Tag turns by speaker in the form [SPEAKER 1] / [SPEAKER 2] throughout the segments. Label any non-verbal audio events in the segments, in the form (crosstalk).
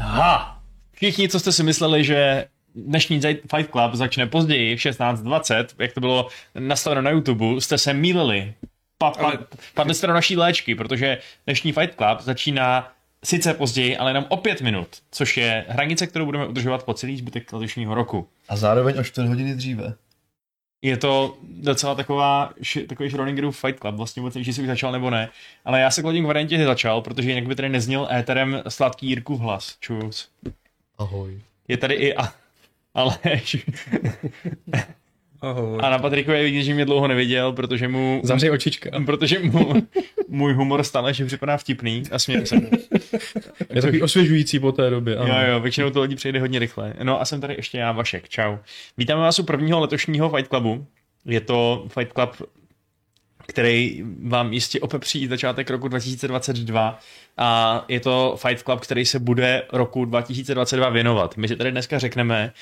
[SPEAKER 1] Aha. Všichni, co jste si mysleli, že dnešní Fight Club začne později v 16.20, jak to bylo nastaveno na YouTube, jste se mýlili. Pa, pa,
[SPEAKER 2] Ale-
[SPEAKER 1] padli jste do naší léčky, protože dnešní Fight Club začíná sice později, ale jenom o pět minut, což je hranice, kterou budeme udržovat po celý zbytek letošního roku.
[SPEAKER 3] A zároveň o 4 hodiny dříve.
[SPEAKER 1] Je to docela taková, ši, takový Schrodingerův Fight Club, vlastně vůbec nevíš, jestli už začal nebo ne. Ale já se kloním k variantě, že začal, protože jinak by tady nezněl éterem sladký Jirku hlas. Čus.
[SPEAKER 3] Ahoj.
[SPEAKER 1] Je tady i a, Aleš.
[SPEAKER 2] Ahoj.
[SPEAKER 1] A na Patriku je vidět, že mě dlouho neviděl, protože mu...
[SPEAKER 2] Zavřej očička.
[SPEAKER 1] Protože mu, můj humor stále že připadá vtipný a směju se. mu.
[SPEAKER 2] Je takový osvěžující po té době. Ano.
[SPEAKER 1] Jo, jo, většinou to lidi přejde hodně rychle. No a jsem tady ještě já, Vašek, čau. Vítáme vás u prvního letošního Fight Clubu. Je to Fight Club, který vám jistě opepří začátek roku 2022 a je to Fight Club, který se bude roku 2022 věnovat. My si tady dneska řekneme,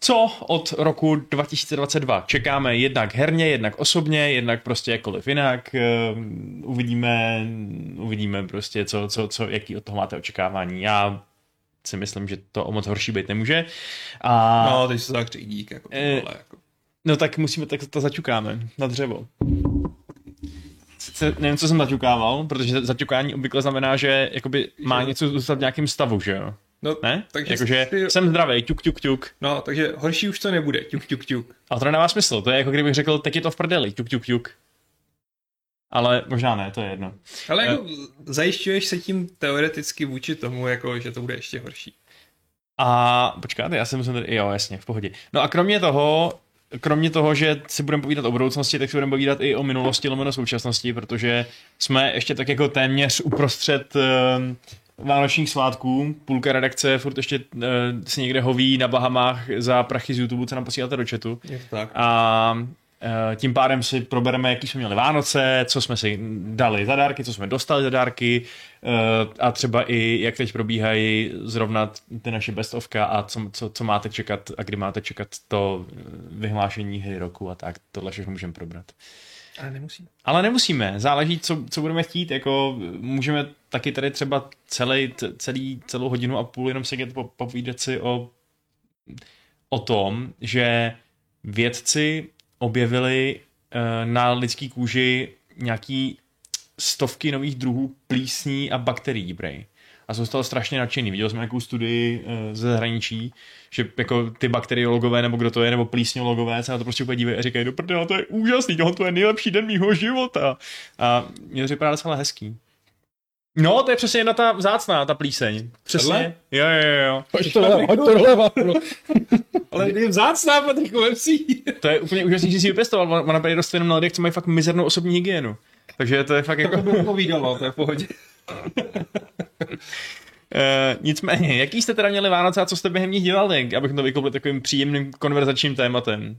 [SPEAKER 1] co od roku 2022 čekáme jednak herně, jednak osobně, jednak prostě jakkoliv jinak. Ehm, Uvidíme, uvidíme prostě, co, co, co, jaký od toho máte očekávání. Já si myslím, že to o moc horší být nemůže. A...
[SPEAKER 2] No, teď se tak dík, jako,
[SPEAKER 1] Eh.
[SPEAKER 2] ty vole, jako.
[SPEAKER 1] No tak musíme, tak to zaťukáme na dřevo. Sice nevím, co jsem zaťukával, protože zaťukání obvykle znamená, že jakoby má něco zůstat v nějakém stavu, že jo?
[SPEAKER 2] No,
[SPEAKER 1] Ne?
[SPEAKER 2] Takže
[SPEAKER 1] Jakože
[SPEAKER 2] si-
[SPEAKER 1] jsem zdravý, tuk, tuk, tuk.
[SPEAKER 2] No, takže horší už to nebude. Ťuk, ťuk, ťuk.
[SPEAKER 1] A to nedává smysl, to je jako kdybych řekl, teď je to v prdeli, tuk, tuk, tuk. Ale možná ne, to je jedno.
[SPEAKER 2] Ale jako zajišťuješ se tím teoreticky vůči tomu, jako, že to bude ještě horší.
[SPEAKER 1] A počkáte, já si musím tady, jo, jasně, v pohodě. No a kromě toho, kromě toho, že si budeme povídat o budoucnosti, tak si budeme povídat i o minulosti, lomeno současnosti, protože jsme ještě tak jako téměř uprostřed uh, vánočních svátků. Půlka redakce furt ještě uh, si někde hoví na Bahamách za prachy z YouTube, co nám posíláte do chatu.
[SPEAKER 2] Je to tak.
[SPEAKER 1] A eh, tím pádem si probereme, jaký jsme měli Vánoce, co jsme si dali za dárky, co jsme dostali za dárky eh, a třeba i jak teď probíhají zrovna ty naše bestovka a co, co, co máte čekat a kdy máte čekat to eh, vyhlášení hry roku a tak. Tohle všechno můžeme probrat.
[SPEAKER 2] Ale nemusí.
[SPEAKER 1] Ale nemusíme, záleží, co, co budeme chtít, jako můžeme taky tady třeba celý, c- celý, celou hodinu a půl jenom sedět po- povídat si o, o tom, že vědci objevili eh, na lidský kůži nějaký stovky nových druhů plísní a bakterií, brej. A jsou z toho strašně nadšený. Viděl jsem nějakou studii eh, ze zahraničí, že jako ty bakteriologové, nebo kdo to je, nebo plísňologové se na to prostě úplně dívají a říkají, do prdela, to je úžasný, tohle to je nejlepší den mýho života. A mě to připadá docela hezký. No, to je přesně jedna ta vzácná, ta plíseň. Přesně.
[SPEAKER 2] Tohle?
[SPEAKER 1] Jo, jo, jo, jo.
[SPEAKER 2] Hoď
[SPEAKER 3] hoď to doleva.
[SPEAKER 2] Ale je vzácná, Patriku, vem si ji.
[SPEAKER 1] To je úplně úžasný, že si ji vypěstoval. Ona- Ona tady roste jenom na lidech, co mají fakt mizernou osobní hygienu. Takže to je fakt jako...
[SPEAKER 2] To by povídalo, to je v pohodě.
[SPEAKER 1] Eh, nicméně, jaký jste teda měli Vánoce a co jste během nich dělali, abychom to vykopli takovým příjemným konverzačním tématem?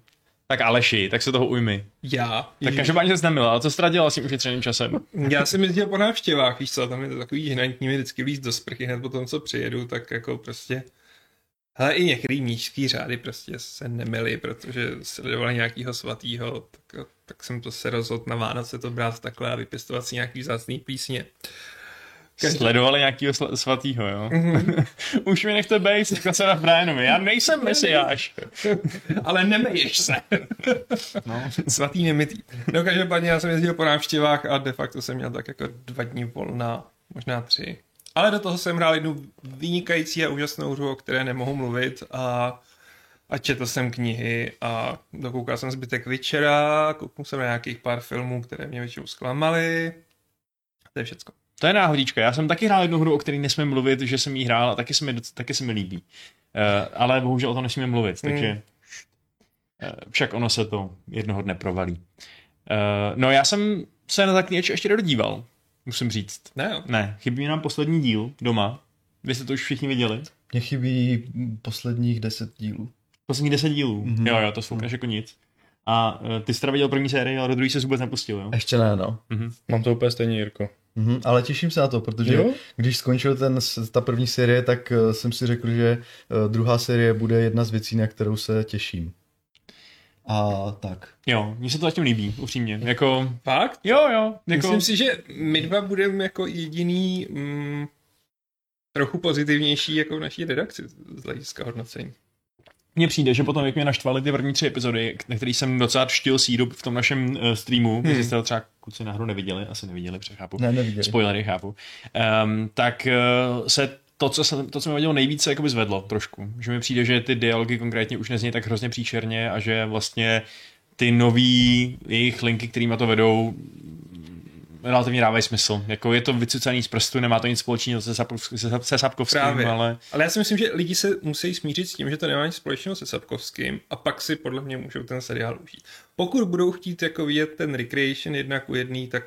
[SPEAKER 1] Tak Aleši, tak se toho ujmi.
[SPEAKER 2] Já.
[SPEAKER 1] Tak každopádně se nemila, ale co jsi teda dělal s tím ušetřeným časem?
[SPEAKER 2] Já jsem jezdil po návštěvách, víš co, a tam je to takový hnantní mi vždycky líst do sprchy hned po tom, co přijedu, tak jako prostě... Hele, i některý mnížský řády prostě se nemily, protože sledovali nějakýho svatýho, tak, tak jsem to se rozhodl na Vánoce to brát takhle a vypěstovat si nějaký vzácný písně. Každý-
[SPEAKER 1] Sledovali nějakýho sl- svatýho, jo? (laughs) Už mi nechte bejt, řekla se na Brianovi, já nejsem mesiáš.
[SPEAKER 2] Ale nemeješ se. (laughs)
[SPEAKER 1] No.
[SPEAKER 2] Svatý nemitý. No každopádně já jsem jezdil po návštěvách a de facto jsem měl tak jako dva dní volna, možná tři. Ale do toho jsem hrál jednu vynikající a úžasnou hru, o které nemohu mluvit a, a četl jsem knihy a dokoukal jsem zbytek večera, kouknul jsem na nějakých pár filmů, které mě většinou zklamaly. To je všecko.
[SPEAKER 1] To je náhodička, já jsem taky hrál jednu hru, o které nesmím mluvit, že jsem ji hrál a taky se mi, doc- taky se mi líbí. Eh, ale bohužel o tom nesmíme mluvit, takže
[SPEAKER 2] Hmm.
[SPEAKER 1] eh, však ono se to jednoho dne provalí. Eh, no já jsem se na zaklínač ještě dodíval, musím říct.
[SPEAKER 2] Ne, jo.
[SPEAKER 1] Ne, chybí nám poslední díl doma. Vy jste to už všichni viděli.
[SPEAKER 3] Mně chybí mm, posledních 10 dílů.
[SPEAKER 1] Poslední 10 dílů.
[SPEAKER 3] Mhm.
[SPEAKER 1] Jo, jo, to sfoukneš jako nic. A eh, ty jsi teda viděl první sérii, ale do druhé se vůbec nepustil, jo?
[SPEAKER 3] Ještě ne, no.
[SPEAKER 4] Mám to úplně stejně, Jirko.
[SPEAKER 3] Mhm, ale těším se na to, protože
[SPEAKER 4] Jo?
[SPEAKER 3] když skončil ten, s- ta první série, tak eh, jsem si řekl, že eh, druhá série bude jedna z věcí, na kterou se těším. A tak.
[SPEAKER 1] Jo, mně se to zatím líbí, upřímně. Jako,
[SPEAKER 2] Fakt?
[SPEAKER 1] jo, jo, jako,
[SPEAKER 2] Myslím si, že my dva budeme jako jediný mm, trochu pozitivnější jako v naší redakci z hlediska hodnocení.
[SPEAKER 1] Mně přijde, že potom, jak mě naštvaly ty první tři epizody, na který jsem docela štil síru v tom našem uh, streamu, hmm. jestli jste to třeba kluci na hru neviděli, asi neviděli, přechápu.
[SPEAKER 3] Ne, neviděli.
[SPEAKER 1] Spoilery, chápu. Um, tak uh, se to, co, se, to, co mi vadilo nejvíce, jakoby zvedlo trošku. Že mi přijde, že ty dialogy konkrétně už nezní tak hrozně příšerně a že vlastně ty nový jejich linky, kterými to vedou, relativně dávají smysl. Jako je to vycucaný z prstu, nemá to nic společného se, Sapkov, se, se Sapkovským,
[SPEAKER 2] Právě.
[SPEAKER 1] ale...
[SPEAKER 2] Ale já si myslím, že lidi se musí smířit s tím, že to nemá nic společného se Sapkovským a pak si podle mě můžou ten seriál užít. Pokud budou chtít jako vidět ten Recreation jedna ku jedný, tak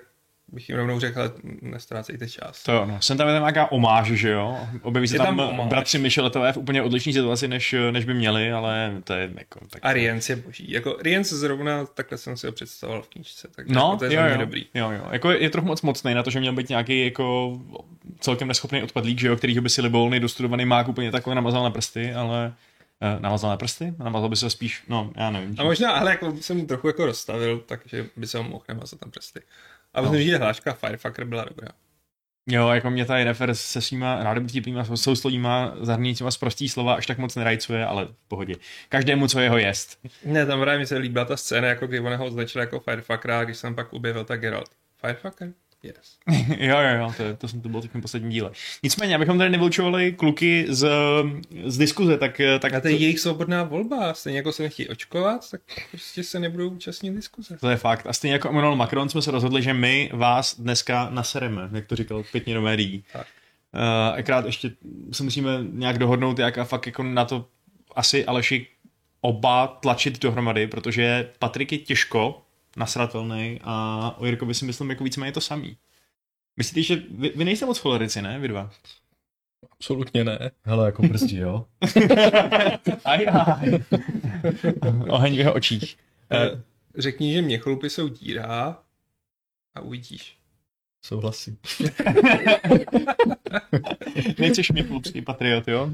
[SPEAKER 2] bych jim rovnou řekl, ale nestrácejte čas.
[SPEAKER 1] To jo, no. Jsem tam je tam nějaká omáž, že jo? Objeví se
[SPEAKER 2] Je
[SPEAKER 1] tam,
[SPEAKER 2] tam
[SPEAKER 1] tam
[SPEAKER 2] omáž.
[SPEAKER 1] bratři Micheletové v úplně odlišné situaci, než, než by měli, ale to je jako... Tak...
[SPEAKER 2] A Rience je boží. Jako Rience zrovna takhle jsem si ho představoval v knížce, takže jako
[SPEAKER 1] No,
[SPEAKER 2] to je
[SPEAKER 1] jo,
[SPEAKER 2] za mě
[SPEAKER 1] jo.
[SPEAKER 2] dobrý.
[SPEAKER 1] jo, jo. Jako je, je trochu moc mocný na to, že měl být nějaký jako celkem neschopný odpadlík, že jo, kterýho by si libovolný dostudovaný mák úplně takhle namazal na prsty, ale eh, namazal na prsty? Namazal by se spíš, no, já nevím.
[SPEAKER 2] A možná, ale jako jsem mu trochu jako rozstavil, takže by se ho mohl nemazat tam prsty. A myslím, že hláška Firefucker byla dobrá.
[SPEAKER 1] Jo, jako mě tady refer se svýma rádoby vtipnýma sou- souslovíma zahrnujícíma z prostý slova až tak moc nerajcuje, ale v pohodě. Každému, co jeho jest.
[SPEAKER 2] Ne, tam právě mi se líbila ta scéna, jako kdy ona ho označila jako Firefuckera, a když jsem pak objevil, tak Geralt. Firefucker? Yes.
[SPEAKER 1] (laughs) jo, jo, jo, to, je- to, jsem to bylo teď v posledním díle. Nicméně, abychom tady nevylučovali kluky z, z diskuze, tak, eh, tak
[SPEAKER 2] A to je jejich svobodná volba, stejně jako se nechtějí očkovat, tak prostě se nebudou účastnit diskuze.
[SPEAKER 1] To je fakt. A stejně jako Emmanuel Macron jsme se rozhodli, že my vás dneska nasereme, jak to říkal pěkně do médií.
[SPEAKER 2] Tak.
[SPEAKER 1] Uh, akrát ještě se musíme nějak dohodnout, jak a fakt jako na to asi Aleši oba tlačit dohromady, protože Patrik je těžko nasratelný a o Jirkovi si myslím jako víceméně to samý. Myslíte, že vy, vy nejste moc cholerici, ne? Vy dva.
[SPEAKER 4] Absolutně ne.
[SPEAKER 3] Hele, jako prstí, jo? (laughs)
[SPEAKER 1] Aj, aj. Oheň v jeho očích.
[SPEAKER 2] Eh, Řekni, že mě chlupy jsou díra a uvidíš.
[SPEAKER 3] Souhlasím.
[SPEAKER 1] Nejceš mi klubský patriot, jo?
[SPEAKER 3] Uh,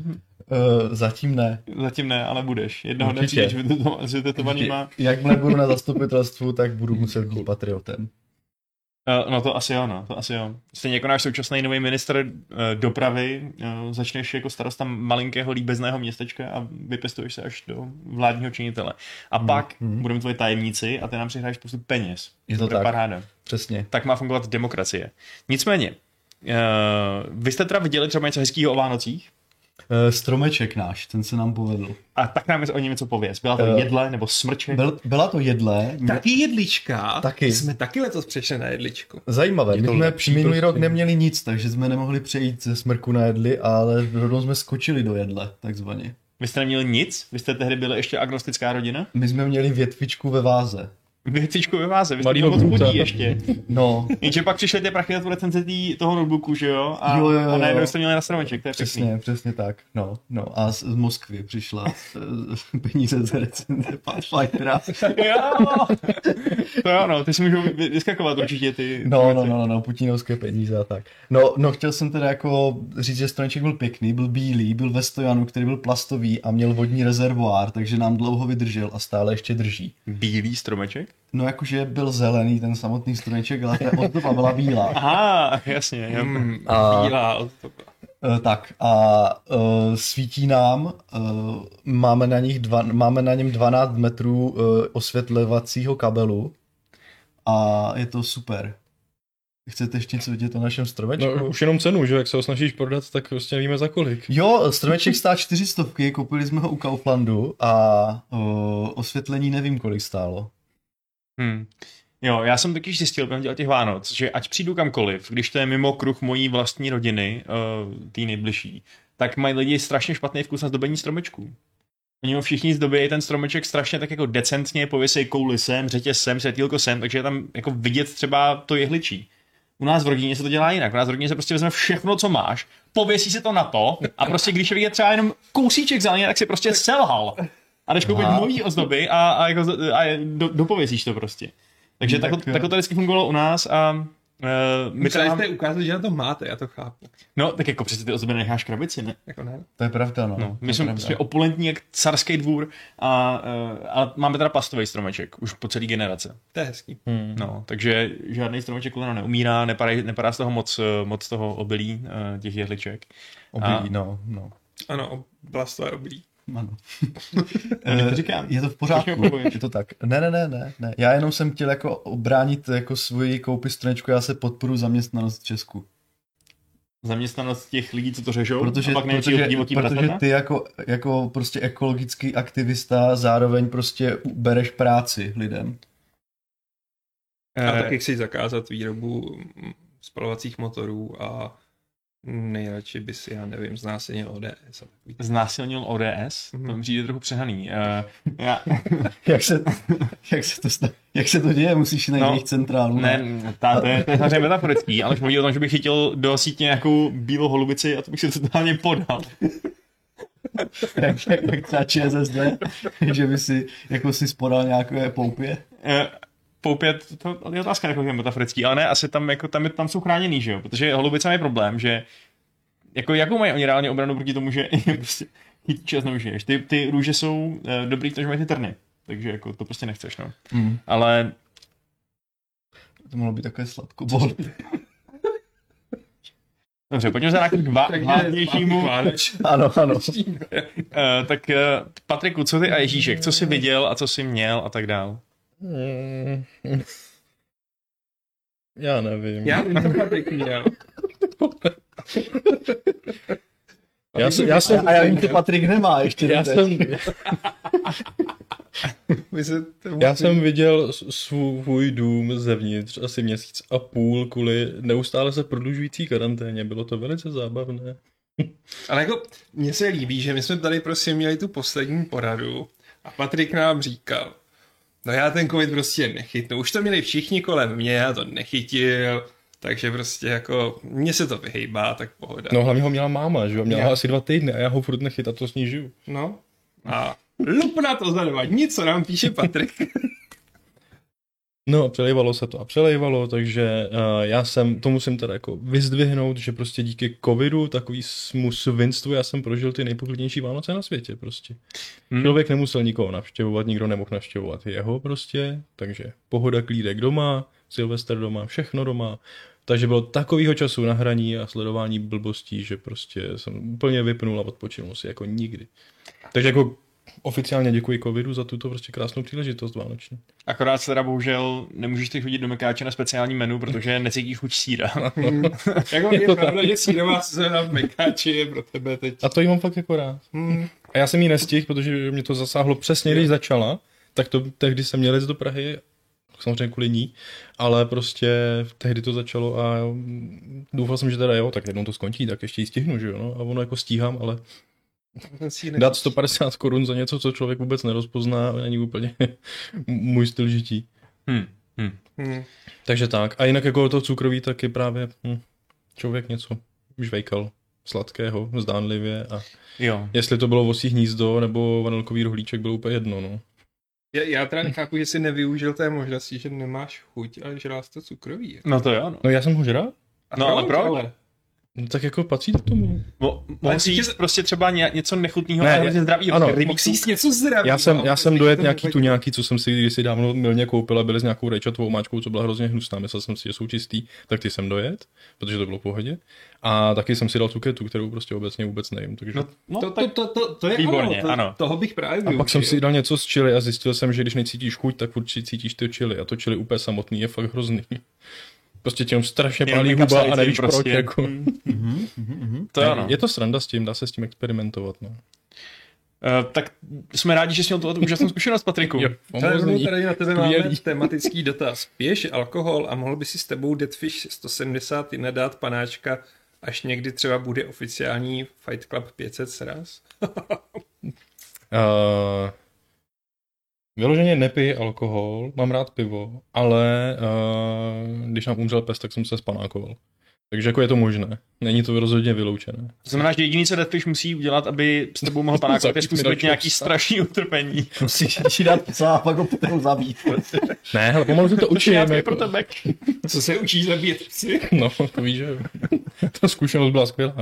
[SPEAKER 3] zatím ne.
[SPEAKER 1] Zatím ne, ale budeš. Jednoho dne
[SPEAKER 3] Určitě.
[SPEAKER 1] přijdeš vyteto- s vytetovanýma.
[SPEAKER 3] Jakmile budu na zastupitelstvu, tak budu muset být patriotem.
[SPEAKER 1] Eh, No to asi jo, no, to asi jo. Stejně jako náš současný nový minister eh, dopravy, eh, začneš jako starosta malinkého líbezného městečka a vypestuješ se až do vládního činitele. A pak
[SPEAKER 3] hmm.
[SPEAKER 1] budeme tvoji tajemníci a ty nám přihráš spoustu peněz.
[SPEAKER 3] Je to
[SPEAKER 1] Bude
[SPEAKER 3] tak.
[SPEAKER 1] Paráda.
[SPEAKER 3] Přesně.
[SPEAKER 1] Tak má fungovat demokracie. Nicméně, eh, vy jste teda viděli třeba něco hezkého o Vánocích
[SPEAKER 3] Uh, stromeček náš, ten se nám povedl.
[SPEAKER 1] a tak nám o něm něco pověz. Byla to
[SPEAKER 3] Eh, no.
[SPEAKER 1] jedle nebo smrček?
[SPEAKER 3] Byl, byla to jedle.
[SPEAKER 2] Taky jedlička.
[SPEAKER 3] Taky.
[SPEAKER 2] Jsme taky letos přešli na jedličku.
[SPEAKER 3] Zajímavé, my
[SPEAKER 4] to
[SPEAKER 3] jsme
[SPEAKER 4] lepší prostě.
[SPEAKER 3] minulý
[SPEAKER 4] prostředí.
[SPEAKER 3] rok neměli nic, takže jsme nemohli přejít ze smrku na jedli, ale rovnou jsme skočili do jedle, takzvaně.
[SPEAKER 1] Vy jste neměli nic? Vy jste tehdy byli ještě agnostická rodina?
[SPEAKER 3] My jsme měli větvičku ve váze.
[SPEAKER 1] Věcičku ve váze, vy jste
[SPEAKER 4] Malýho
[SPEAKER 1] byli moc
[SPEAKER 4] Bruta.
[SPEAKER 1] chudí ještě.
[SPEAKER 4] (laughs)
[SPEAKER 3] No,
[SPEAKER 1] Jenže pak přišly ty prachy na tu recenzi tý- toho notebooku, že jo? A,
[SPEAKER 3] Jo, jo, jo,
[SPEAKER 1] a najednou
[SPEAKER 3] jo.
[SPEAKER 1] jste měli na stromeček, to je
[SPEAKER 3] přesně,
[SPEAKER 1] pěkný.
[SPEAKER 3] přesně tak. No, no. A z, z Moskvy přišla eh, (laughs) peníze z recenze
[SPEAKER 4] (laughs)
[SPEAKER 3] Pathfindera.
[SPEAKER 1] Jo! To jo, no, ty si můžou vy- vyskakovat určitě ty.
[SPEAKER 3] No,
[SPEAKER 1] ty
[SPEAKER 3] no,
[SPEAKER 1] věci.
[SPEAKER 3] no, no, no, putinovské peníze a tak. No, no, chtěl jsem teda jako říct, že stromček byl pěkný, byl bílý, byl ve stojanu, který byl plastový a měl vodní rezervoár, takže nám dlouho vydržel a stále ještě drží.
[SPEAKER 1] Bílý stromeček?
[SPEAKER 3] No jakože byl zelený ten samotný stromček, ale ta ozdoba
[SPEAKER 1] (laughs)
[SPEAKER 3] byla bílá.
[SPEAKER 1] Aha, jasně, jo.
[SPEAKER 2] Hmm,
[SPEAKER 3] A-
[SPEAKER 2] bílá ozdoba.
[SPEAKER 3] E, tak a e, svítí nám, e, máme, na nich dva, máme na něm 12 metrů e, osvětlevacího kabelu a je to super. Chcete ještě něco vidět o našem stromečku?
[SPEAKER 4] No, už jenom cenu, že jo, jak se ho snažíš prodat, tak prostě nevíme za kolik.
[SPEAKER 3] Jo, stromeček stál 400, koupili jsme ho u Kauflandu a o, osvětlení nevím, kolik stálo.
[SPEAKER 1] Hm. Jo, já jsem totiž zjistil během dělat těch Vánoc, že ať přijdu kamkoliv, když to je mimo kruh mojí vlastní rodiny, uh, tý nejbližší, tak mají lidi strašně špatný vkus na zdobení stromečků. Oni ho všichni zdobějí ten stromeček strašně tak jako decentně, pověsí kouli sem, řetězem, světýlko sem, takže je tam jako vidět třeba to jehličí. U nás v rodině se to dělá jinak. U nás v rodině se prostě vezme všechno, co máš, pověsí se to na to a prostě když je vidět třeba jenom kousíček zeleně, tak si prostě selhal. A jdeš koupit
[SPEAKER 3] Aha.
[SPEAKER 1] nový ozdoby a, a, jako, z- a do, dopověsíš to prostě. Takže
[SPEAKER 3] Tak
[SPEAKER 1] tak, takhle,
[SPEAKER 3] jo.
[SPEAKER 1] takhle to vždycky fungovalo u nás a Uh, my
[SPEAKER 2] My
[SPEAKER 1] tam,
[SPEAKER 2] tady jste ukázali, že na to máte, já to chápu.
[SPEAKER 1] no, tak jako přece ty o sobě necháš krabici, ne?
[SPEAKER 2] Jako ne?
[SPEAKER 3] To je pravda, no.
[SPEAKER 1] No,
[SPEAKER 3] To
[SPEAKER 1] my
[SPEAKER 3] je
[SPEAKER 1] jsme
[SPEAKER 3] pravda.
[SPEAKER 1] prostě opulentní jak carský dvůr a, eh, a máme teda plastový stromeček už po celý generace.
[SPEAKER 2] To je hezký.
[SPEAKER 3] Mhm.
[SPEAKER 4] Hmm.
[SPEAKER 1] No, takže žádný stromeček kolena neumírá, nepadá, nepadá z toho moc, eh, moc toho obilí eh, těch jehliček.
[SPEAKER 3] Obilí, no, no.
[SPEAKER 2] Ano, blastové oblí.
[SPEAKER 1] (laughs)
[SPEAKER 3] Ano. Eh,
[SPEAKER 1] Já říkám.
[SPEAKER 3] je to v
[SPEAKER 1] Proč
[SPEAKER 3] pořádku,
[SPEAKER 1] mě opravuješ?
[SPEAKER 3] je to tak. Ne, ne, ne, ne, ne. Já jenom jsem chtěl jako obránit jako svoji koupi straničku, já se podporu zaměstnanost v Česku.
[SPEAKER 1] Zaměstnanost těch lidí, co to řežou,
[SPEAKER 3] Protože,
[SPEAKER 1] a pak
[SPEAKER 3] protože,
[SPEAKER 1] největší divoký
[SPEAKER 3] protože
[SPEAKER 1] prasata.
[SPEAKER 3] ty jako, jako prostě ekologický aktivista zároveň prostě bereš práci lidem.
[SPEAKER 2] A taky chci zakázat výrobu mm, spalovacích motorů a nejradši by si, já nevím, znásilnil ODS. A takový.
[SPEAKER 1] Znásilnil ODS,
[SPEAKER 2] Mhm.
[SPEAKER 1] to mi přijde trochu přehaný. Eh,
[SPEAKER 3] (laughs)
[SPEAKER 1] já, (laughs)
[SPEAKER 3] Jak se, jak se, to, sta- jak se to děje? Musíš najít
[SPEAKER 1] No,
[SPEAKER 3] jejich centrálu. (laughs)
[SPEAKER 1] ne, ta, to je to je samozřejmě metaforický, ale už mluví o tom, že bych chytil do sítě nějakou bílou holubici a to bych si totálně podal.
[SPEAKER 3] Jak, jak, jak
[SPEAKER 1] (laughs)
[SPEAKER 3] třeba ČSSD, že by si, jako si spodal nějaké poupě.
[SPEAKER 1] Eh, Poupět, to je otázka, jako je metaforický, ale ne, asi tam, jako, tam, je- tam jsou chráněný, že jo? Protože holubice mají problém, že jako, jakou mají oni reálně obranu proti tomu, že (laughs) prostě chytíš a zneužiješ. Ty, ty růže jsou eh, dobrý, protože mají ty trny, takže jako, to prostě nechceš, no.
[SPEAKER 3] Hmm.
[SPEAKER 1] Ale
[SPEAKER 3] To mohlo být takové sladkobod.
[SPEAKER 1] dobře, pojďme za nějakým dva, vážnějšímu.
[SPEAKER 2] Vánoč.
[SPEAKER 3] Ano, (laughs) ano.
[SPEAKER 1] Eh, tak eh, Patriku, co ty a Ježíšek, co jsi viděl a co jsi měl a tak dál?
[SPEAKER 4] Hmm. Já nevím.
[SPEAKER 2] Já vím, co Patrik měl.
[SPEAKER 4] já jsem, já jsem,
[SPEAKER 3] A já vím, že Patrik nemá ještě.
[SPEAKER 4] já
[SPEAKER 3] doteď.
[SPEAKER 4] jsem,
[SPEAKER 2] Vy se tomu-
[SPEAKER 4] já jsem viděl s- svůj dům zevnitř asi měsíc a půl kvůli neustále se prodlužující karanténě. Bylo to velice zábavné.
[SPEAKER 2] Ale jako, mně se líbí, že my jsme tady prostě měli tu poslední poradu a Patrik nám říkal, no já ten covid prostě nechytnu, už to měli všichni kolem mě, já to nechytil, takže prostě jako, mně se to vyhejbá, tak pohoda.
[SPEAKER 4] No hlavně ho měla máma, že jo? Měla
[SPEAKER 2] Já.
[SPEAKER 4] ho asi dva týdny a já ho furt nechyt a to s ní žiju.
[SPEAKER 2] no. a lup na to za dva dní, co nám píše Patrik.
[SPEAKER 4] No, přelejvalo se to a přelejvalo, takže uh, já jsem, to musím teda jako vyzdvihnout, že prostě díky covidu, takový smu svinstvu, já jsem prožil ty nejpoklidnější Vánoce na světě prostě.
[SPEAKER 1] Hmm.
[SPEAKER 4] Hmm. Člověk nemusel nikoho navštěvovat, nikdo nemohl navštěvovat jeho prostě, takže pohoda, klídek doma, Silvester doma, všechno doma. Takže bylo takovýho času na hraní a sledování blbostí, že prostě jsem úplně vypnul a odpočinul si jako nikdy. Takže jako oficiálně děkuji covidu za tuto prostě krásnou příležitost vánoční.
[SPEAKER 1] Akorát se teda bohužel nemůžeš ty chodit do Mekáče na speciální menu, protože necítíš chuť síra. (laughs)
[SPEAKER 2] jako je
[SPEAKER 4] to
[SPEAKER 2] pravda, že sírová sezóna v Mekáči je pro tebe teď.
[SPEAKER 4] A to jí mám fakt jako rád.
[SPEAKER 2] Hmm.
[SPEAKER 4] A já jsem ji nestihl, protože mě to zasáhlo přesně, když začala, tak to tehdy jsem měl jít do Prahy, samozřejmě kvůli ní, ale prostě tehdy to začalo a doufal jsem, že teda jo, tak jednou to skončí, tak ještě ji stihnu, že jo, no? a ono jako stíhám, ale dát 150 korun za něco, co člověk vůbec nerozpozná, není úplně (laughs) můj styl žití.
[SPEAKER 1] Hmm.
[SPEAKER 2] Hmm.
[SPEAKER 4] Takže tak, a jinak jako to cukroví taky právě hm, člověk něco žvejkal sladkého, zdánlivě a
[SPEAKER 1] Jo.
[SPEAKER 4] Jestli to bylo vosí hnízdo nebo vanilkový rohlíček, bylo úplně jedno, no.
[SPEAKER 2] Já, já teda nechápu, že jsi nevyužil té možnosti, že nemáš chuť, ale že nás to cukroví.
[SPEAKER 1] No to jo, no.
[SPEAKER 4] No já jsem ho žral?
[SPEAKER 2] A
[SPEAKER 1] No, ale proč?
[SPEAKER 2] Ale?
[SPEAKER 4] No, tak jako patří to k tomu.
[SPEAKER 1] Mo-
[SPEAKER 2] Ale
[SPEAKER 1] mohl si jíst prostě třeba ně, něco nechutného,
[SPEAKER 4] Ne,
[SPEAKER 1] ale hrozně zdravýho.
[SPEAKER 4] ano.
[SPEAKER 1] Rybík
[SPEAKER 2] Mohl jsi jíst něco zdravého.
[SPEAKER 4] Já jsem, já jsem dojet
[SPEAKER 2] To
[SPEAKER 4] nějaký
[SPEAKER 2] nevadí.
[SPEAKER 4] tu nějaký, co jsem si kdysi dávno milně koupil a byly s nějakou rajčatovou máčkou, co byla hrozně hnusná. Myslel jsem si, že jsou čistý, tak ty jsem dojet, protože to bylo v pohodě. A taky jsem si dal cuketu, kterou prostě obecně vůbec nevím. Takže...
[SPEAKER 1] No, no
[SPEAKER 2] To,
[SPEAKER 1] to,
[SPEAKER 2] to, to, to, to je
[SPEAKER 1] Výborně,
[SPEAKER 2] ono, to,
[SPEAKER 1] ano.
[SPEAKER 2] toho bych právě
[SPEAKER 4] a
[SPEAKER 2] využil.
[SPEAKER 4] pak jsem si dal něco z čili a zjistil jsem, že když necítíš chuť, tak určitě cítíš ty čili. A to čili úplně samotný je fakt hrozný. Prostě tě jenom strašně
[SPEAKER 1] Jenom
[SPEAKER 4] pálí huba a
[SPEAKER 1] nekapsalicin
[SPEAKER 4] nevíš
[SPEAKER 1] prostě.
[SPEAKER 4] proč. Jako.
[SPEAKER 1] to no. je ono.
[SPEAKER 4] Je to sranda s tím, dá se s tím experimentovat. No.
[SPEAKER 1] Eh, tak jsme rádi, že jsi měl tuhle tu úžasnou zkušenost, Patriku.
[SPEAKER 4] Jo,
[SPEAKER 2] Ale rovnou
[SPEAKER 4] famózní.
[SPEAKER 2] no, tady na tebe
[SPEAKER 4] Skvělý.
[SPEAKER 2] máme tematický dotaz. Piješ alkohol a mohl by si s tebou Deadfish 171 dát panáčka, až někdy třeba bude oficiální Fight Club 500 sraz?
[SPEAKER 4] Uh, vyloženě nepij alkohol, mám rád pivo, eh, ale uh, když nám umřel pes, tak jsem se spanákoval. Takže jako je to možné. Není to rozhodně vyloučené.
[SPEAKER 1] To znamená, že jediný, co Deathwish musí udělat, aby s
[SPEAKER 2] (laughs)
[SPEAKER 1] tebou mohl panákovat, je
[SPEAKER 4] Zapít mi
[SPEAKER 1] způsobit
[SPEAKER 4] radši
[SPEAKER 1] nějaký
[SPEAKER 4] psa.
[SPEAKER 1] strašný utrpení.
[SPEAKER 3] Musíš
[SPEAKER 2] (laughs)
[SPEAKER 3] ti dát psa a pak ho potom zabít.
[SPEAKER 4] Ne, ale pomalu se to učím.
[SPEAKER 1] Já (laughs) to je
[SPEAKER 4] jako.
[SPEAKER 1] pro tebe.
[SPEAKER 2] Co se učíš zabíjet psy?
[SPEAKER 4] No, to víš, že jo. (laughs) Ta zkušenost byla skvělá.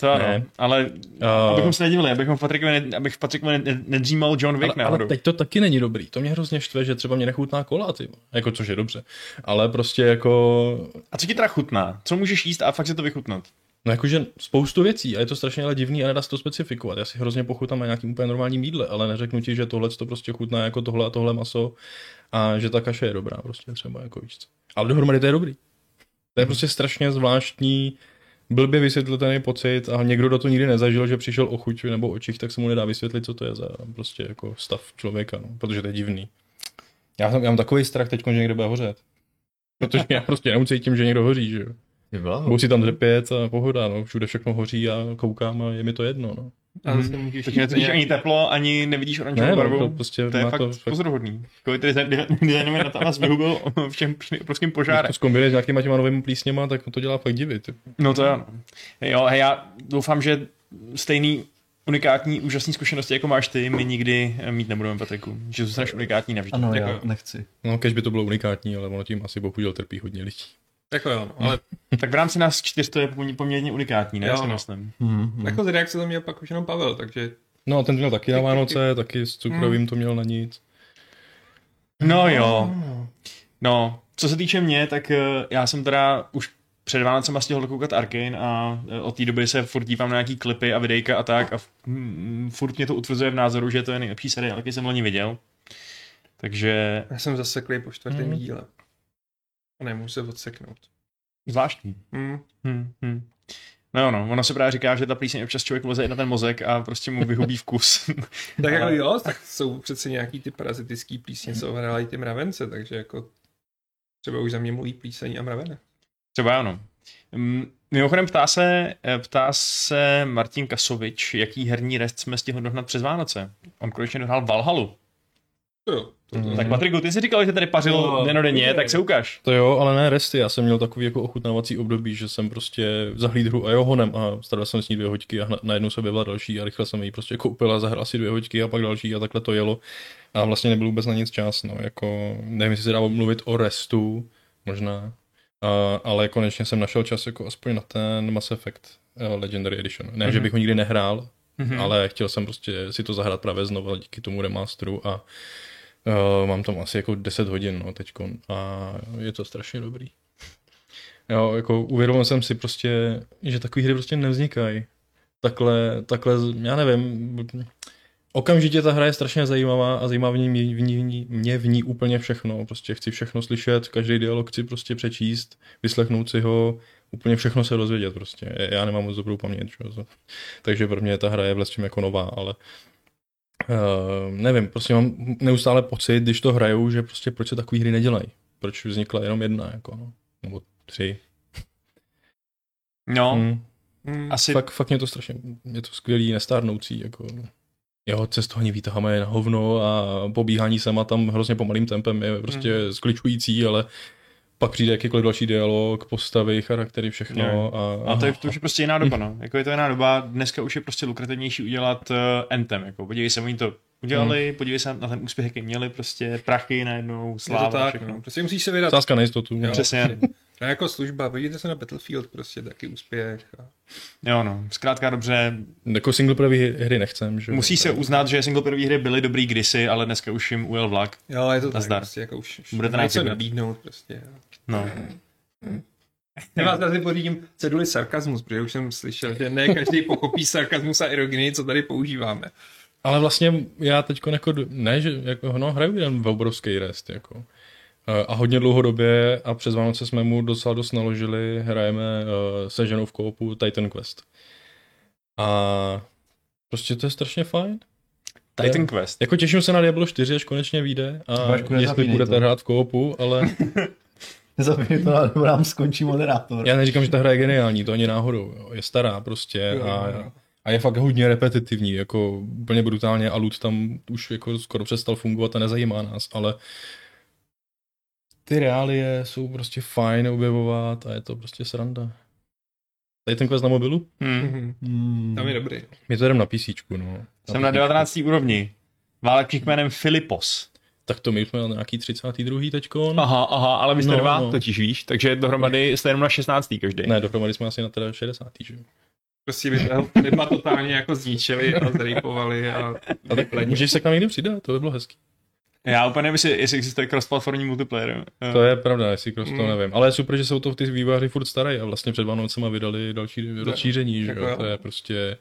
[SPEAKER 1] To ano,
[SPEAKER 4] Ne.
[SPEAKER 1] ale
[SPEAKER 4] A-
[SPEAKER 1] abychom se nedivili, abychom v Patrikovi, ne, abych v Patrikovi ne, nedřímal John Wick
[SPEAKER 4] Ale, ale
[SPEAKER 1] náhodou.
[SPEAKER 4] teď to taky není dobrý. To mě hrozně štve, že třeba mě nechutná kola, ty. vole. Jako, což je dobře. Ale prostě jako...
[SPEAKER 1] A co ti teda chutná? Co můžeš jíst a fakt se to vychutnat?
[SPEAKER 4] No jakože spoustu věcí a je to strašně ale divný a nedá se to specifikovat. Já si hrozně pochutám na nějakým úplně normálním jídle, ale neřeknu ti, že tohle to prostě chutná jako tohle a tohle maso a že ta kaše je dobrá prostě třeba jako víš co. Ale dohromady to je dobrý. To je prostě strašně zvláštní, blbě vysvětlitelný pocit a někdo, kdo to nikdy nezažil, že přišel o chuť nebo očích, tak se mu nedá vysvětlit, co to je za prostě jako stav člověka, no, protože to je divný. Já, jsem, já mám takový strach teď, že někdo bude hořet. Protože já prostě neucítím, že někdo hoří, že jo. Budu si tam dřepět a pohoda, no. Všude všechno hoří a koukám a je mi to jedno, no.
[SPEAKER 1] Mhm.
[SPEAKER 2] Ale se můžeš
[SPEAKER 1] Takže necítíš ani teplo, ani nevidíš oranžovou
[SPEAKER 4] Ne, no,
[SPEAKER 1] barvu.
[SPEAKER 4] to prostě
[SPEAKER 1] to je
[SPEAKER 4] má
[SPEAKER 1] fakt,
[SPEAKER 4] to
[SPEAKER 1] fakt
[SPEAKER 4] fakt...
[SPEAKER 1] pozoruhodný. Takový (laughs) tady design- designový na nás vyhubil (laughs) všem obrovským
[SPEAKER 4] Když
[SPEAKER 1] požárem.
[SPEAKER 4] to zkombinuje s nějakýma těma novými plísněma, tak to dělá fakt divy. Ty.
[SPEAKER 1] No to jo. Jo, hej, já doufám, že stejný unikátní, úžasný zkušenosti, jako máš ty, my nikdy eh, mít nebudeme, Patriku. Že zůstaneš unikátní navždy.
[SPEAKER 3] Ano, já
[SPEAKER 2] Děkuju.
[SPEAKER 3] nechci.
[SPEAKER 4] No, kež by to bylo unikátní, ale ono tím asi bohužel trpí hodně lidí.
[SPEAKER 2] Jako jo, no, ale
[SPEAKER 1] Tak v rámci nás čtyř to je pom- poměrně unikátní, ne?
[SPEAKER 2] Jo,
[SPEAKER 1] Já si
[SPEAKER 2] no.
[SPEAKER 1] myslím.
[SPEAKER 3] Hmm,
[SPEAKER 1] Mhm.
[SPEAKER 2] jako z reakce to měl pak už jenom Pavel, takže
[SPEAKER 4] No, a ten měl taky na Vánoce, taky s
[SPEAKER 1] Hmm.
[SPEAKER 4] cukrovým to měl na nic.
[SPEAKER 1] No jo. No, co se týče mě, tak eh, já jsem teda už před Vánocema stihl koukat Arkane a eh, od té doby se furt dívám na nějaký klipy a videjka a tak a f- mm, furt mě to utvrzuje v názoru, že to je nejlepší seriál, jaký jsem loni viděl. Takže
[SPEAKER 2] já jsem zaseklý po čtvrtém
[SPEAKER 4] Mhm.
[SPEAKER 2] díle. A nemůžu se odseknout.
[SPEAKER 1] zvláštní.
[SPEAKER 2] Mm.
[SPEAKER 1] Hmm, hmm. No jo, no, ono se právě říká, že ta plíseň občas člověk leze i na ten mozek a prostě mu vyhubí vkus. (laughs)
[SPEAKER 2] Tak jako
[SPEAKER 1] Ale-
[SPEAKER 2] jo, tak jsou přece nějaký ty parazitický plísně, co hráli ty mravence, takže jako třeba už za mě mluví plíseň a mravene.
[SPEAKER 1] Třeba ano. Mm, Mimochodem ptá se, eh, ptá se Martin Kasovič, jaký herní rest jsme stihli dohnat přes Vánoce. On konečně dohnal Valhalu.
[SPEAKER 2] To jo. To, to,
[SPEAKER 4] Mhm.
[SPEAKER 1] Tak Patriku, ty jsi říkal, že tady pařil
[SPEAKER 2] No,
[SPEAKER 1] denodenně,
[SPEAKER 2] je.
[SPEAKER 1] tak se ukáž.
[SPEAKER 4] To jo, ale ne resty, já jsem měl takový jako ochutnávací období, že jsem prostě zahlíd hru a johonem a strávil jsem s ní dvě hoďky a hna- najednou se objevila další a rychle jsem ji prostě koupil a zahrál si dvě hoďky a pak další a takhle to jelo a vlastně nebyl vůbec na nic čas, no, jako nevím, jestli se dá mluvit o restu, možná, a, ale konečně jsem našel čas jako aspoň na ten Mass Effect eh, Legendary Edition. Ne, mm-hmm. že bych ho nikdy nehrál, mm-hmm. ale chtěl jsem prostě si to zahrát právě znovu díky tomu remasteru a Uh, mám tam asi jako 10 hodin no, teďkon a je to strašně dobrý. Jo, jako uvědomil jsem si prostě, že takové hry prostě nevznikají. Takhle, takhle, z- já nevím, b- okamžitě ta hra je strašně zajímavá a zajímá v ní, mě- v ní, v ní, mě v ní úplně všechno. Prostě chci všechno slyšet, každý dialog chci prostě přečíst, vyslechnout si ho, úplně všechno se dozvědět prostě. Já nemám moc dobrou paměť, že? jo. takže pro mě ta hra je vlastně jako nová, ale Uh, nevím, prostě mám neustále pocit, když to hrajou, že prostě proč se takové hry nedělají. Proč vznikla jenom jedna, jako no. Nebo tři.
[SPEAKER 1] No,
[SPEAKER 4] Hmm.
[SPEAKER 2] mm.
[SPEAKER 1] asi
[SPEAKER 4] Fakt, fakt mě to strašně, je to skvělý, nestárnoucí, jako jeho cestování výtahama je na hovno a pobíhání sama tam hrozně pomalým tempem je prostě hmm. skličující, ale pak přijde jakýkoliv další dialog, postavy, charaktery, všechno.
[SPEAKER 1] Ne.
[SPEAKER 4] A,
[SPEAKER 1] A to je, to už je prostě jiná doba, no. Jako je to jiná doba, dneska už je prostě lukrativnější udělat uh, Anthem, jako podívej se, oni to udělali, podívej se na ten úspěch, jaký měli, prostě prachy najednou,
[SPEAKER 2] Mhm. Je to
[SPEAKER 1] sláva,
[SPEAKER 2] tak,
[SPEAKER 1] všechno.
[SPEAKER 2] no. Prostě musíš se vydat.
[SPEAKER 4] Sázka na jistotu.
[SPEAKER 2] Jo.
[SPEAKER 1] Přesně.
[SPEAKER 2] A jako služba, podívejte se na Battlefield, prostě taky úspěch. A...
[SPEAKER 1] Jo, no. Zkrátka dobře,
[SPEAKER 4] Jako singleplayerový hry nechcem, že? jo.
[SPEAKER 1] Musí se uznat, že singleplayerové hry byly dobrý kdysi, ale dneska už jim ujel vlak.
[SPEAKER 2] Jo, je to tak,
[SPEAKER 1] Nazdar.
[SPEAKER 2] prostě jako už, už
[SPEAKER 1] Budete
[SPEAKER 2] něco
[SPEAKER 1] náchylní.
[SPEAKER 2] nabídnout prostě. jo.
[SPEAKER 1] No.
[SPEAKER 2] (laughs) Já vás tady pořídím ceduli sarkazmus, protože už jsem slyšel, že ne každý pochopí sarkazmus a ironii, co tady používáme.
[SPEAKER 4] Ale vlastně já teď jako, d- ne, že jako, no, hraju jeden v obrovský rest, jako. E, A hodně dlouhodobě a přes Vánoce jsme mu docela dost naložili, hrajeme eh, se ženou v koupu Titan Quest. A prostě to je strašně fajn.
[SPEAKER 1] Titan
[SPEAKER 4] Jo.
[SPEAKER 1] Quest.
[SPEAKER 4] Jako těším se na Diablo 4, až konečně vyjde a
[SPEAKER 3] Vašku,
[SPEAKER 4] jestli
[SPEAKER 3] nezapínej
[SPEAKER 4] budete
[SPEAKER 3] to.
[SPEAKER 4] hrát v koupu, ale
[SPEAKER 3] Zabij to, nebo nám skončí moderátor.
[SPEAKER 4] já neříkám, že ta hra je geniální, to ani náhodou, jo. je stará prostě a, a je fakt hodně repetitivní, jako úplně brutálně a loot tam už jako skoro přestal fungovat a nezajímá nás, ale ty reálie jsou prostě fajn objevovat a je to prostě sranda. Tady ten quest na mobilu?
[SPEAKER 1] Hmm.
[SPEAKER 2] Mhm.
[SPEAKER 3] Hmm.
[SPEAKER 2] Tam je dobrý.
[SPEAKER 4] My to jdeme na PC, no.
[SPEAKER 1] Jsem na
[SPEAKER 4] PC.
[SPEAKER 1] 19. úrovni. Válečník jménem Filipos.
[SPEAKER 4] Tak to my jsme na nějaký 32. teďkon.
[SPEAKER 1] Aha, aha, ale vy jste no,
[SPEAKER 4] No,
[SPEAKER 1] dva, no.
[SPEAKER 4] no.
[SPEAKER 1] totiž víš, takže dohromady jste jenom na 16. každý.
[SPEAKER 4] Ne, dohromady jsme asi na teda 60. Že? jo?
[SPEAKER 2] Prostě by toho Filipa totálně jako zničili a zrejpovali a
[SPEAKER 4] A tak můžeš se k nám někdy přidat, to by bylo hezký.
[SPEAKER 1] Já úplně nevím, jestli, jestli existuje cross-platformní multiplayer. Eh,
[SPEAKER 4] To je pravda, jestli cross to nevím. Ale je super, že se o to ty výváři furt starají a vlastně před Vánocema vydali další rozšíření, že
[SPEAKER 2] jako
[SPEAKER 4] jo?
[SPEAKER 2] jo.
[SPEAKER 4] To je prostě...
[SPEAKER 1] Je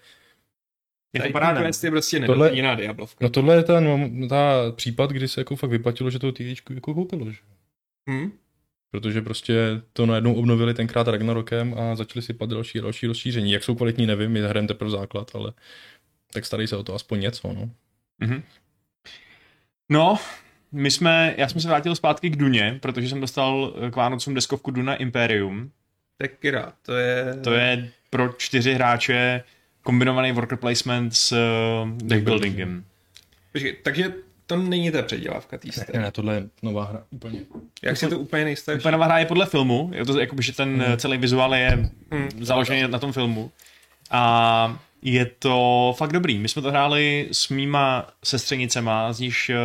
[SPEAKER 1] to
[SPEAKER 2] Titan
[SPEAKER 1] paráda.
[SPEAKER 2] Quest je prostě
[SPEAKER 4] Tohle-
[SPEAKER 2] nedoplněná Diablovka.
[SPEAKER 4] No tohle je ten mom- ta případ, kdy se jako fakt vyplatilo, že to THQ jako koupilo, že?
[SPEAKER 2] Hm?
[SPEAKER 4] Protože prostě to najednou obnovili tenkrát Ragnarokem a začali si pat další a další rozšíření. Jak jsou kvalitní, nevím, my hrajeme teprve základ, ale tak starej se o to aspoň něco, no.
[SPEAKER 1] No, my jsme, já jsem se vrátil zpátky k Duně, protože jsem dostal eh, k Vánocům deskovku Duna Imperium.
[SPEAKER 2] Tekira, to je...
[SPEAKER 1] To je pro čtyři hráče kombinovaný worker placement s eh, deckbuildingem.
[SPEAKER 2] Počkej, takže to není ta předělávka té
[SPEAKER 1] (laughs)
[SPEAKER 4] Ne,
[SPEAKER 2] staré.
[SPEAKER 4] ne, tohle je nová hra, úplně.
[SPEAKER 2] Jak si to úplně nejstarší?
[SPEAKER 1] Úplně nová hra je podle filmu, je to jako, že ten eh, celý vizuál je
[SPEAKER 2] Mm.
[SPEAKER 1] založený na tom filmu. A je to fakt dobrý. My jsme to hráli s mýma sestřenicema, z níž eh,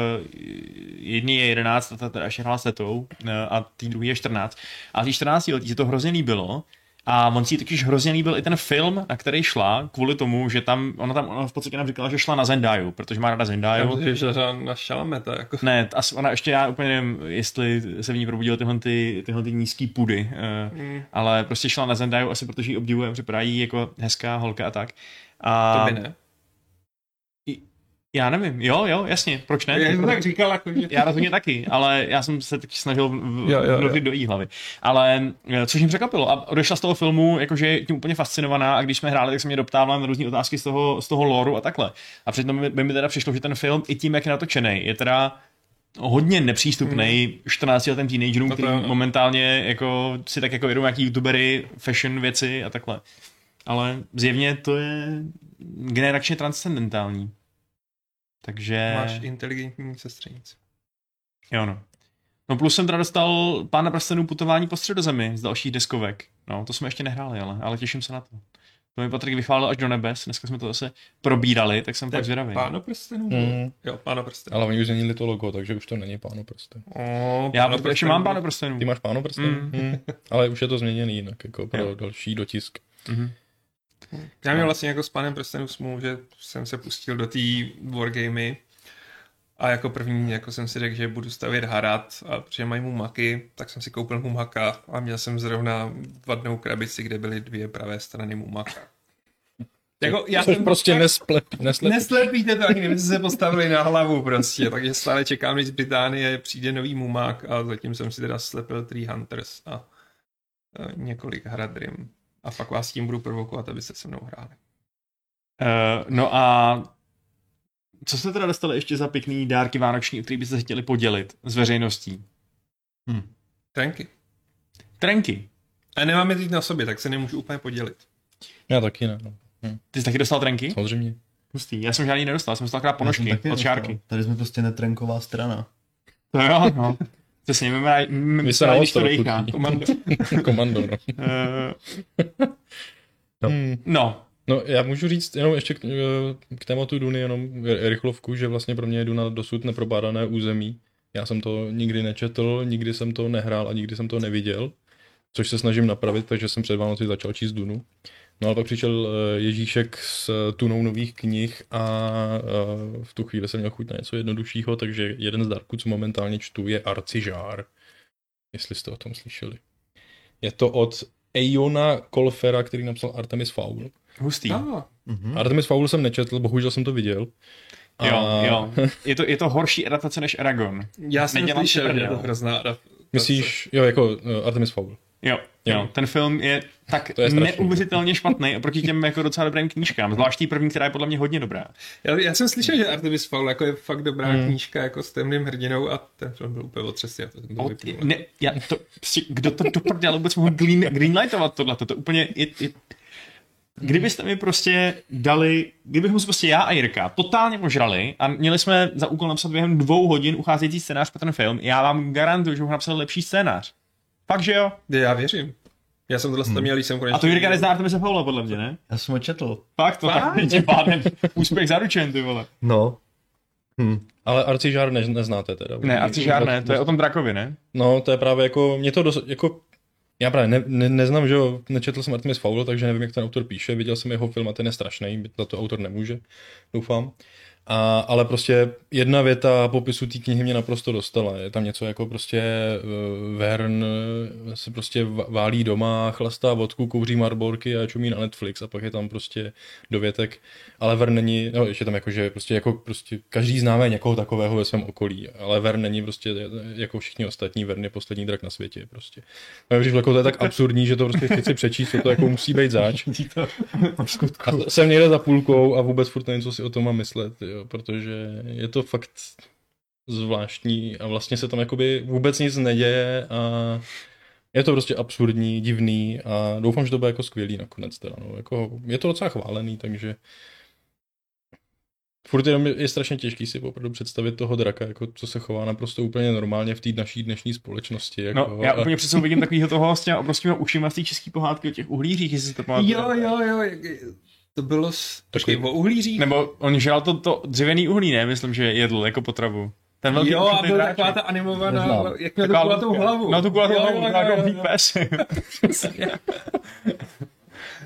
[SPEAKER 1] jedni je 11, a ta teda ještě hrála s tetou, eh, a tý druhý je 14. A tý 14 letí se to hrozně líbilo. A on si jí totiž hrozně líbil i ten film, na který šla, kvůli tomu, že tam, ona tam ona v podstatě nám říkala, že šla na Zendaju, protože má ráda
[SPEAKER 2] Já
[SPEAKER 1] Zendaju.
[SPEAKER 2] myslím, že na- na Šalameta, jako.
[SPEAKER 1] Ne, t- asi ona ještě já úplně nevím, jestli se v ní probudily tyhle, ty, tyhle ty nízký půdy, eh,
[SPEAKER 2] Mm.
[SPEAKER 1] ale prostě šla na Zendaju asi protože ji obdivujem, připadá jí jako hezká holka a tak. A
[SPEAKER 2] To by ne.
[SPEAKER 1] já nevím, jo, jo, jasně, proč ne? No
[SPEAKER 2] Já jsem tak říkal, jako, že...
[SPEAKER 1] (laughs) Já rozhodně taky, ale já jsem se teď snažil v-
[SPEAKER 2] Jo, jo, jo.
[SPEAKER 1] vnutřit do jí hlavy. Ale eh, což jim překvapilo. A odešla z toho filmu, jakože je tím úplně fascinovaná a když jsme hráli, tak se mě doptávala na různé otázky z toho, z toho lore a takhle. A přitom by, by mi teda přišlo, že ten film i tím, jak je natočený, je teda hodně nepřístupný 14 letým
[SPEAKER 2] Hmm.
[SPEAKER 1] teenagerům,
[SPEAKER 2] No to
[SPEAKER 1] který
[SPEAKER 2] jo, no.
[SPEAKER 1] momentálně jako si tak jako jedou nějaký youtubery, fashion věci a takhle. Ale zjevně to je generačně transcendentální. Takže...
[SPEAKER 2] Máš inteligentní sestřenici.
[SPEAKER 1] Jo, no. No plus jsem teda dostal Pána prstenů putování po středozemi z dalších deskovek. No, to jsme ještě nehráli, ale, ale těším se na to. To mi Patrik vychválil až do nebes, dneska jsme to zase probírali, tak jsem
[SPEAKER 2] To je
[SPEAKER 1] tak zvědavý. no.
[SPEAKER 2] Páno prstenů?
[SPEAKER 4] Mm.
[SPEAKER 2] Jo, páno prstenů.
[SPEAKER 4] Ale oni už změnili to logo, takže už to není páno prsten.
[SPEAKER 2] O,
[SPEAKER 1] Já
[SPEAKER 2] Páno
[SPEAKER 1] proto ještě
[SPEAKER 2] prstenů.
[SPEAKER 1] mám Pána prstenů.
[SPEAKER 4] Ty máš páno prsten?
[SPEAKER 1] Mm.
[SPEAKER 4] Mm. Mm. Ale už je to změněný jinak, jako pro
[SPEAKER 1] Jo.
[SPEAKER 4] další dotisk.
[SPEAKER 1] Mhm.
[SPEAKER 2] Já měl vlastně jako s panem prstenů smůlu, že jsem se pustil do té wargamey a jako první jako jsem si řekl, že budu stavět Harad a protože mají mumaky, tak jsem si koupil mumaka a měl jsem zrovna vadnou krabici, kde byly dvě pravé strany mumaka. (laughs) Jako já
[SPEAKER 4] Což
[SPEAKER 2] jsem
[SPEAKER 4] prostě
[SPEAKER 2] tak-
[SPEAKER 4] nesplepí, neslepí.
[SPEAKER 2] Neslepíte to, ani kdybyste se postavili na hlavu prostě, takže stále čekám, než z Británie přijde nový mumák a zatím jsem si teda slepil Three Hunters a e, několik Haradrim. A pak vás tím budu provokovat, abyste se mnou hráli.
[SPEAKER 1] Eh, no a co jste teda dostali ještě za pěkný dárky vánoční, o který byste se chtěli podělit s veřejností?
[SPEAKER 2] Trenky.
[SPEAKER 1] Trenky.
[SPEAKER 2] A nemám je teď na sobě, tak se nemůžu úplně podělit.
[SPEAKER 4] Já taky ne, no.
[SPEAKER 1] Ty jsi taky dostal trenky?
[SPEAKER 4] samozřejmě.
[SPEAKER 1] Hustý. Já jsem žádný nedostal, já jsem dostal akorát
[SPEAKER 3] Já jsem
[SPEAKER 1] ponožky
[SPEAKER 3] taky
[SPEAKER 1] od
[SPEAKER 3] dostal.
[SPEAKER 1] šárky.
[SPEAKER 3] Tady jsme prostě netrenková strana.
[SPEAKER 1] To jo, no. To si nevím, já- m-
[SPEAKER 4] Vy se
[SPEAKER 1] já-
[SPEAKER 4] na
[SPEAKER 1] když to
[SPEAKER 4] ostrov
[SPEAKER 1] dejchá.
[SPEAKER 4] chutí.
[SPEAKER 2] Komando.
[SPEAKER 4] Komando, no.
[SPEAKER 1] Eh,
[SPEAKER 4] No.
[SPEAKER 1] No,
[SPEAKER 4] no. já můžu říct jenom ještě k, eh, k tématu Duny, jenom r- rychlovku, že vlastně pro mě je Duna dosud neprobádané území. Já jsem to nikdy nečetl, nikdy jsem to nehrál a nikdy jsem to neviděl, což se snažím napravit, takže jsem před Vánoci začal číst Dunu. No ale pak přišel eh, Ježíšek s eh, tunou nových knih a eh, v tu chvíli jsem měl chuť na něco jednoduššího, takže jeden z dárků, co momentálně čtu, je Arcižár. Jestli jste o tom slyšeli. Je to od Eiona Kolfera, který napsal Artemis Fowl.
[SPEAKER 1] hustý.
[SPEAKER 2] No,
[SPEAKER 3] Mhm.
[SPEAKER 4] Hmm? Artemis Fowl jsem nečetl, bohužel jsem to viděl. A
[SPEAKER 1] Jo, jo. Je to, je to horší adaptace než Aragon.
[SPEAKER 2] já jsem
[SPEAKER 1] Nedělám si
[SPEAKER 2] slyšel, že je
[SPEAKER 1] prdel.
[SPEAKER 2] to hrozná adaptace.
[SPEAKER 4] Myslíš, jo, jako uh, Artemis Fowl.
[SPEAKER 1] Jo, jo.
[SPEAKER 4] Jo.
[SPEAKER 1] Ten film je tak
[SPEAKER 4] To je strašný.
[SPEAKER 1] neuvěřitelně špatný oproti těm jako docela dobrým knížkám. Zvlášť tý první, která je podle mě hodně dobrá.
[SPEAKER 2] Já, já jsem slyšel,
[SPEAKER 1] Hmm.
[SPEAKER 2] že Artemis Fowl jako je fakt dobrá mm. knížka jako s temným hrdinou a ten film byl úplně otřesný. Já to jsem to
[SPEAKER 1] Od,
[SPEAKER 2] vypnul.
[SPEAKER 1] ne, já to, prostě, kdo to do prdele vůbec mohl green, greenlightovat tohle? To úplně... Je, je, Kdybyste mi prostě dali, kdybychom se prostě já a Jirka totálně požrali a měli jsme za úkol napsat během dvou hodin ucházející scénář pro ten film, já vám garantuju, že bych napsal lepší scénář. Fakt, že jo?
[SPEAKER 2] Já věřím. Já jsem tohle hmm. měl, když jsem konečně...
[SPEAKER 1] A to Jirka nezná Artemise Paula, podle mě, ne?
[SPEAKER 3] Já jsem ho četl.
[SPEAKER 1] Fakt, to (laughs) tak tím pádem úspěch zaručen, ty vole.
[SPEAKER 3] No. Hm.
[SPEAKER 4] Ale Arcižár ne, neznáte teda.
[SPEAKER 1] Ne, Arcižár ne, to je o tom drakovi, ne?
[SPEAKER 4] No, to je právě jako, mě to dost, jako já právě ne, ne, neznám, že jo, nečetl jsem Artemis Fowl, takže nevím, jak ten autor píše, viděl jsem jeho film a ten je strašný, za to autor nemůže, doufám. A, ale prostě jedna věta popisu té knihy mě naprosto dostala. Je tam něco jako prostě eh, Vern eh, se prostě va- válí doma, chlastá vodku, kouří marborky a čumí na Netflix a pak je tam prostě dovětek. Ale Vern není, no ještě tam jako, že prostě jako prostě každý známe někoho takového ve svém okolí, ale Vern není prostě jako všichni ostatní, Vern je poslední drak na světě prostě. No, když jako to je tak absurdní, že to prostě chci přečíst, to jako musí být záč. A to- jsem někde za půlkou a vůbec furt nevím, co si o tom mám myslet, jo, protože je to fakt zvláštní a vlastně se tam jakoby vůbec nic neděje a je to prostě absurdní, divný a doufám, že to bude jako skvělý nakonec teda, no, jako je to docela chválený, takže furt jenom je je strašně těžký si opravdu představit toho draka, jako co se chová naprosto úplně normálně v té naší dnešní společnosti. Jako,
[SPEAKER 1] No, já
[SPEAKER 4] a-
[SPEAKER 1] úplně přece vidím takovýho toho s těma obrovskýma ušima z té české pohádky o těch uhlířích, jestli si to pamatujete.
[SPEAKER 2] Jo, jo, jo, jak- to bylo s... Počkej, o uhlířích?
[SPEAKER 1] Nebo on žral to, to dřevěný uhlí, ne? Myslím, že jedl jako potravu. Ten velký
[SPEAKER 2] Jo, a
[SPEAKER 1] ušatý
[SPEAKER 2] byla
[SPEAKER 1] dráček.
[SPEAKER 2] taková ta animovaná,
[SPEAKER 3] Neznám.
[SPEAKER 2] jak měl tu kulatou hlavu.
[SPEAKER 1] No tu kulatou
[SPEAKER 2] Jo,
[SPEAKER 1] hlavu,
[SPEAKER 2] jo, jo,
[SPEAKER 1] kulatou
[SPEAKER 2] jo, jo.
[SPEAKER 1] pes. (laughs)
[SPEAKER 2] (laughs)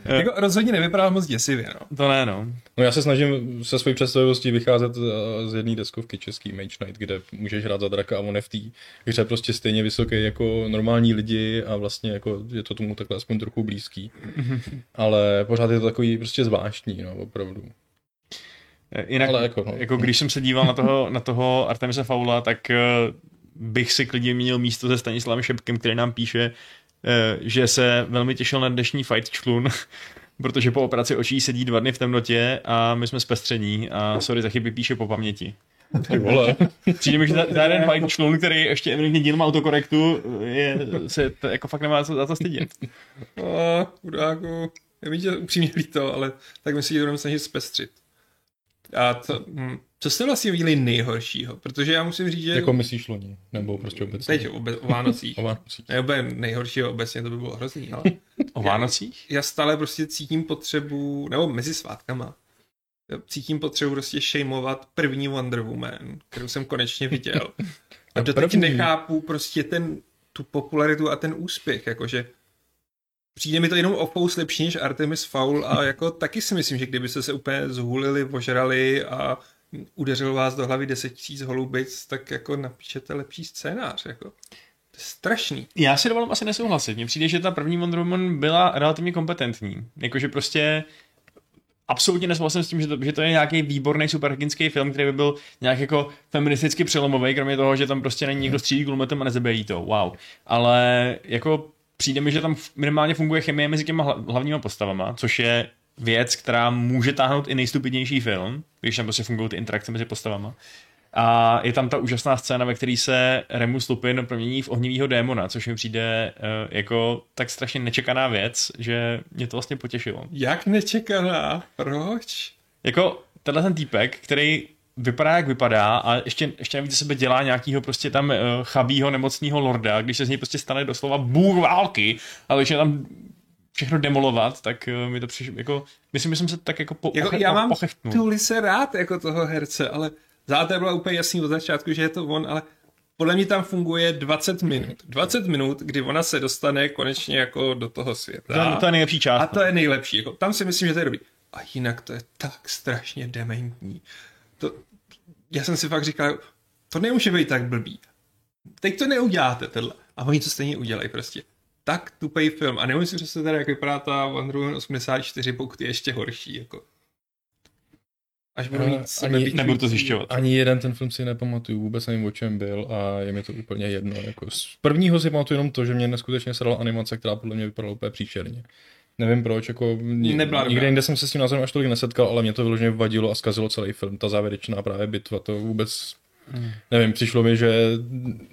[SPEAKER 2] Jako rozhodně nevypadá moc děsivě, no.
[SPEAKER 1] to ne, no.
[SPEAKER 4] No já se snažím se svojí představivostí vycházet eh, z jedné deskovky český Mage Knight, kde můžeš hrát za draka a on je v té hře prostě stejně vysoký jako normální lidi a vlastně jako je to tomu takhle aspoň trochu (laughs) blízký. Ale pořád je to takový prostě zvláštní, no opravdu.
[SPEAKER 1] Jinak,
[SPEAKER 4] Ale
[SPEAKER 1] Ale
[SPEAKER 4] jako,
[SPEAKER 1] jako,
[SPEAKER 4] no.
[SPEAKER 1] jako, když jsem se díval na toho, na toho Artemisa Faula, tak eh, bych si klidně měl místo se Stanislavem Šepkem, který nám píše, eh, že se velmi těšil na dnešní fight člun, (laughs) protože po operaci očí sedí dva dny v temnotě a my jsme zpestření a sorry za chyby píše po paměti.
[SPEAKER 4] Ty vole.
[SPEAKER 1] Přijde mi, že za- za jeden fight člun, který ještě evidentně díl má autokorektu, je, se t- jako fakt nemá co, za co stydět.
[SPEAKER 2] A, chudáku. Já vím, že je upřímně líto, ale tak my si ji budeme snažit zpestřit. A to, hm, co jste vlastně viděli nejhoršího? Protože já musím říct, že
[SPEAKER 4] Jako myslíš loni, nebo prostě obecně.
[SPEAKER 2] teď o, be- o Vánocích.
[SPEAKER 4] (laughs) O Vánocích.
[SPEAKER 2] Ne, úplně nejhoršího obecně, to by bylo hrozný, ale
[SPEAKER 1] O Vánocích?
[SPEAKER 2] já stále prostě cítím potřebu, nebo mezi svátkama, cítím potřebu prostě šejmovat první Wonder Woman, kterou jsem konečně viděl. A doteď
[SPEAKER 4] první.
[SPEAKER 2] nechápu prostě ten, tu popularitu a ten úspěch, jakože přijde mi to jenom o pous lepší než Artemis Fowl a jako taky si myslím, že kdybyste se úplně zhulili, ožrali a udeřil vás do hlavy 10 tisíc holubic, tak jako napíšete lepší scénář, jako. To je strašný.
[SPEAKER 1] Já si dovolím asi nesouhlasit. Mně přijde, že ta první Wonder Woman byla relativně kompetentní. Jakože prostě absolutně nesouhlasím s tím, že to, že to je nějaký výborný superhrdinský film, který by byl nějak jako feministicky přelomový, kromě toho, že tam prostě není někdo střílí kulometem a nezabijí to. Wow. Ale jako přijde mi, že tam f- minimálně funguje chemie mezi těma hla- hlavníma postavama, což je věc, která může táhnout i nejstupidnější film, když tam prostě fungují ty interakce mezi postavama. A je tam ta úžasná scéna, ve které se Remus Lupin promění v ohnivýho démona, což mi přijde eh, jako tak strašně nečekaná věc, že mě to vlastně potěšilo.
[SPEAKER 2] Jak nečekaná? Proč?
[SPEAKER 1] Jako tenhle ten týpek, který vypadá jak vypadá a ještě, ještě navíc ze sebe dělá nějakýho prostě tam uh, chabýho nemocního lorda, když se z něj prostě stane doslova bůh války, ale když je tam všechno demolovat, tak uh, mi to přišlo, jako, myslím, že jsem se tak jako, po,
[SPEAKER 2] Jako,
[SPEAKER 1] poche-
[SPEAKER 2] já mám
[SPEAKER 1] pochechtnul.
[SPEAKER 2] tu lice rád jako toho herce, ale záté bylo úplně jasný od začátku, že je to on, ale podle mě tam funguje 20 minut. 20 minut, kdy ona se dostane konečně jako do toho světa.
[SPEAKER 1] To, to je nejlepší část. no.
[SPEAKER 2] A to je nejlepší. Jako, tam si myslím, že to je dobrý. A jinak to je tak strašně dementní. To, já jsem si fakt říkal, to nemůže být tak blbý. Teď to neuděláte, tohle. A oni to stejně udělají prostě. Tak tupej film. A nemůžu si představit, teda, jak vypadá ta Wonder Woman 84, pokud je ještě horší. Jako. Až budu
[SPEAKER 4] Ale
[SPEAKER 2] mít
[SPEAKER 4] ani-
[SPEAKER 2] sebebičující-
[SPEAKER 1] Nebudu to zjišťovat.
[SPEAKER 4] Ani jeden ten film si nepamatuju, vůbec nevím, o čem byl a je mi to úplně jedno. Jako z prvního si pamatuju jenom to, že mě neskutečně srala animace, která podle mě vypadala úplně příšerně. Nevím proč, jako ni-
[SPEAKER 2] Nebyla dobrá.
[SPEAKER 4] nikde jinde jsem se s tím názorem až tolik nesetkal, ale mě to vyloženě vadilo a zkazilo celý film. Ta závěrečná právě bitva, to vůbec nevím, přišlo mi, že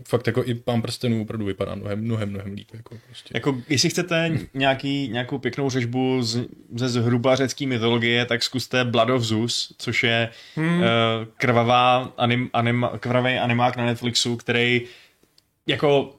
[SPEAKER 4] fakt jako i pán prstenů opravdu vypadá mnohem, mnohem, mnohem líp. Jako prostě.
[SPEAKER 1] Jako, jestli chcete nějaký, nějakou pěknou řežbu z, ze zhruba řecké mytologie, tak zkuste Blood of Zeus, což je hmm. uh, krvavá anim, anim, krvavý animák na Netflixu, který jako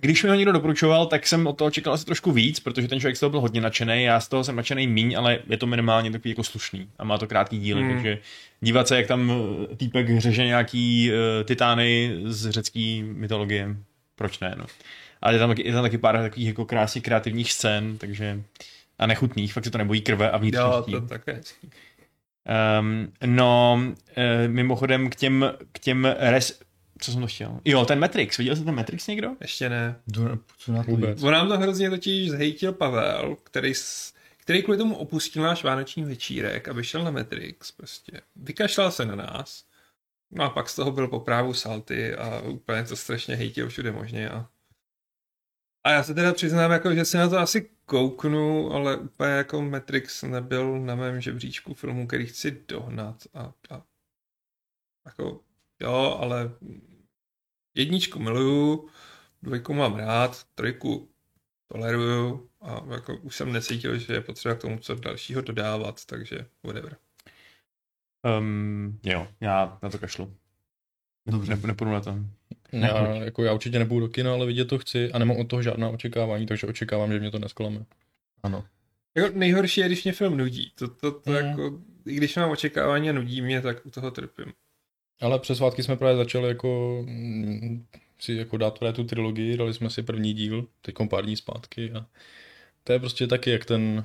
[SPEAKER 1] Když mi ho někdo doporučoval, tak jsem od toho čekal asi trošku víc, protože ten člověk z toho byl hodně nadšený, já z toho jsem nadšený míň, ale je to minimálně takový jako slušný a má to krátký díl, hmm. takže dívat se, jak tam eh, týpek řeže nějaký uh, titány z řecký mytologie, proč ne, no. Ale je tam, taky- je tam taky pár takových jako krásně kreativních scén, takže a nechutných, fakt se to nebojí krve a
[SPEAKER 2] Jo,
[SPEAKER 1] vnitřností.
[SPEAKER 2] to také.
[SPEAKER 1] Um, no, uh, mimochodem k těm, k těm res... Co jsem to chtěl? Jo, ten Matrix. Viděl jsi ten Matrix někdo?
[SPEAKER 2] Ještě ne.
[SPEAKER 3] Jdu, co na to
[SPEAKER 4] Vůbec.
[SPEAKER 3] víc.
[SPEAKER 2] On nám to hrozně totiž zhejtil Pavel, který, s- který kvůli tomu opustil náš vánoční večírek, aby šel na Matrix prostě. Vykašlal se na nás. No a pak z toho byl po právu salty a úplně to strašně hejtil všude možně. A, a já se teda přiznám, jako, že si na to asi kouknu, ale úplně jako Matrix nebyl na mém žebříčku filmů, který chci dohnat. A, a jako, jo, ale jedničku miluju, dvojku mám rád, trojku toleruju a jako už jsem necítil, že je potřeba k tomu co dalšího dodávat, takže whatever.
[SPEAKER 1] Um, jo, já na to kašlu. Ne,
[SPEAKER 3] Dobře.
[SPEAKER 1] nepůjdu na to.
[SPEAKER 4] Já, jako já určitě nepůjdu do kina, ale vidět to chci a nemám od toho žádná očekávání, takže očekávám, že mě to nesklame.
[SPEAKER 2] Jako nejhorší je, když mě film nudí. To, to, to
[SPEAKER 4] Mm.
[SPEAKER 2] mm. jako, i když mám očekávání a nudí mě, tak u toho trpím.
[SPEAKER 4] Ale přes svátky jsme právě začali jako mm, si jako dát právě tu trilogii, dali jsme si první díl, teď pár dní zpátky a to je prostě taky jak ten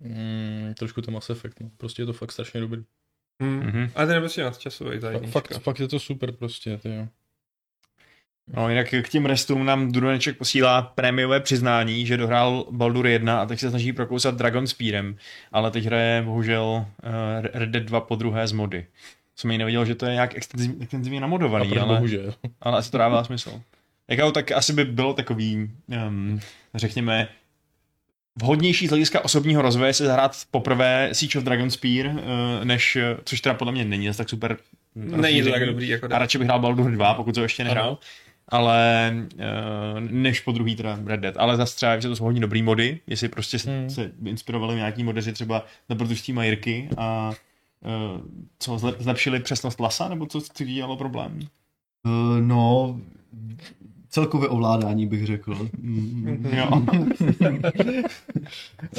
[SPEAKER 4] mm, trošku ten Mass Effect, no. prostě je to fakt strašně dobrý.
[SPEAKER 2] Mm. Mm.
[SPEAKER 1] Mhm.
[SPEAKER 2] Ale ten je prostě nadčasový, ta
[SPEAKER 4] Fa-
[SPEAKER 2] jednička.
[SPEAKER 4] Fakt, fakt, je to super prostě, ty jo.
[SPEAKER 1] No, jinak k těm restům nám Druneček posílá prémiové přiznání, že dohrál Baldur 1 a teď se snaží prokousat Dragon Spearem, ale teď hraje bohužel eh, Red Dead 2 po druhé z mody. Jsem ani nevěděl, že to je nějak extenzivně, extenzivně
[SPEAKER 4] A
[SPEAKER 1] namodovaný,
[SPEAKER 4] proč
[SPEAKER 1] ale,
[SPEAKER 4] bohužel.
[SPEAKER 1] ale asi to dává smysl. Jako, tak asi by bylo takový, um, řekněme, vhodnější z hlediska osobního rozvoje si zahrát poprvé Siege of Dragon Spear, eh, než, eh, což teda podle mě není zas tak super
[SPEAKER 2] Není to tak dobrý jako
[SPEAKER 1] a
[SPEAKER 2] dá.
[SPEAKER 1] radši bych hrál Baldur 2, pokud to ještě nehrál. Ale eh, než po druhý teda Red Dead. Ale zase třeba, že to jsou hodně dobrý mody, jestli prostě
[SPEAKER 4] Hmm.
[SPEAKER 1] hmm. se inspirovali nějaký modeři třeba na produktí Majirky a eh, co, zle- zlepšili přesnost lasa, nebo co, co dělalo problém?
[SPEAKER 3] Eh, No, celkově ovládání bych řekl. Mm.
[SPEAKER 1] Jo.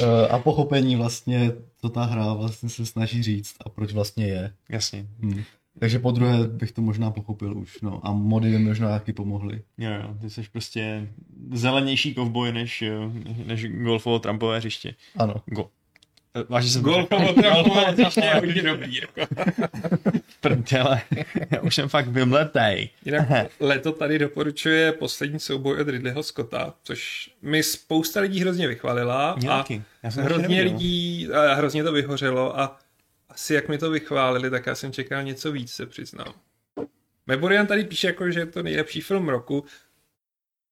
[SPEAKER 3] Eh, A pochopení vlastně, co ta hra vlastně se snaží říct a proč vlastně je.
[SPEAKER 1] Jasně.
[SPEAKER 3] Mm. Takže po druhé bych to možná pochopil už, no. A mody mi možná taky pomohly.
[SPEAKER 1] Jo, jo, ty jsi prostě zelenější kovboj než, eh, než golfovo trampové hřiště.
[SPEAKER 3] Ano.
[SPEAKER 1] Go. Eh, Vážně jsem (laughs)
[SPEAKER 2] Golf to je hodně dobrý. Jako.
[SPEAKER 1] Prdele, já už jsem fakt vymletej.
[SPEAKER 2] Jinak leto tady doporučuje poslední souboj od Ridleyho Scotta, což mi spousta lidí hrozně vychválila.
[SPEAKER 1] Jo,
[SPEAKER 2] a
[SPEAKER 1] taky. Já jsem to ještě
[SPEAKER 2] hrozně
[SPEAKER 1] neviděl.
[SPEAKER 2] lidí, a hrozně to vyhořelo a asi jak mi to vychválili, tak já jsem čekal něco víc, se přiznám. Meborian tady píše jako, že je to nejlepší film roku,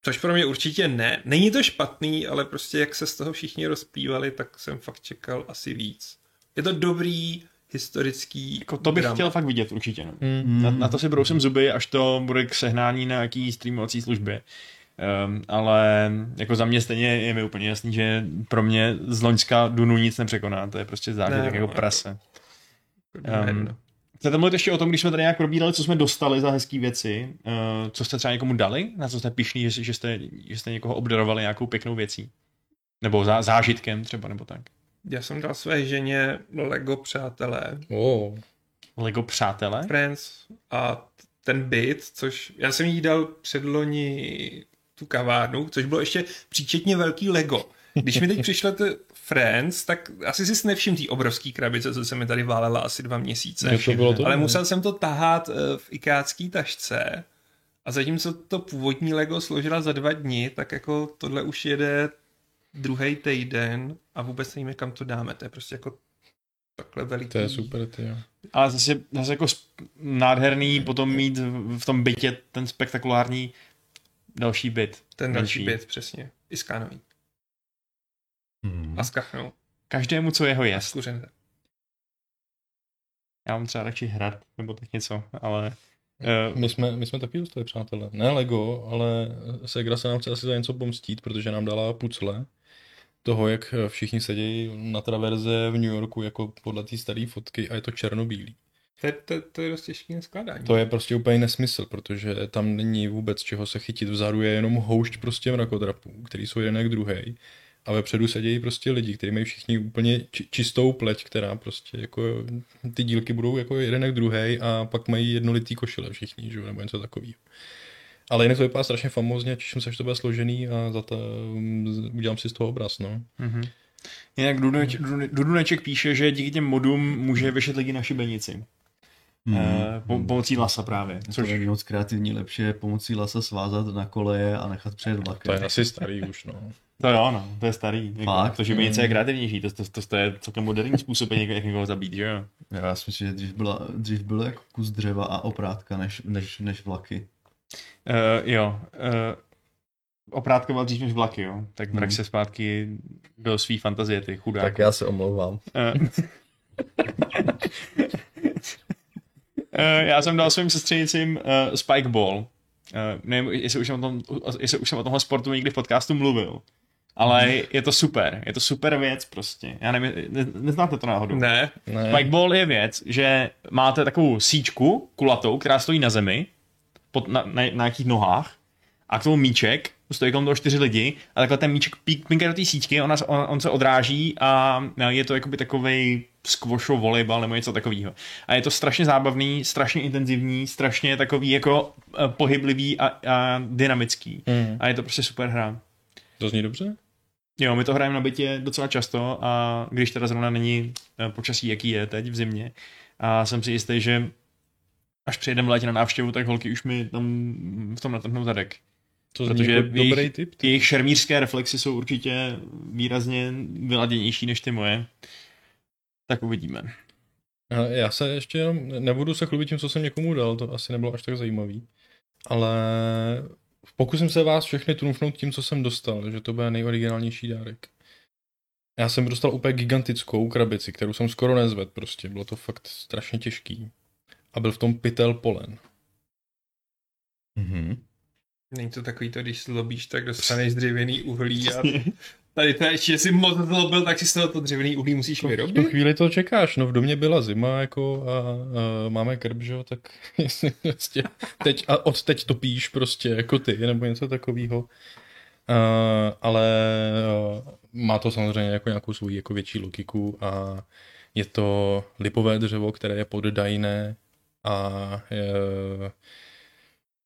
[SPEAKER 2] což pro mě určitě ne. Není to špatný, ale prostě jak se z toho všichni rozplývali, tak jsem fakt čekal asi víc. Je to dobrý historický
[SPEAKER 1] Jako to bych
[SPEAKER 2] drama.
[SPEAKER 1] chtěl fakt vidět určitě. No.
[SPEAKER 4] Mm.
[SPEAKER 3] Hmm.
[SPEAKER 1] Na, na to si brousím zuby, až to bude k sehnání na nějaký streamovací službě. Um, ale jako za mě stejně je mi úplně jasný, že pro mě z Loňska Dunu nic nepřekoná, to je prostě zážitek
[SPEAKER 2] Ne, no,
[SPEAKER 1] jako prase.
[SPEAKER 2] Jedno.
[SPEAKER 1] Chcete mluvit ještě o tom, když jsme tady nějak probírali, co jsme dostali za hezký věci, uh, co jste třeba někomu dali, na co jste pišní, že, že, jste, že jste někoho obdarovali nějakou pěknou věcí? Nebo zá, zážitkem třeba, nebo tak. Um.
[SPEAKER 2] Já jsem dal své ženě Lego přátelé,
[SPEAKER 4] Oh,
[SPEAKER 1] Lego přátelé?
[SPEAKER 2] Friends a ten byt, což já jsem jí dal předloni tu kavárnu, což bylo ještě příčetně velký Lego. Když mi teď přišlete Friends, tak asi si nevšim té obrovské krabice, co se mi tady válela asi dva měsíce.
[SPEAKER 4] jo, to bylo to.
[SPEAKER 2] Ale musel jsem to tahat eh, v ikácký tašce a zatímco to původní Lego složila za dva dny, tak jako tohle už jede druhý týden a vůbec nevíme, kam to dáme. To je prostě jako takhle veliký.
[SPEAKER 4] To je super, ty jo.
[SPEAKER 1] Ale zase, zase jako sp- nádherný potom mít v- v tom bytě ten spektakulární další byt.
[SPEAKER 2] Ten další
[SPEAKER 1] Menší.
[SPEAKER 2] byt, přesně. Iskánový.
[SPEAKER 3] Hmm.
[SPEAKER 2] A skachnou.
[SPEAKER 1] Každému, co jeho jest.
[SPEAKER 2] Skuřené.
[SPEAKER 1] Já mám třeba radši hrad nebo tak něco, ale uh,
[SPEAKER 4] Eh, My jsme, my jsme taky dostali přátelé. Ne Lego, ale Segra se nám chce asi za něco pomstít, protože nám dala pucle toho, jak všichni sedějí na traverze v New Yorku jako podle té staré fotky a je to černobílý.
[SPEAKER 2] To, je- to, to je dost těžký neskládání.
[SPEAKER 4] To je prostě úplně nesmysl, protože tam není vůbec čeho se chytit. Vzadu je jenom houšť prostě mrakodrapů, který jsou jeden jak druhý. A vepředu sedějí prostě lidi, kteří mají všichni úplně či- čistou pleť, která prostě jako ty dílky budou jako jeden jak druhý a pak mají jednolitý košile všichni, že jo, nebo něco takového. Ale jinak to vypadá strašně famózně, čím seš to bude složený a za to mm, udělám si z toho obraz, no.
[SPEAKER 1] Jinak Duduneč- Dudu- Duduneček píše, že díky těm modům může vyšet lidi na šibenici. Mm. Po, pomocí lasa právě.
[SPEAKER 3] Což
[SPEAKER 1] Což
[SPEAKER 3] je moc kreativní, lepší je pomocí lasa svázat na koleje a nechat přejet
[SPEAKER 4] To je
[SPEAKER 3] vlakem.
[SPEAKER 4] asi starý už, no.
[SPEAKER 1] to jo, no, to je starý.
[SPEAKER 3] Fakt?
[SPEAKER 1] Jako, to šibenice je kreativnější, to, to, to, to je celkem moderní způsob, jak, jak někoho zabít, že jo?
[SPEAKER 3] Já si myslím, že dřív, byla, dřív byl jako kus dřeva a oprátka než, než, než vlaky.
[SPEAKER 1] Uh, jo. Uh, oprátkoval dřív než vlaky, jo? Tak vrať
[SPEAKER 3] Mhm.
[SPEAKER 1] se zpátky do svý fantazie, ty chudák.
[SPEAKER 3] Tak já se omlouvám.
[SPEAKER 1] Eh. (laughs) Eh, Já jsem dal svým sestřenicím eh, Spikeball. Eh, Nevím, jestli už, jsem o tom, jestli už jsem o tomhle sportu někdy v podcastu mluvil. Ale je to super, je to super věc prostě. Já nevím, ne, neznáte to náhodou.
[SPEAKER 2] Ne,
[SPEAKER 4] Ne.
[SPEAKER 1] Spikeball je věc, že máte takovou síčku kulatou, která stojí na zemi, pod, na, na, na nějakých nohách, a k tomu míček, stojí kolem toho čtyři lidi, a takhle ten míček pí- pinká do té síčky, ona, se- on, on se odráží a no, je to jakoby takovej squasho volejbal nebo něco takového. A je to strašně zábavný, strašně intenzivní, strašně takový jako eh, pohyblivý a, a dynamický.
[SPEAKER 4] Mm.
[SPEAKER 1] A je to prostě super hra.
[SPEAKER 4] To zní dobře?
[SPEAKER 1] Jo, my to hrajeme na bytě docela často a když teda zrovna není eh, počasí, jaký je teď v zimě a jsem si jistý, že až přijedeme v létě na návštěvu, tak holky už mi tam v tom natrhnou zadek.
[SPEAKER 4] To zní
[SPEAKER 1] Protože
[SPEAKER 4] jako
[SPEAKER 1] jejich-
[SPEAKER 4] dobrý tip.
[SPEAKER 1] Ty jejich šermířské reflexy jsou určitě výrazně vyladěnější než ty moje. Tak uvidíme.
[SPEAKER 4] Hele, Já se ještě jenom nebudu se chlubit tím, co jsem někomu dal, to asi nebylo až tak zajímavý. Ale pokusím se vás všechny trumfnout tím, co jsem dostal, že to bude nejoriginálnější dárek. Já jsem dostal úplně gigantickou krabici, kterou jsem skoro nezvedl prostě, bylo to fakt strašně těžký. A byl v tom pytel polen.
[SPEAKER 3] Mhm.
[SPEAKER 2] není to takový to, když zlobíš, tak dostaneš dřevěný uhlí (laughs)
[SPEAKER 1] (laughs)
[SPEAKER 2] a tady to je, ještě, jestli moc zlobil, tak si z toho to dřevěný uhlí musíš
[SPEAKER 4] V
[SPEAKER 2] vyrobit.
[SPEAKER 4] tu chvíli to čekáš, no v domě byla zima jako a, a máme krb, že jo, tak (laughs) jestli prostě teď a od teď topíš prostě jako ty nebo něco takového. A, ale a, má to samozřejmě jako nějakou svou jako větší logiku a je to lipové dřevo, které je poddajné a e,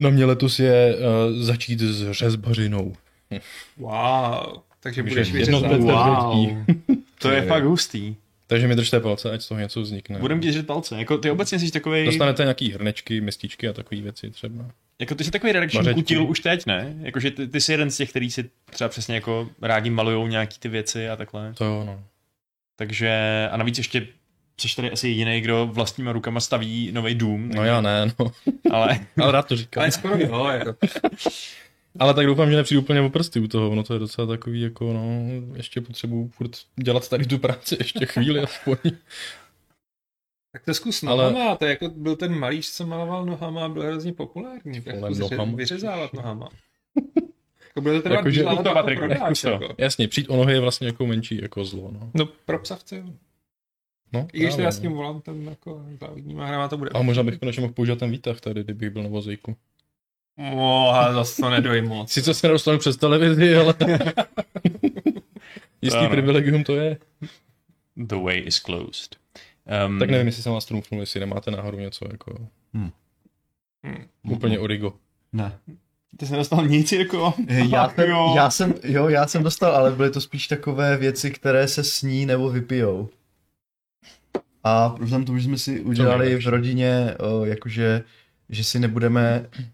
[SPEAKER 4] na mě letos je e, začít s řezbařinou.
[SPEAKER 2] Wow. Takže
[SPEAKER 4] Takže
[SPEAKER 2] budeš
[SPEAKER 4] jedno
[SPEAKER 2] vyřezat.
[SPEAKER 4] z
[SPEAKER 1] No, Wow. To je
[SPEAKER 4] Ne.
[SPEAKER 1] fakt hustý.
[SPEAKER 4] Takže mi držte palce, ať z toho něco vznikne.
[SPEAKER 1] Budem ti držet palce. Jako ty obecně jsi takový,
[SPEAKER 4] Dostanete nějaký hrnečky, městíčky a takové věci třeba.
[SPEAKER 1] jako ty jsi takový redakční
[SPEAKER 4] Mařečku.
[SPEAKER 1] kutil už teď, ne? Jakože ty, ty jsi jeden z těch, který si třeba přesně jako rádi malujou nějaký ty věci a takhle.
[SPEAKER 4] To jo, no.
[SPEAKER 1] Takže a navíc ještě jsi tady asi jediný, kdo vlastníma rukama staví nový dům,
[SPEAKER 4] No já ne, no. (laughs)
[SPEAKER 1] ale (laughs)
[SPEAKER 4] Ale rád to říkám.
[SPEAKER 2] Ale skoro jo, jako.
[SPEAKER 4] Ale tak doufám, že nepřijdu úplně o prsty u toho, no to je docela takový jako, no, ještě potřebuju furt dělat tady tu práci (laughs) ještě chvíli aspoň.
[SPEAKER 2] Tak to zkus
[SPEAKER 4] Ale-
[SPEAKER 2] nohama, to je jako byl ten malíř, co maloval nohama a byl hrozně populární. Tak
[SPEAKER 4] Kolem
[SPEAKER 2] zkus ře-
[SPEAKER 4] nohama.
[SPEAKER 2] vyřezávat nohama. jako bude to trvat
[SPEAKER 4] Jakože-
[SPEAKER 2] díl, ale
[SPEAKER 1] Zkus to,
[SPEAKER 2] pak
[SPEAKER 1] Patriku,
[SPEAKER 2] prodáš,
[SPEAKER 1] zkus to.
[SPEAKER 2] jako.
[SPEAKER 4] Jasně, přijít o nohy je vlastně jako menší jako zlo, no.
[SPEAKER 2] No pro psavce, jo.
[SPEAKER 4] no
[SPEAKER 2] I když
[SPEAKER 4] právě,
[SPEAKER 2] teda s tím
[SPEAKER 4] no.
[SPEAKER 2] volantem jako závodníma hrama to bude.
[SPEAKER 4] A možná bych konečně mohl používat ten výtah tady, kdybych byl na vozejku.
[SPEAKER 2] Moha, zase to nedojím moc.
[SPEAKER 4] Sice se nedostanu přes
[SPEAKER 2] (laughs)
[SPEAKER 4] televizi, ale... Jistý
[SPEAKER 1] Ano.
[SPEAKER 4] privilegium to
[SPEAKER 2] Hmm.
[SPEAKER 4] je.
[SPEAKER 1] the way is closed. Um,
[SPEAKER 4] Tak nevím, jestli jsem vás trumfnul, jestli nemáte náhodou něco jako...
[SPEAKER 3] Hmm.
[SPEAKER 2] Hmm.
[SPEAKER 4] Úplně origo.
[SPEAKER 3] Ne.
[SPEAKER 1] Ty jsi nedostal nic, jako.
[SPEAKER 3] Já,
[SPEAKER 1] Ach,
[SPEAKER 3] ten,
[SPEAKER 1] jo.
[SPEAKER 3] já, jsem, jo, já jsem dostal, ale byly to spíš takové věci, které se sní nebo vypijou. A vzhledem k tomu, že jsme si udělali v rodině, eh, jakože, že si nebudeme eh,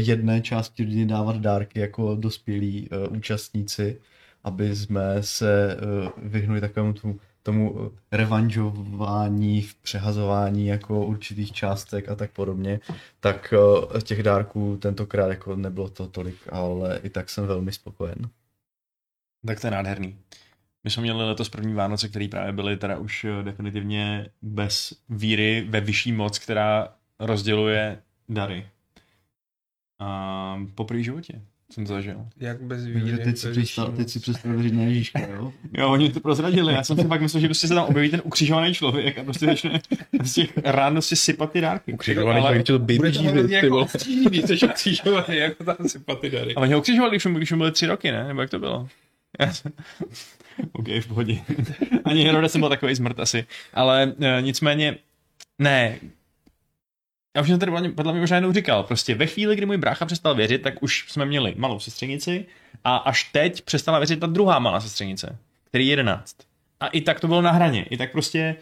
[SPEAKER 3] jedné části rodiny dávat dárky jako dospělí eh, účastníci, aby jsme se eh, vyhnuli takovému tomu, tomu eh, revanžování, v přehazování jako určitých částek a tak podobně, tak eh, těch dárků tentokrát jako nebylo to tolik, ale i tak jsem velmi spokojen.
[SPEAKER 1] Tak to je nádherný. My jsme měli letos první Vánoce, které právě byly teda už eh, definitivně bez víry ve vyšší moc, která rozděluje dary. A poprvé v životě. jsem zažil.
[SPEAKER 2] Jak bez
[SPEAKER 3] Takže
[SPEAKER 2] víry.
[SPEAKER 3] teď si
[SPEAKER 2] to
[SPEAKER 3] přestal,
[SPEAKER 2] řeším.
[SPEAKER 3] teď si přestal věřit na Ježíška, jo?
[SPEAKER 1] Jo, oni to prozradili, já jsem si pak myslel, že prostě se tam objeví ten ukřižovaný člověk a prostě začne (laughs) z těch ráno si sypat ty dárky.
[SPEAKER 4] Ukřižovaný
[SPEAKER 1] ale,
[SPEAKER 4] člověk, to
[SPEAKER 2] Bude
[SPEAKER 4] baby
[SPEAKER 2] to mluvit
[SPEAKER 4] dívy, ty
[SPEAKER 2] jako
[SPEAKER 4] vole.
[SPEAKER 2] obtížný, což obtížovaný, jako tam si paty dary.
[SPEAKER 1] ale oni ho ukřižovali, když mu, když mu byly tři roky, ne? Nebo jak to bylo? Já jsem... (laughs) OK, v pohodě. (laughs) Ani Herodes jsem byl takový zmrt asi. Ale e, nicméně, ne, já už jsem tady podle mě- podle mě možná jednou říkal, prostě ve chvíli, kdy můj brácha přestal věřit, tak už jsme měli malou sestřenici a až teď přestala věřit ta druhá malá sestřenice, který je 11. A i tak to bylo na hraně, i tak prostě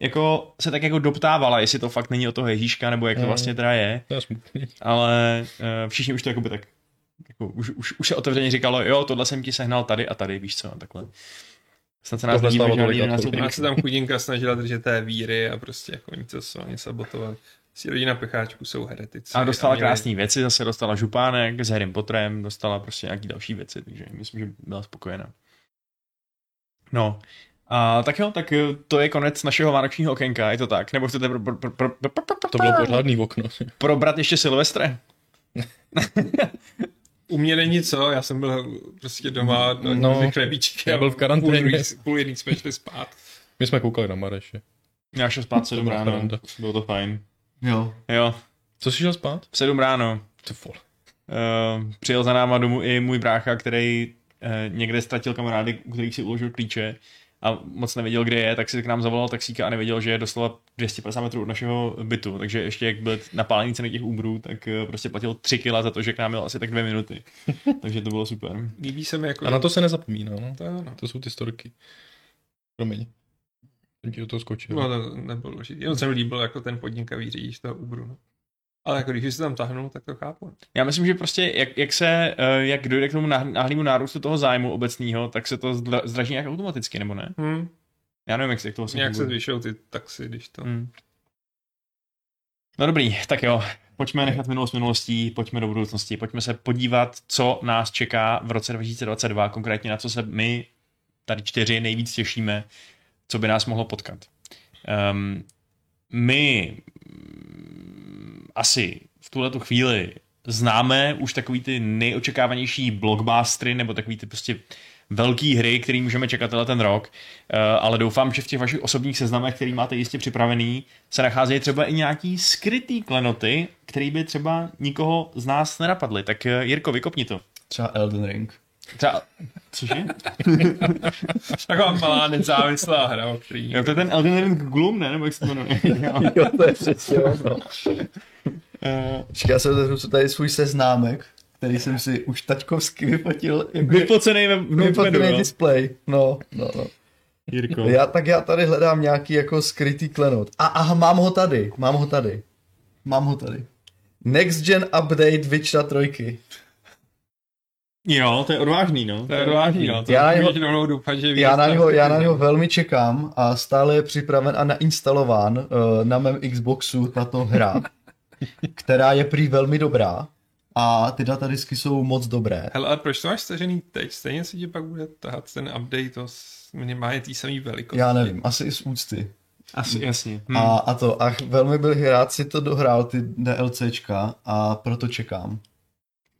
[SPEAKER 1] jako se tak jako doptávala, jestli to fakt není o toho Ježíška, nebo jak to
[SPEAKER 4] Mm.
[SPEAKER 1] vlastně teda je,
[SPEAKER 4] To je smutný.
[SPEAKER 1] ale uh, všichni už to jakoby tak jako už, už, už se otevřeně říkalo, jo, tohle jsem ti sehnal tady a tady, víš co, a takhle. Snad se nás
[SPEAKER 4] Tohle
[SPEAKER 1] lidí
[SPEAKER 4] stálo
[SPEAKER 1] možná
[SPEAKER 4] tolik a
[SPEAKER 1] líbí, nás
[SPEAKER 4] tolik.
[SPEAKER 1] líbí.
[SPEAKER 2] A se tam chudinka snažila držet té víry a prostě jako oni to jsou, oni Prostě sabotovali. Si rodina pecháčků jsou heretici.
[SPEAKER 1] A dostala
[SPEAKER 2] měli-
[SPEAKER 1] krásné věci, zase dostala župánek s Harrym Potterem, dostala prostě nějaký další věci, takže myslím, že byla spokojená. No, a tak jo, tak eh, to je konec našeho vánočního okénka, je to tak? Nebo chcete pro, pro, pro, pro, pro, pro,
[SPEAKER 4] To bylo pořádný okno. (laughs)
[SPEAKER 1] probrat ještě Silvestre?
[SPEAKER 2] U mě není co, já jsem byl prostě doma, no,
[SPEAKER 4] No,
[SPEAKER 2] no chlebíčky.
[SPEAKER 4] já
[SPEAKER 2] a
[SPEAKER 4] byl v karanténě.
[SPEAKER 2] Půl, druhý- půl jedný jsme šli spát.
[SPEAKER 4] My jsme koukali na Mareše.
[SPEAKER 1] Já šel spát v sedm
[SPEAKER 4] byla
[SPEAKER 1] ráno,
[SPEAKER 4] sranda.
[SPEAKER 1] bylo to fajn.
[SPEAKER 3] Jo.
[SPEAKER 1] Jo,
[SPEAKER 4] Co jsi šel spát?
[SPEAKER 1] v sedm ráno.
[SPEAKER 4] Ty vole.
[SPEAKER 1] Uh, přijel za náma domů i můj brácha, který uh, někde ztratil kamarády, u kterých si uložil klíče a moc nevěděl, kde je, tak si k nám zavolal taxíka a nevěděl, že je doslova 250 metrů od našeho bytu. Takže ještě jak byl napálený ceny těch úbrů, tak eh, prostě platil 3 kila za to, že k nám jel asi tak dvě minuty. Takže to bylo super.
[SPEAKER 2] Líbí se mi jako...
[SPEAKER 4] A na to se nezapomíná, no.
[SPEAKER 2] to, no.
[SPEAKER 4] To jsou ty storky. Promiň. Jsem ti do toho skočil.
[SPEAKER 2] no to nebylo důležité. Jenom se mi líbil jako ten podnikavý řidič toho Uberu. No. Ale jako když se tam tahnul, tak to chápu.
[SPEAKER 1] Já myslím, že prostě jak, jak se, eh, jak dojde k tomu náh- náhlému nárůstu toho zájmu obecného, tak se to zdra- zdraží nějak automaticky, nebo ne?
[SPEAKER 2] Hm.
[SPEAKER 1] Já nevím, jak, jak to vlastně
[SPEAKER 2] Nějak se
[SPEAKER 1] funguje.
[SPEAKER 2] zvyšou ty taxi, když
[SPEAKER 3] Mm.
[SPEAKER 2] to...
[SPEAKER 1] Hmm. No dobrý, tak jo. Pojďme nechat minulost minulostí, pojďme do budoucnosti, pojďme se podívat, co nás čeká v roce 2022, konkrétně na co se my tady čtyři nejvíc těšíme, co by nás mohlo potkat. Um, my mm, asi v tuhle chvíli známe už takový ty nejočekávanější blockbustery nebo takový ty prostě velký hry, který můžeme čekat tenhle ten rok, Eh, ale doufám, že v těch vašich osobních seznamech, který máte jistě připravený, se nacházejí třeba i nějaký skrytý klenoty, který by třeba nikoho z nás nenapadly. Tak eh, Jirko, vykopni to.
[SPEAKER 3] Třeba Elden Ring.
[SPEAKER 1] Třeba... Cože?
[SPEAKER 2] (laughs) Taková malá nezávislá hra, o který...
[SPEAKER 1] Jo, to je ten Elden Ring Gloom, ne? Nebo jak se to jmenuje? Jo.
[SPEAKER 3] (laughs) Jo, to je přesně ono.
[SPEAKER 1] Eh,
[SPEAKER 3] Já se otevřu se tady svůj seznámek, který jsem si už taťkovsky vyfotil. no.
[SPEAKER 1] Vypocenej ve vnupedu,
[SPEAKER 3] Vyfotil
[SPEAKER 1] jo.
[SPEAKER 3] display. No, no, no.
[SPEAKER 1] Jirko.
[SPEAKER 3] Já, tak já tady hledám nějaký jako skrytý klenot. A aha, mám ho tady, mám ho tady. Mám ho tady. Next Gen Update Witchera 3.
[SPEAKER 1] Jo, to je odvážný, no.
[SPEAKER 2] To je odvážný, no. To
[SPEAKER 3] Já
[SPEAKER 2] já
[SPEAKER 3] na něho-
[SPEAKER 2] můžeš rovnou doufat, že
[SPEAKER 3] Já na,
[SPEAKER 2] víc-
[SPEAKER 3] něho, já na něho velmi čekám a stále je připraven a nainstalován uh, na mém Xboxu
[SPEAKER 1] (laughs)
[SPEAKER 3] tato hra, která je prý velmi dobrá a ty datadisky jsou moc dobré.
[SPEAKER 2] Hele, ale proč to máš stažený teď? Stejně si ti pak bude tahat ten update to s- minimálně té samé velikosti.
[SPEAKER 3] Já nevím, asi i z úcty.
[SPEAKER 1] Asi, jasně. Hm.
[SPEAKER 3] A, a to, a velmi bych rád si to dohrál, ty DLCčka, a proto čekám.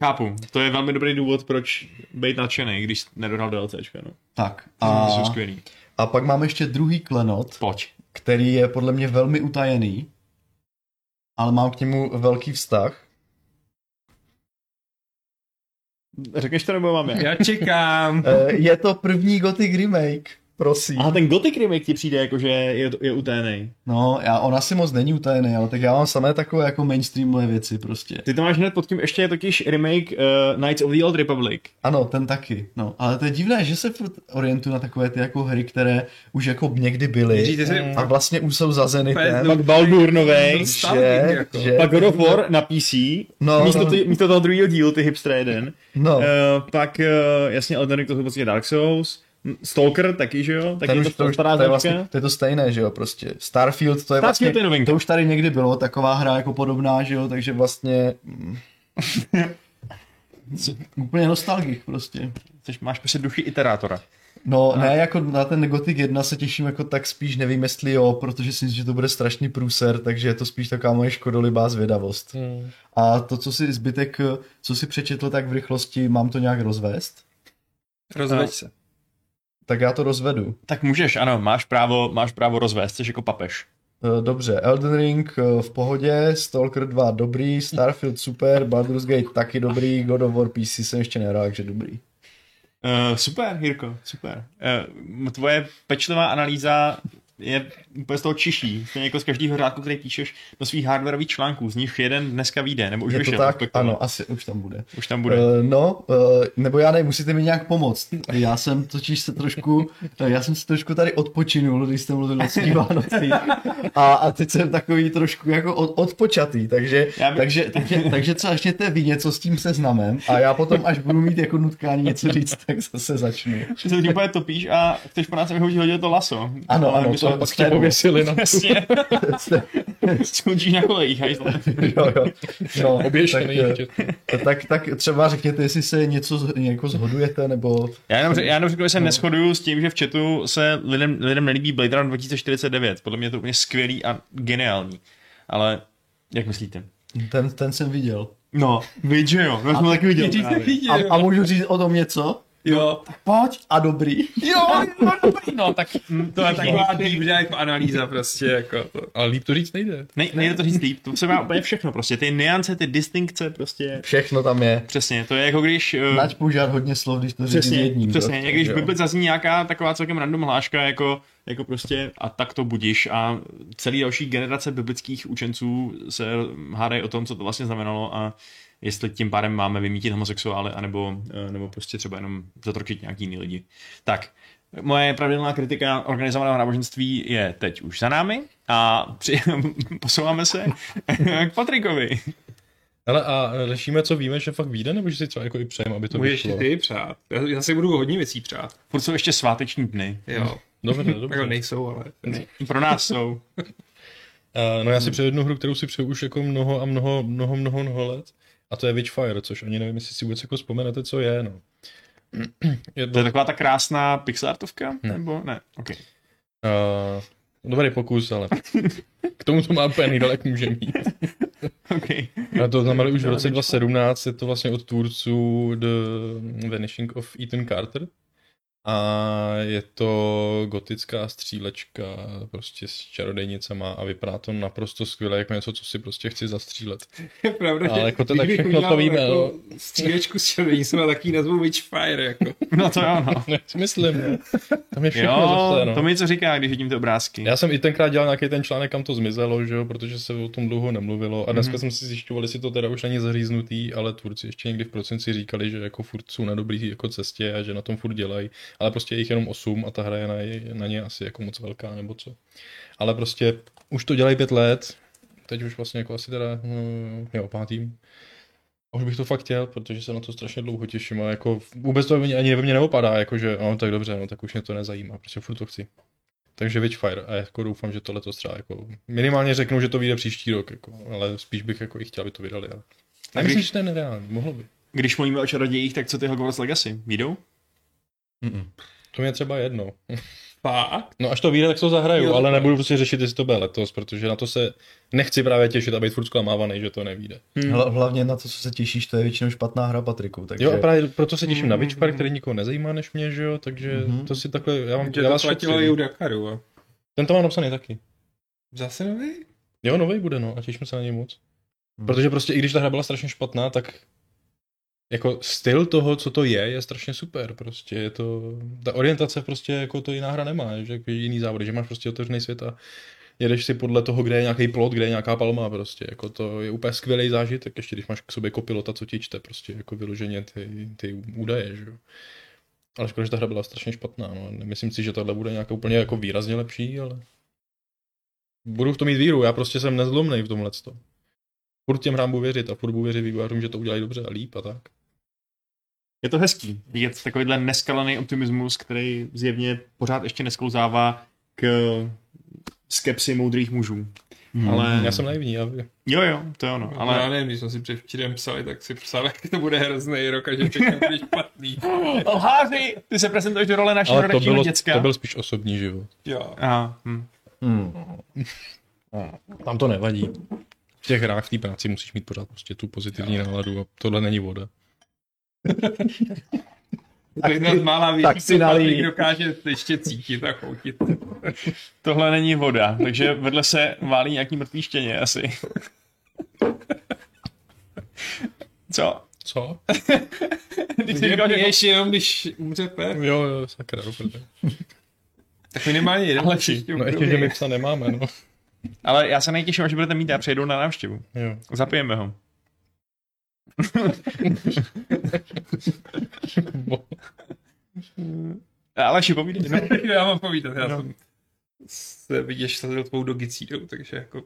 [SPEAKER 1] Chápu, to je velmi dobrý důvod, proč být nadšený, když nedohrál DLCčka, no.
[SPEAKER 3] Tak,
[SPEAKER 1] A...
[SPEAKER 3] a,
[SPEAKER 1] Jsou skvělý.
[SPEAKER 3] a pak mám ještě druhý klenot,
[SPEAKER 1] Pojď.
[SPEAKER 3] který je podle mě velmi utajený, ale mám k němu velký vztah.
[SPEAKER 1] Řekneš to nebo mám já?
[SPEAKER 2] Já
[SPEAKER 3] (laughs)
[SPEAKER 2] čekám.
[SPEAKER 3] Eh, Je to první Gothic remake, prosím.
[SPEAKER 1] Aha, ten Gothic remake ti přijde jako, že je, je uténej.
[SPEAKER 3] No, já, on asi moc není utajený, E, ale tak já mám samé takové jako mainstreamové věci prostě.
[SPEAKER 1] Ty to máš hned pod tím, ještě je totiž remake uh, Knights of the Old Republic.
[SPEAKER 3] Ano, ten taky, no. Ale to je divné, že se furt orientuju na takové ty jako hry, které už jako někdy byly
[SPEAKER 2] Říte si,
[SPEAKER 3] a vlastně už jsou zazeny
[SPEAKER 2] Pes,
[SPEAKER 3] ten,
[SPEAKER 2] no,
[SPEAKER 1] Pak Baldur novej,
[SPEAKER 2] Starlink
[SPEAKER 3] že,
[SPEAKER 2] jako.
[SPEAKER 3] že,
[SPEAKER 1] pak God of War na PC, no,
[SPEAKER 3] No,
[SPEAKER 1] místo,
[SPEAKER 3] no.
[SPEAKER 1] Ty, místo toho druhého dílu, ty hipstra jeden.
[SPEAKER 3] no,
[SPEAKER 1] Uh, pak uh, jasně Elden Ring, to jsou vlastně Dark Souls. M, Stalker taky, že jo? Taky
[SPEAKER 3] ten
[SPEAKER 1] je
[SPEAKER 3] už, to,
[SPEAKER 1] to
[SPEAKER 3] už,
[SPEAKER 1] stará
[SPEAKER 3] to, je vlastně,
[SPEAKER 1] značka.
[SPEAKER 3] to je to stejné, že jo, prostě. Starfield, to je vlastně,
[SPEAKER 1] Starfield je novinka.
[SPEAKER 3] to už tady někdy bylo, taková hra jako podobná, že jo,
[SPEAKER 1] (laughs)
[SPEAKER 3] takže vlastně... mm, Úplně nostalgik prostě.
[SPEAKER 1] Což máš prostě duchy iterátora.
[SPEAKER 3] No ne, jako na ten Gothic 1 se těším jako tak spíš, nevím jestli jo, protože si myslím, že to bude strašný průser, takže je to spíš taková moje škodolibá zvědavost.
[SPEAKER 4] Hmm.
[SPEAKER 3] A to, co si zbytek, co si přečetl tak v rychlosti, mám to nějak rozvést?
[SPEAKER 2] Rozveď se.
[SPEAKER 3] Tak já to rozvedu.
[SPEAKER 1] Tak můžeš, ano, máš právo, máš právo rozvést, jsi jako papež.
[SPEAKER 3] Eh, Dobře, Elden Ring eh, v pohodě, Stalker 2 dobrý, Starfield super, Baldur's Gate taky dobrý, God of War PC jsem ještě nehrál, takže dobrý.
[SPEAKER 1] Uh, super, Jirko, super. Uh, tvoje pečlivá analýza je úplně z toho čiší. Stejně jako z každého řádku, který píšeš do svých hardwareových článků, z nich jeden dneska vyjde, nebo už
[SPEAKER 3] Je to
[SPEAKER 1] vyšel,
[SPEAKER 3] tak?
[SPEAKER 1] respektive.
[SPEAKER 3] Ano, asi už tam bude.
[SPEAKER 1] Už tam bude.
[SPEAKER 3] Eh, No, eh, nebo já ne, musíte mi nějak pomoct. Já jsem totiž se trošku, eh, já jsem se trošku tady odpočinul, když jsem mluvil o svý Vánocí. A, a teď jsem takový trošku jako od, odpočatý, takže,
[SPEAKER 1] Já bych-
[SPEAKER 3] takže, takže, takže co začněte vy něco s tím seznamem a já potom, až budu mít jako nutkání něco říct, tak zase začnu.
[SPEAKER 1] Že se tím úplně topíš a chceš po nás vyhodit hodit to laso.
[SPEAKER 3] Ano, ano,
[SPEAKER 1] my
[SPEAKER 3] to
[SPEAKER 1] jsme-
[SPEAKER 3] pak
[SPEAKER 4] Tě
[SPEAKER 2] (laughs)
[SPEAKER 4] pověsili na
[SPEAKER 3] (laughs)
[SPEAKER 1] Přesně,
[SPEAKER 3] Jste-
[SPEAKER 1] skončíš na kolejích, hajzle.
[SPEAKER 3] jo, jo. No, tak,
[SPEAKER 4] oběšený.
[SPEAKER 3] eh, tak, tak třeba řekněte, jestli se něco z- jako zhodujete, nebo
[SPEAKER 1] Já jenom, řek- já jenom řekl, že se neschoduju s tím, že v chatu se lidem, lidem nelíbí Blade Runner 2049. Podle mě je to úplně skvělý a geniální. Ale jak myslíte?
[SPEAKER 3] ten, ten jsem viděl.
[SPEAKER 1] No, víš, že jo, to jsme taky viděli.
[SPEAKER 3] A, a můžu říct o tom něco?
[SPEAKER 2] Jo,
[SPEAKER 3] Pojď a dobrý.
[SPEAKER 2] jo, Mm,
[SPEAKER 1] No, tak
[SPEAKER 2] to
[SPEAKER 3] (laughs)
[SPEAKER 2] je taková deep dive analýza prostě, jako to.
[SPEAKER 4] Ale líp to říct nejde.
[SPEAKER 1] ne, nejde to říct líp, to se má úplně všechno prostě, ty niance, ty distinkce prostě,
[SPEAKER 3] Všechno tam je.
[SPEAKER 1] přesně, to je jako když... eh,
[SPEAKER 3] Nač požár hodně slov, když to řekne
[SPEAKER 1] Přesně,
[SPEAKER 3] jedním.
[SPEAKER 1] přesně.
[SPEAKER 3] jo.
[SPEAKER 1] Jak když
[SPEAKER 3] Jo.
[SPEAKER 1] v Bibli zazní nějaká taková celkem random hláška, jako, jako prostě a tak to budíš a celý další generace biblických učenců se hádají o tom, co to vlastně znamenalo a jestli tím pádem máme vymítit homosexuály, anebo, eh, nebo prostě třeba jenom zatročit nějaký jiný lidi. Tak, moje pravidelná kritika organizovaného náboženství je teď už za námi a při, (laughs) posouváme se (laughs) k Patrikovi.
[SPEAKER 4] Ale a řešíme, co víme, že fakt vyjde, nebo že si třeba jako i přejeme, aby to
[SPEAKER 2] Můžeš i
[SPEAKER 4] vyšlo.
[SPEAKER 2] ty přát. Já, já si budu hodně věcí přát.
[SPEAKER 1] Furt jsou ještě sváteční dny.
[SPEAKER 2] Jo.
[SPEAKER 4] Dobře,
[SPEAKER 2] Jako
[SPEAKER 3] Mm.
[SPEAKER 4] dobře.
[SPEAKER 2] nejsou, ale...
[SPEAKER 1] Pro nás jsou.
[SPEAKER 4] Eh, No já si přeju jednu hru, kterou si přeju už jako mnoho a mnoho, mnoho, mnoho, mnoho let. A to je Witchfire, což ani nevím, jestli si vůbec jako vzpomenete, co je, no. (clears throat)
[SPEAKER 1] To
[SPEAKER 4] Jedno,
[SPEAKER 1] je taková ta krásná pixelartovka? Ne. Nebo ne? Okay.
[SPEAKER 4] uh, dobrý pokus, ale k tomu to má úplně nejdalek může mít.
[SPEAKER 1] Okay.
[SPEAKER 4] A to znamená, už v roce 2017 je to vlastně od tvůrců The Vanishing of Ethan Carter. A je to gotická střílečka prostě s čarodejnicama a vypadá to naprosto skvěle, jako něco, co si prostě chci zastřílet. (laughs)
[SPEAKER 2] Je pravda,
[SPEAKER 4] Ale
[SPEAKER 2] že
[SPEAKER 4] jako to
[SPEAKER 2] když
[SPEAKER 4] tak
[SPEAKER 2] bych
[SPEAKER 4] všechno to
[SPEAKER 2] udělal
[SPEAKER 4] víme,
[SPEAKER 2] jako
[SPEAKER 4] no.
[SPEAKER 2] Střílečku s červení jsem taky nazvu Witchfire, jako.
[SPEAKER 1] (laughs) No to jo, no.
[SPEAKER 4] Já si myslím, no. tam je všechno
[SPEAKER 1] Jo,
[SPEAKER 4] zase,
[SPEAKER 1] to
[SPEAKER 4] no.
[SPEAKER 1] mi co říká, když vidím ty obrázky.
[SPEAKER 4] Já jsem i tenkrát dělal nějaký ten článek, kam to zmizelo, že jo, protože se o tom dlouho nemluvilo. A dneska mm-hmm. jsem si zjišťoval, jestli to teda už není zaříznutý, ale tvůrci ještě někdy v prosinci říkali, že jako furt jsou na dobrý jako cestě a že na tom furt dělají. Ale prostě je jich jenom 8 a ta hra je na, je na ně asi jako moc velká nebo co. Ale prostě už to dělají pět let, teď už vlastně jako asi teda, hm, jo, pátým. A Už bych to fakt chtěl, protože se na to strašně dlouho těším a jako vůbec to ani ani ve mně neopadá, jako že no tak dobře, no tak už mě to nezajímá, prostě furt to chci. Takže Witchfire a jako doufám, že tohle to třeba jako minimálně řeknou, že to vyjde příští rok, jako, ale spíš bych jako i chtěl, aby to vydali. Ale... Já
[SPEAKER 1] když-
[SPEAKER 4] myslím, že to je nereálný, mohlo by.
[SPEAKER 1] Když mluvíme o čarodějích, tak co ty Hogwarts Legacy? Výjdou?
[SPEAKER 3] Mm-mm.
[SPEAKER 4] To mě třeba jedno.
[SPEAKER 2] Fakt?
[SPEAKER 4] No až to vyjde, tak to zahraju,
[SPEAKER 2] Jo,
[SPEAKER 4] ale
[SPEAKER 2] tak.
[SPEAKER 4] nebudu prostě řešit, jestli to bude letos, protože na to se nechci právě těšit a být furt zklamávaný, že to nevíde.
[SPEAKER 3] Hla- Hlavně na to, co se těšíš, to je většinou špatná hra, Patriku. Takže...
[SPEAKER 4] Jo, a právě proto se těším na
[SPEAKER 2] Mm,
[SPEAKER 4] Witchfire,
[SPEAKER 2] mm,
[SPEAKER 4] který nikoho nezajímá než mě, že jo, takže
[SPEAKER 3] Mhm.
[SPEAKER 4] to si takhle, já mám,
[SPEAKER 2] Že
[SPEAKER 4] já
[SPEAKER 2] to
[SPEAKER 4] vás
[SPEAKER 2] platilo
[SPEAKER 4] šetřím.
[SPEAKER 2] i u Dakaru. a-
[SPEAKER 4] Ten to mám napsaný taky.
[SPEAKER 2] Zase nový?
[SPEAKER 4] Jo, nový bude, no, a těším se na něj moc.
[SPEAKER 3] Mhm.
[SPEAKER 4] Protože prostě i když ta hra byla strašně špatná, tak jako styl toho, co to je, je strašně super, prostě je to, ta orientace prostě jako to jiná hra nemá, že jako jiný závod, že máš prostě otevřený svět a jedeš si podle toho, kde je nějaký plot, kde je nějaká palma prostě, jako to je úplně skvělý zážitek, ještě když máš k sobě kopilota, co ti čte prostě jako vyloženě ty, ty údaje, že jo. Ale škoda, že ta hra byla strašně špatná, no. Nemyslím si, že tahle bude nějaká úplně jako výrazně lepší, ale budu v tom mít víru, já prostě jsem nezlomnej v tomhle to. Furt těm hrám budu věřit a furt budu věřit vývojářům, že to udělají dobře a líp a tak.
[SPEAKER 1] Je to hezký. Je to takovýhle neskalený optimismus, který zjevně pořád ještě nesklouzává k skepsi moudrých mužů. Hmm. Ale...
[SPEAKER 4] Já jsem naivní, já vím.
[SPEAKER 1] Jo, jo, to je ono.
[SPEAKER 2] Ale já
[SPEAKER 1] Ale
[SPEAKER 2] nevím, když jsme si předvčírem psali, (laughs) tak si psal, jak to bude hrozný rok a že všechno
[SPEAKER 4] (laughs)
[SPEAKER 2] bude špatný.
[SPEAKER 1] lháři, ty se prezentuješ do role našeho
[SPEAKER 4] Ale to, bylo,
[SPEAKER 1] redakčního děcka.
[SPEAKER 4] to byl spíš osobní život.
[SPEAKER 2] Jo.
[SPEAKER 1] Aha, hm.
[SPEAKER 4] Tam to nevadí. V těch hrách, v té práci musíš mít pořád prostě tu pozitivní náladu a tohle není voda.
[SPEAKER 2] To je jedna z mála
[SPEAKER 3] tak
[SPEAKER 2] věcí,
[SPEAKER 3] si
[SPEAKER 2] co
[SPEAKER 3] nalij.
[SPEAKER 2] Patrik dokáže ještě cítit a choutit.
[SPEAKER 1] Tohle není voda, takže vedle se válí nějaký mrtvý štěně asi. (laughs) Co?
[SPEAKER 4] Co?
[SPEAKER 1] Když jsi říkal, že... jako-
[SPEAKER 2] Ještě jenom, když umřete.
[SPEAKER 4] (laughs) Jo, jo, sakra, dobré.
[SPEAKER 2] Tak minimálně jeden
[SPEAKER 1] Ale
[SPEAKER 2] příště
[SPEAKER 4] No ještě, že my psa nemáme, (laughs) no.
[SPEAKER 1] Ale já se nejtěším, až budete mít a přejdu na návštěvu.
[SPEAKER 4] Jo.
[SPEAKER 1] Zapijeme ho. (laughs)
[SPEAKER 4] Bo-
[SPEAKER 1] Aleši, povídej. No.
[SPEAKER 2] (laughs) Já mám povídat, já jsem se vyděšil tvou dogicídou, takže jako...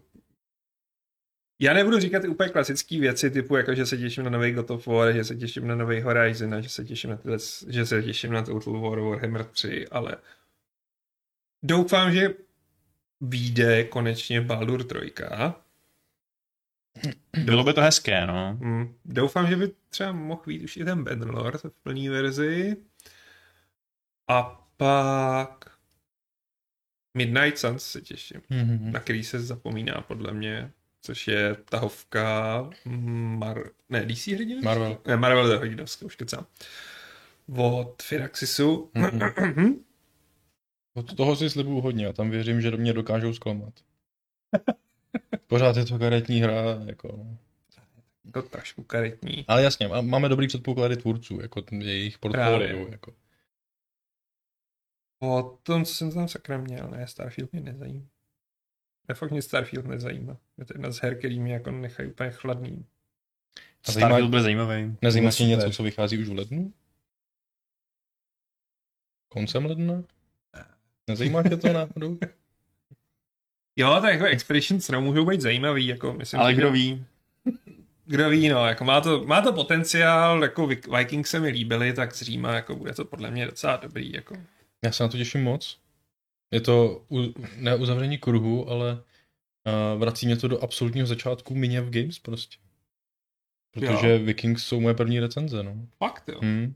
[SPEAKER 2] Já nebudu říkat úplně klasické věci, typu jako, že se těším na nový God of War, že se těším na nový Horizon a že se těším na tyhle, že se těším na Total War Warhammer 3, ale doufám, že vyjde konečně Baldur 3.
[SPEAKER 1] Bylo by to hezké, no.
[SPEAKER 2] Hm, Doufám, že by třeba mohl být už i ten Bannerlord v plné verzi. A pak Midnight Suns se těším,
[SPEAKER 4] Mhm.
[SPEAKER 2] na který se zapomíná podle mě, což je tahovka Mar... ne, DC hrdina?
[SPEAKER 4] Marvel.
[SPEAKER 2] Ne, Marvel je hrdinavská, už kecám. Od Firaxisu.
[SPEAKER 4] Od toho si slibuju hodně a tam věřím, že do mě dokážou (laughs) zklamat. Pořád je to karetní hra, jako. no.
[SPEAKER 2] to trošku karetní.
[SPEAKER 4] Ale jasně, má- máme dobrý předpoklady tvůrců, jako t- jejich portfolio,
[SPEAKER 2] Právě.
[SPEAKER 4] jako.
[SPEAKER 2] O tom, co jsem tam sakra měl, ne, Starfield mě nezajímá. Ne, fakt mě Starfield nezajímá. Je to jedna z her, který mě jako nechají úplně chladný.
[SPEAKER 4] A zajímá-
[SPEAKER 1] Starfield byl zajímavý.
[SPEAKER 4] Nezajímá
[SPEAKER 3] No,
[SPEAKER 4] tě
[SPEAKER 3] super.
[SPEAKER 4] něco, co vychází už v lednu? Koncem ledna? Nezajímá tě to (laughs) náhodou?
[SPEAKER 2] Jo, tak jako Expeditions no, můžou být zajímavý, jako myslím,
[SPEAKER 1] Ale
[SPEAKER 2] že-
[SPEAKER 1] kdo ví?
[SPEAKER 2] kdo ví, no, jako má to, má to potenciál, jako Vik- Vikings se mi líbily, tak z Říma, jako bude to podle mě docela dobrý, jako.
[SPEAKER 4] Já se na to těším moc. Je to u, ne uzavření kruhu, ale uh, vrací mě to do absolutního začátku mině v Games prostě. Protože jo. Vikings jsou moje první recenze, no.
[SPEAKER 2] Fakt, jo.
[SPEAKER 4] Hmm.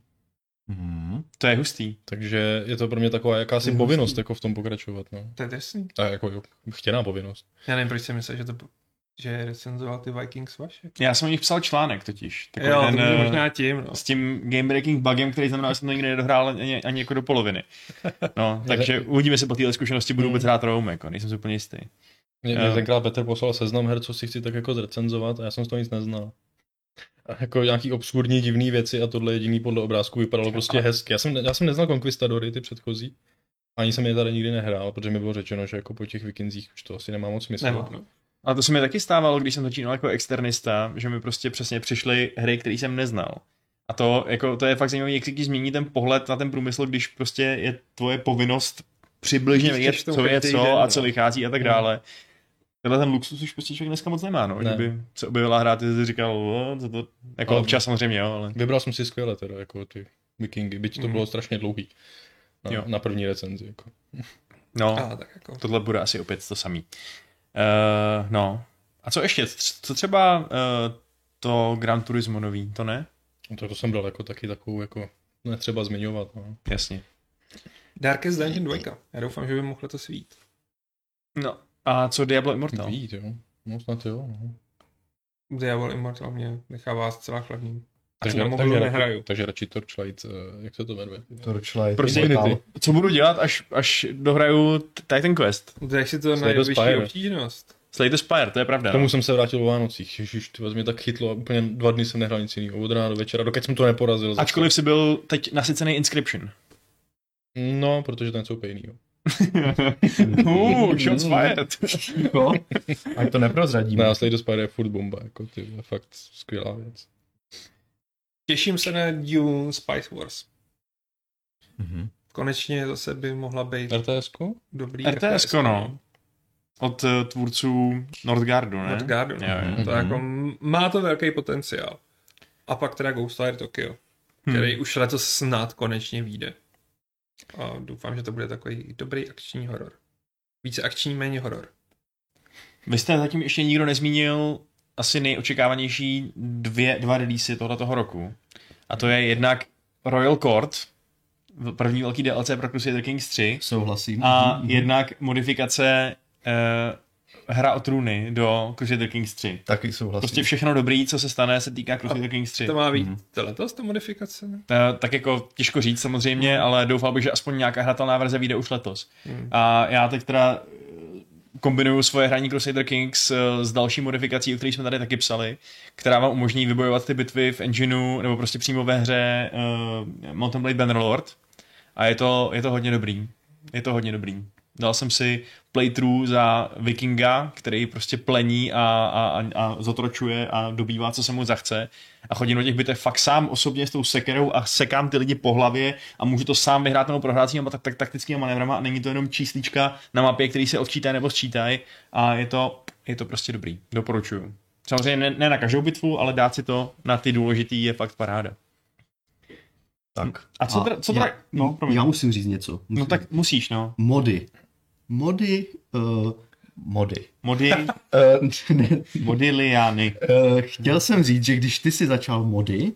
[SPEAKER 3] Hmm.
[SPEAKER 1] To je hustý.
[SPEAKER 4] Takže je to pro mě taková jakási povinnost jako v tom pokračovat, no.
[SPEAKER 2] To je drsný.
[SPEAKER 4] A jako jo, chtěná povinnost.
[SPEAKER 2] Já nevím, proč jsem myslel, že to že recenzoval ty Vikings vaše.
[SPEAKER 1] Já jsem o nich psal článek totiž. Takový
[SPEAKER 2] Jo,
[SPEAKER 1] ten,
[SPEAKER 2] to bude
[SPEAKER 1] eh,
[SPEAKER 2] možná tím, no.
[SPEAKER 1] s tím game breaking bugem, který znamená, že jsem to nikdy nedohrál ani, ani jako do poloviny.
[SPEAKER 2] (laughs)
[SPEAKER 1] No, takže uvidíme se po téhle zkušenosti,
[SPEAKER 2] Hmm.
[SPEAKER 1] budu vůbec hrát Rome, jako, nejsem si úplně jistý.
[SPEAKER 4] Mě,
[SPEAKER 1] Jo.
[SPEAKER 4] mě tenkrát Petr poslal seznam her, co si chci tak jako zrecenzovat a já jsem z toho nic neznal. A jako nějaký obskurní divný věci a tohle jediný podle obrázku vypadalo prostě hezky. Já jsem, ne- já jsem neznal Conquistadory, ty předchozí. Ani jsem je tady nikdy nehrál, protože mi bylo řečeno, že jako po těch vikinzích už to asi nemá moc smysl.
[SPEAKER 2] Nemá, no.
[SPEAKER 1] A to se mi taky stávalo, když jsem začínal jako externista, že mi prostě přesně přišly hry, které jsem neznal. A to, jako, to je fakt zajímavé, jak si ti změní ten pohled na ten průmysl, když prostě je tvoje povinnost přibližně
[SPEAKER 2] Když
[SPEAKER 1] vědět,
[SPEAKER 2] čteš to
[SPEAKER 1] co je
[SPEAKER 2] každý
[SPEAKER 1] co
[SPEAKER 2] den,
[SPEAKER 1] a
[SPEAKER 2] no.
[SPEAKER 1] co vychází a tak dále. Tenhle ten luxus už prostě člověk dneska moc nemá, no.
[SPEAKER 4] Ne.
[SPEAKER 1] Kdyby se objevila hra, ty jsi říkal, "O, co to... jako
[SPEAKER 4] Ale-
[SPEAKER 1] občas samozřejmě, jo, ale...
[SPEAKER 4] Vybral jsem si skvěle teda, jako ty vikingy, byť to
[SPEAKER 2] Mhm.
[SPEAKER 4] bylo strašně dlouhý. Na,
[SPEAKER 1] Jo.
[SPEAKER 4] na první recenzi, jako.
[SPEAKER 1] No.
[SPEAKER 2] A, tak jako.
[SPEAKER 1] Tohle bude asi opět to samý. Uh, no. A co ještě? Tř- Co třeba uh, to Gran Turismo nový? To ne?
[SPEAKER 4] No To, to jsem bral jako taky takovou, jako netřeba zmiňovat, no.
[SPEAKER 1] Jasně.
[SPEAKER 2] Darkest Dungeon 2. Já doufám, že by mohlo to svít.
[SPEAKER 1] No. A co Diablo Immortal?
[SPEAKER 4] Vít, jo. No snad jo, no.
[SPEAKER 2] Diablo Immortal mě nechává zcela chladným. A
[SPEAKER 4] Takže,
[SPEAKER 2] na mobilu
[SPEAKER 4] takže,
[SPEAKER 2] nehraju.
[SPEAKER 4] radši, takže radši Torchlight, eh, jak se to jmenuje?
[SPEAKER 3] Torchlight.
[SPEAKER 1] Proč
[SPEAKER 4] Infinity.
[SPEAKER 3] Immortal.
[SPEAKER 1] Co budu dělat, až, až dohraju t- Titan Quest?
[SPEAKER 2] Tak si to
[SPEAKER 4] Slay
[SPEAKER 2] na
[SPEAKER 4] the
[SPEAKER 2] nejvyšší
[SPEAKER 4] Spire.
[SPEAKER 2] obtížnost.
[SPEAKER 1] Slay the Spire, to je pravda.
[SPEAKER 4] K tomu jsem se vrátil o Vánocích. Ježiš, ty vás mě tak chytlo a úplně dva dny jsem nehrál nic jiného. Od rána do večera, dokud jsem to neporazil. zase.
[SPEAKER 1] Ačkoliv jsi byl teď nasycený (laughs) Inscription.
[SPEAKER 4] No, protože to je něco úplně jiného.
[SPEAKER 1] Uh, shots fired. No.
[SPEAKER 3] Jo? Mhm. Ať to neprozradíme.
[SPEAKER 4] Ne, a Slay the Spire je furt bomba, jako ty vole, fakt skvělá věc.
[SPEAKER 2] Těším se na Dune Spice Wars.
[SPEAKER 3] Mhm.
[SPEAKER 2] Konečně zase by mohla být
[SPEAKER 4] rts
[SPEAKER 2] dobrý
[SPEAKER 1] RTS, no. Od eh, tvůrců Northgardu, ne?
[SPEAKER 2] Od Gardu.
[SPEAKER 1] Jo, jo.
[SPEAKER 2] To jako m- má to velký potenciál. A pak teda Ghostwire Tokyo,
[SPEAKER 1] Hmm.
[SPEAKER 2] který už letos snad konečně vyjde. A doufám, že to bude takový dobrý akční horor. Více akční, méně horor.
[SPEAKER 1] Vy jste zatím ještě nikdo nezmínil asi nejočekávanější dvě, dva releasy tohoto roku. A to je jednak Royal Court, v- první velký DLC pro Crusader Kings 3,
[SPEAKER 3] Souhlasím.
[SPEAKER 1] a
[SPEAKER 3] Mhm.
[SPEAKER 1] jednak modifikace eh, Hra o trůny do Crusader Kings 3.
[SPEAKER 3] Taky souhlasím.
[SPEAKER 1] Prostě všechno dobrý, co se stane, se týká Crusader Kings 3.
[SPEAKER 2] To má být mm-hmm. letos, ta modifikace? ne?
[SPEAKER 1] Ta, tak jako těžko říct samozřejmě, ale doufal bych, že aspoň nějaká hratelná verze vyjde už letos. A já teď teda eh, kombinuju svoje hraní Crusader Kings eh, s další modifikací, o které jsme tady taky psali, která vám umožní vybojovat ty bitvy v engineu nebo prostě přímo ve hře uh, Mountain Blade Bannerlord. A je to, je to hodně dobrý. Je to hodně dobrý. Dal jsem si playthrough za vikinga, který prostě plení a, a, a, a zotročuje a dobývá, co se mu zachce. A chodím do těch bitev fakt sám osobně s tou sekerou a sekám ty lidi po hlavě a můžu to sám vyhrát nebo prohrát s těma tak, tak, taktickými manévrama a není to jenom číslíčka na mapě, který se odčítají nebo sčítají a je to, je to prostě dobrý. Doporučuju. Samozřejmě ne, ne na každou bitvu, ale dát si to na ty důležitý je fakt paráda.
[SPEAKER 3] tak.
[SPEAKER 1] A co teda- co teda-
[SPEAKER 3] já,
[SPEAKER 1] no, promiň.
[SPEAKER 3] já musím říct něco. Musím
[SPEAKER 1] No tak musíš, no.
[SPEAKER 3] Mody. Mody. Uh, mody.
[SPEAKER 1] Mody,
[SPEAKER 3] Uh, (laughs) ne,
[SPEAKER 1] mody liány.
[SPEAKER 3] Eh, chtěl jsem říct, že když ty si začal mody,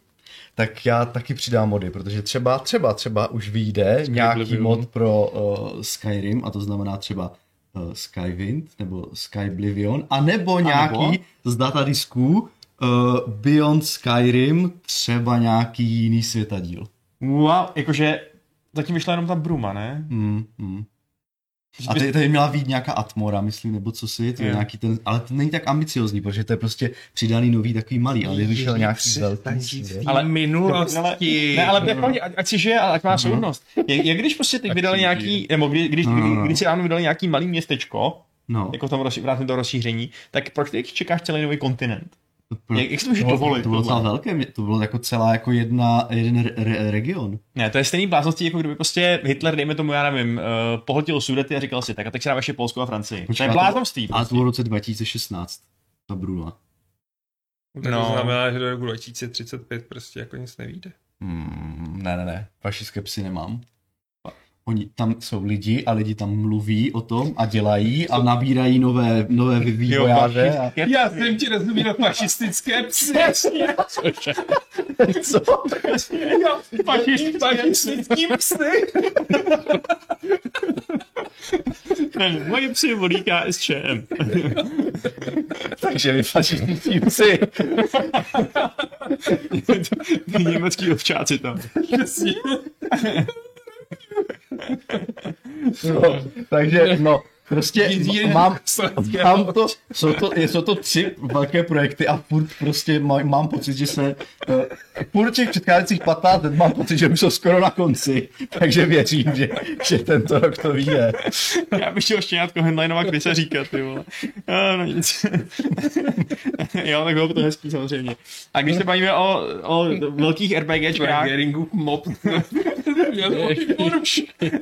[SPEAKER 3] tak já taky přidám mody, protože třeba, třeba, třeba už vyjde nějaký
[SPEAKER 4] Oblivion.
[SPEAKER 3] mod pro uh, Skyrim, a to znamená třeba uh, Skywind nebo Skyblivion, a nebo nějaký
[SPEAKER 1] nebo?
[SPEAKER 3] z datadisků uh, Beyond Skyrim, třeba nějaký jiný světadíl.
[SPEAKER 1] Wow, jakože zatím vyšla jenom ta bruma, ne?
[SPEAKER 3] Mm, mm. A tady, tady měla být nějaká atmora, myslím, nebo co si je to,
[SPEAKER 1] Jo.
[SPEAKER 3] nějaký ten, ale to není tak ambiciozní, protože to je prostě přidaný nový takový malý, ale vyšel nějaký velký svět.
[SPEAKER 1] Ale-
[SPEAKER 2] Ale minulosti.
[SPEAKER 1] Ale, ne, ale nepohodě, ať, ať si žije, ale ať má soudnost. Jak, jak když prostě teď
[SPEAKER 4] Ať
[SPEAKER 1] vydali
[SPEAKER 4] si
[SPEAKER 1] nějaký,
[SPEAKER 4] žije.
[SPEAKER 1] nebo kdy, když,
[SPEAKER 3] No, no, no.
[SPEAKER 1] kdy, když si ráno vydali nějaký malý městečko,
[SPEAKER 3] No.
[SPEAKER 1] jako tam rozši- vrátím to rozšíření, tak proč teď čekáš celý nový kontinent?
[SPEAKER 3] Pro-
[SPEAKER 1] Jak, jak si to můžeš
[SPEAKER 3] Hmm. to, bylo,
[SPEAKER 1] dovolit?
[SPEAKER 3] to bylo
[SPEAKER 1] tohle?
[SPEAKER 3] docela velké, mě- to bylo jako celá jako jedna, jeden re, re, region.
[SPEAKER 1] Ne, to je stejný bláznosti, jako kdyby prostě Hitler, dejme tomu, já nevím, eh, pohltil sudety a říkal si, tak a teď si dáme ještě Polsko a Francii. to
[SPEAKER 3] Počkej,
[SPEAKER 1] je prostě.
[SPEAKER 3] a to-
[SPEAKER 1] bláznoství.
[SPEAKER 3] A to bylo v roce 2016, ta brula.
[SPEAKER 2] To
[SPEAKER 1] No.
[SPEAKER 2] znamená, že do roku 2035 prostě jako nic nevíde.
[SPEAKER 3] Hmm, ne, ne, ne, vaši skepsy nemám. Oni tam jsou lidi a lidi tam mluví o tom a dělají a nabírají nové, nové vývojáře. A...
[SPEAKER 2] Já jsem ti rozuměl fašistické psy.
[SPEAKER 3] Co?
[SPEAKER 2] Fašistický psy.
[SPEAKER 1] Ne, Moje psy volí KSČM.
[SPEAKER 3] Takže vy fašističtí psi.
[SPEAKER 1] Ty německý ovčáci tam.
[SPEAKER 3] (laughs) No, takže no, prostě
[SPEAKER 2] Jiný-
[SPEAKER 3] mám,
[SPEAKER 2] Sladké
[SPEAKER 3] mám to, jsou to, jsou to tři velké projekty a furt prostě maj, mám pocit, že se eh, furt těch předcházejících 15 let mám pocit, že už jsou skoro na konci, takže věřím, že, že tento rok to vyjde.
[SPEAKER 1] (laughs) Já bych chtěl štěňátko Henleinova krysa říkat, ty vole. A, no nic. (laughs) jo, tak bylo by to hezký samozřejmě. A když se bavíme o, o velkých RPGčkách,
[SPEAKER 2] Geringu (laughs) mob.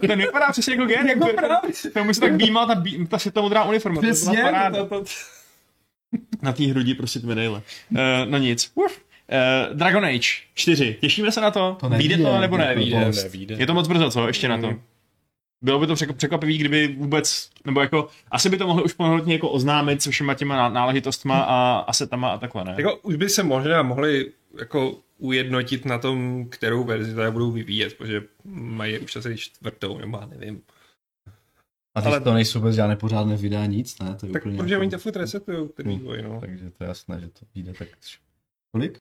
[SPEAKER 1] ten vypadá přesně jako Ger, jako tomu se tak býmá ta, bí, ta světlomodrá uniforma. to byla
[SPEAKER 2] Přesně.
[SPEAKER 1] paráda.
[SPEAKER 2] to- to-
[SPEAKER 1] Na té hrudi prostě ty medaile. Uh, no nic. Uf. Uh, Dragon Age 4. Těšíme se na to?
[SPEAKER 3] To
[SPEAKER 1] Vyjde to
[SPEAKER 3] nevíde,
[SPEAKER 1] nebo ne?
[SPEAKER 3] jako
[SPEAKER 1] Vyjde.
[SPEAKER 4] Nevíde, nevíde.
[SPEAKER 1] Je to moc brzo, co? Ještě na to. Bylo by to překvap- překvapivý, kdyby vůbec, nebo jako, asi by to mohli už plnohodnotně jako oznámit se všema těma ná- náležitostma a asetama a takhle, ne?
[SPEAKER 2] Jako už by se možná mohli jako ujednotit na tom, kterou verzi tady budou vyvíjet, protože mají už asi čtvrtou, nebo já nevím.
[SPEAKER 3] A ty
[SPEAKER 2] Ale-
[SPEAKER 3] to nejsou vůbec žádné pořádné videa, nic, ne? To je
[SPEAKER 2] Tak
[SPEAKER 3] úplně
[SPEAKER 2] protože
[SPEAKER 3] jako-
[SPEAKER 2] oni to furt resetují, ten
[SPEAKER 3] Hmm.
[SPEAKER 2] vývoj, no.
[SPEAKER 3] Takže to je jasné, že to vyjde tak... Kolik?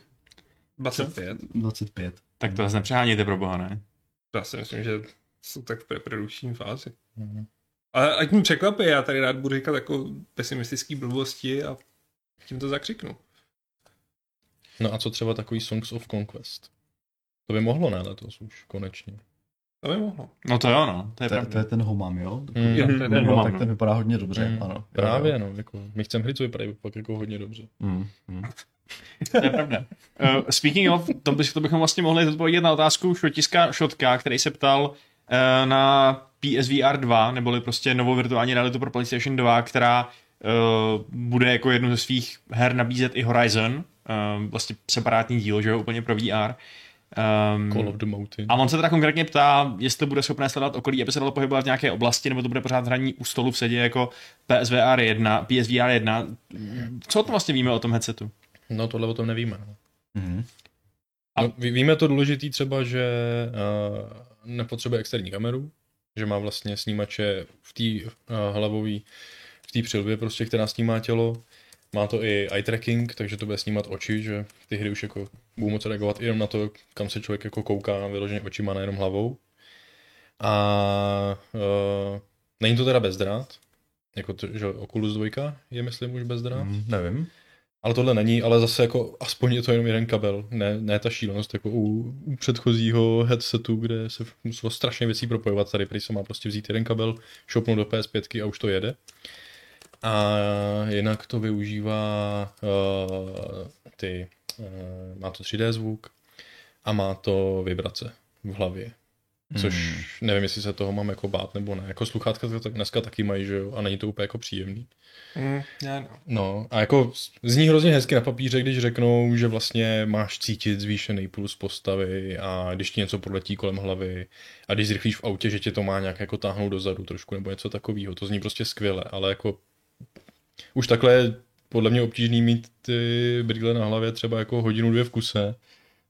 [SPEAKER 2] 25.
[SPEAKER 3] 25.
[SPEAKER 1] Tak to zase nepřehánějte pro boha, ne?
[SPEAKER 2] Já si myslím, že jsou tak v preproduční fázi.
[SPEAKER 3] Mhm.
[SPEAKER 2] Ale ať mě překvapí, já tady rád budu říkat jako pesimistický blbosti a tím to zakřiknu.
[SPEAKER 4] No a co třeba takový Songs of Conquest? To by mohlo, ne, letos už, konečně.
[SPEAKER 2] To by mohlo.
[SPEAKER 1] No to jo, no, to je
[SPEAKER 3] To, je- to
[SPEAKER 1] pravda.
[SPEAKER 3] je ten homam, jo?
[SPEAKER 4] Mm.
[SPEAKER 2] Jo, to je ten
[SPEAKER 1] Homam.
[SPEAKER 3] No, tak ten vypadá hodně dobře,
[SPEAKER 4] Mm.
[SPEAKER 3] ano.
[SPEAKER 4] Právě, no, jako, my chceme hry, co vypadají pak jako hodně dobře.
[SPEAKER 3] Mm. Mm.
[SPEAKER 1] To je pravda. Uh, speaking of, to, bys, to bychom vlastně mohli odpovědět na otázku Šotiska Šotka, který se ptal uh, na PSVR 2, neboli prostě novou virtuální realitu pro PlayStation 2, která uh, bude jako jednu eh, ze svých her nabízet i Horizon, uh, vlastně separátní díl, že jo, úplně pro VR.
[SPEAKER 4] Call
[SPEAKER 1] Um,
[SPEAKER 4] of the Mountain.
[SPEAKER 1] a on se teda konkrétně ptá, jestli bude schopné sledovat okolí, aby se dalo pohybovat v nějaké oblasti, nebo to bude pořád hraní u stolu v sedě jako PSVR 1, PSVR 1. Co o tom vlastně víme o tom headsetu?
[SPEAKER 4] No tohle o tom nevíme. No.
[SPEAKER 3] Mhm.
[SPEAKER 1] A-
[SPEAKER 4] A... No, ví- víme to důležitý třeba, že uh, nepotřebuje externí kameru, že má vlastně snímače v té uh, hlavové, v té přilbě prostě, která snímá tělo. Má to i eye tracking, takže to bude snímat oči, že ty hry už jako budou moc reagovat i jenom na to, kam se člověk jako kouká vyloženě očima, nejenom hlavou. A uh, není to teda bezdrát, jako to, že Oculus 2 je myslím už bezdrát,
[SPEAKER 3] Mhm, Nevím.
[SPEAKER 4] ale tohle není, ale zase jako aspoň je to jenom jeden kabel, ne, ne ta šílenost jako u, u předchozího headsetu, kde se f- muselo strašně věcí propojovat, tady prý se má prostě vzít jeden kabel, šoupnout do PS5 a už to jede. A jinak to využívá uh, ty, uh, má to 3D zvuk a má to vibrace v hlavě. Což hmm. nevím, jestli se toho mám jako bát nebo ne. Jako sluchátka to tak dneska taky mají, že jo, a není to úplně jako příjemný.
[SPEAKER 2] Mm, já no.
[SPEAKER 4] No a jako zní hrozně hezky na papíře, když řeknou, že vlastně máš cítit zvýšený puls postavy a když ti něco proletí kolem hlavy a když zrychlíš v autě, že tě to má nějak jako táhnout dozadu trošku nebo něco takového. To zní prostě skvěle, ale jako už takhle je podle mě obtížný mít ty brýle na hlavě třeba jako hodinu, dvě v kuse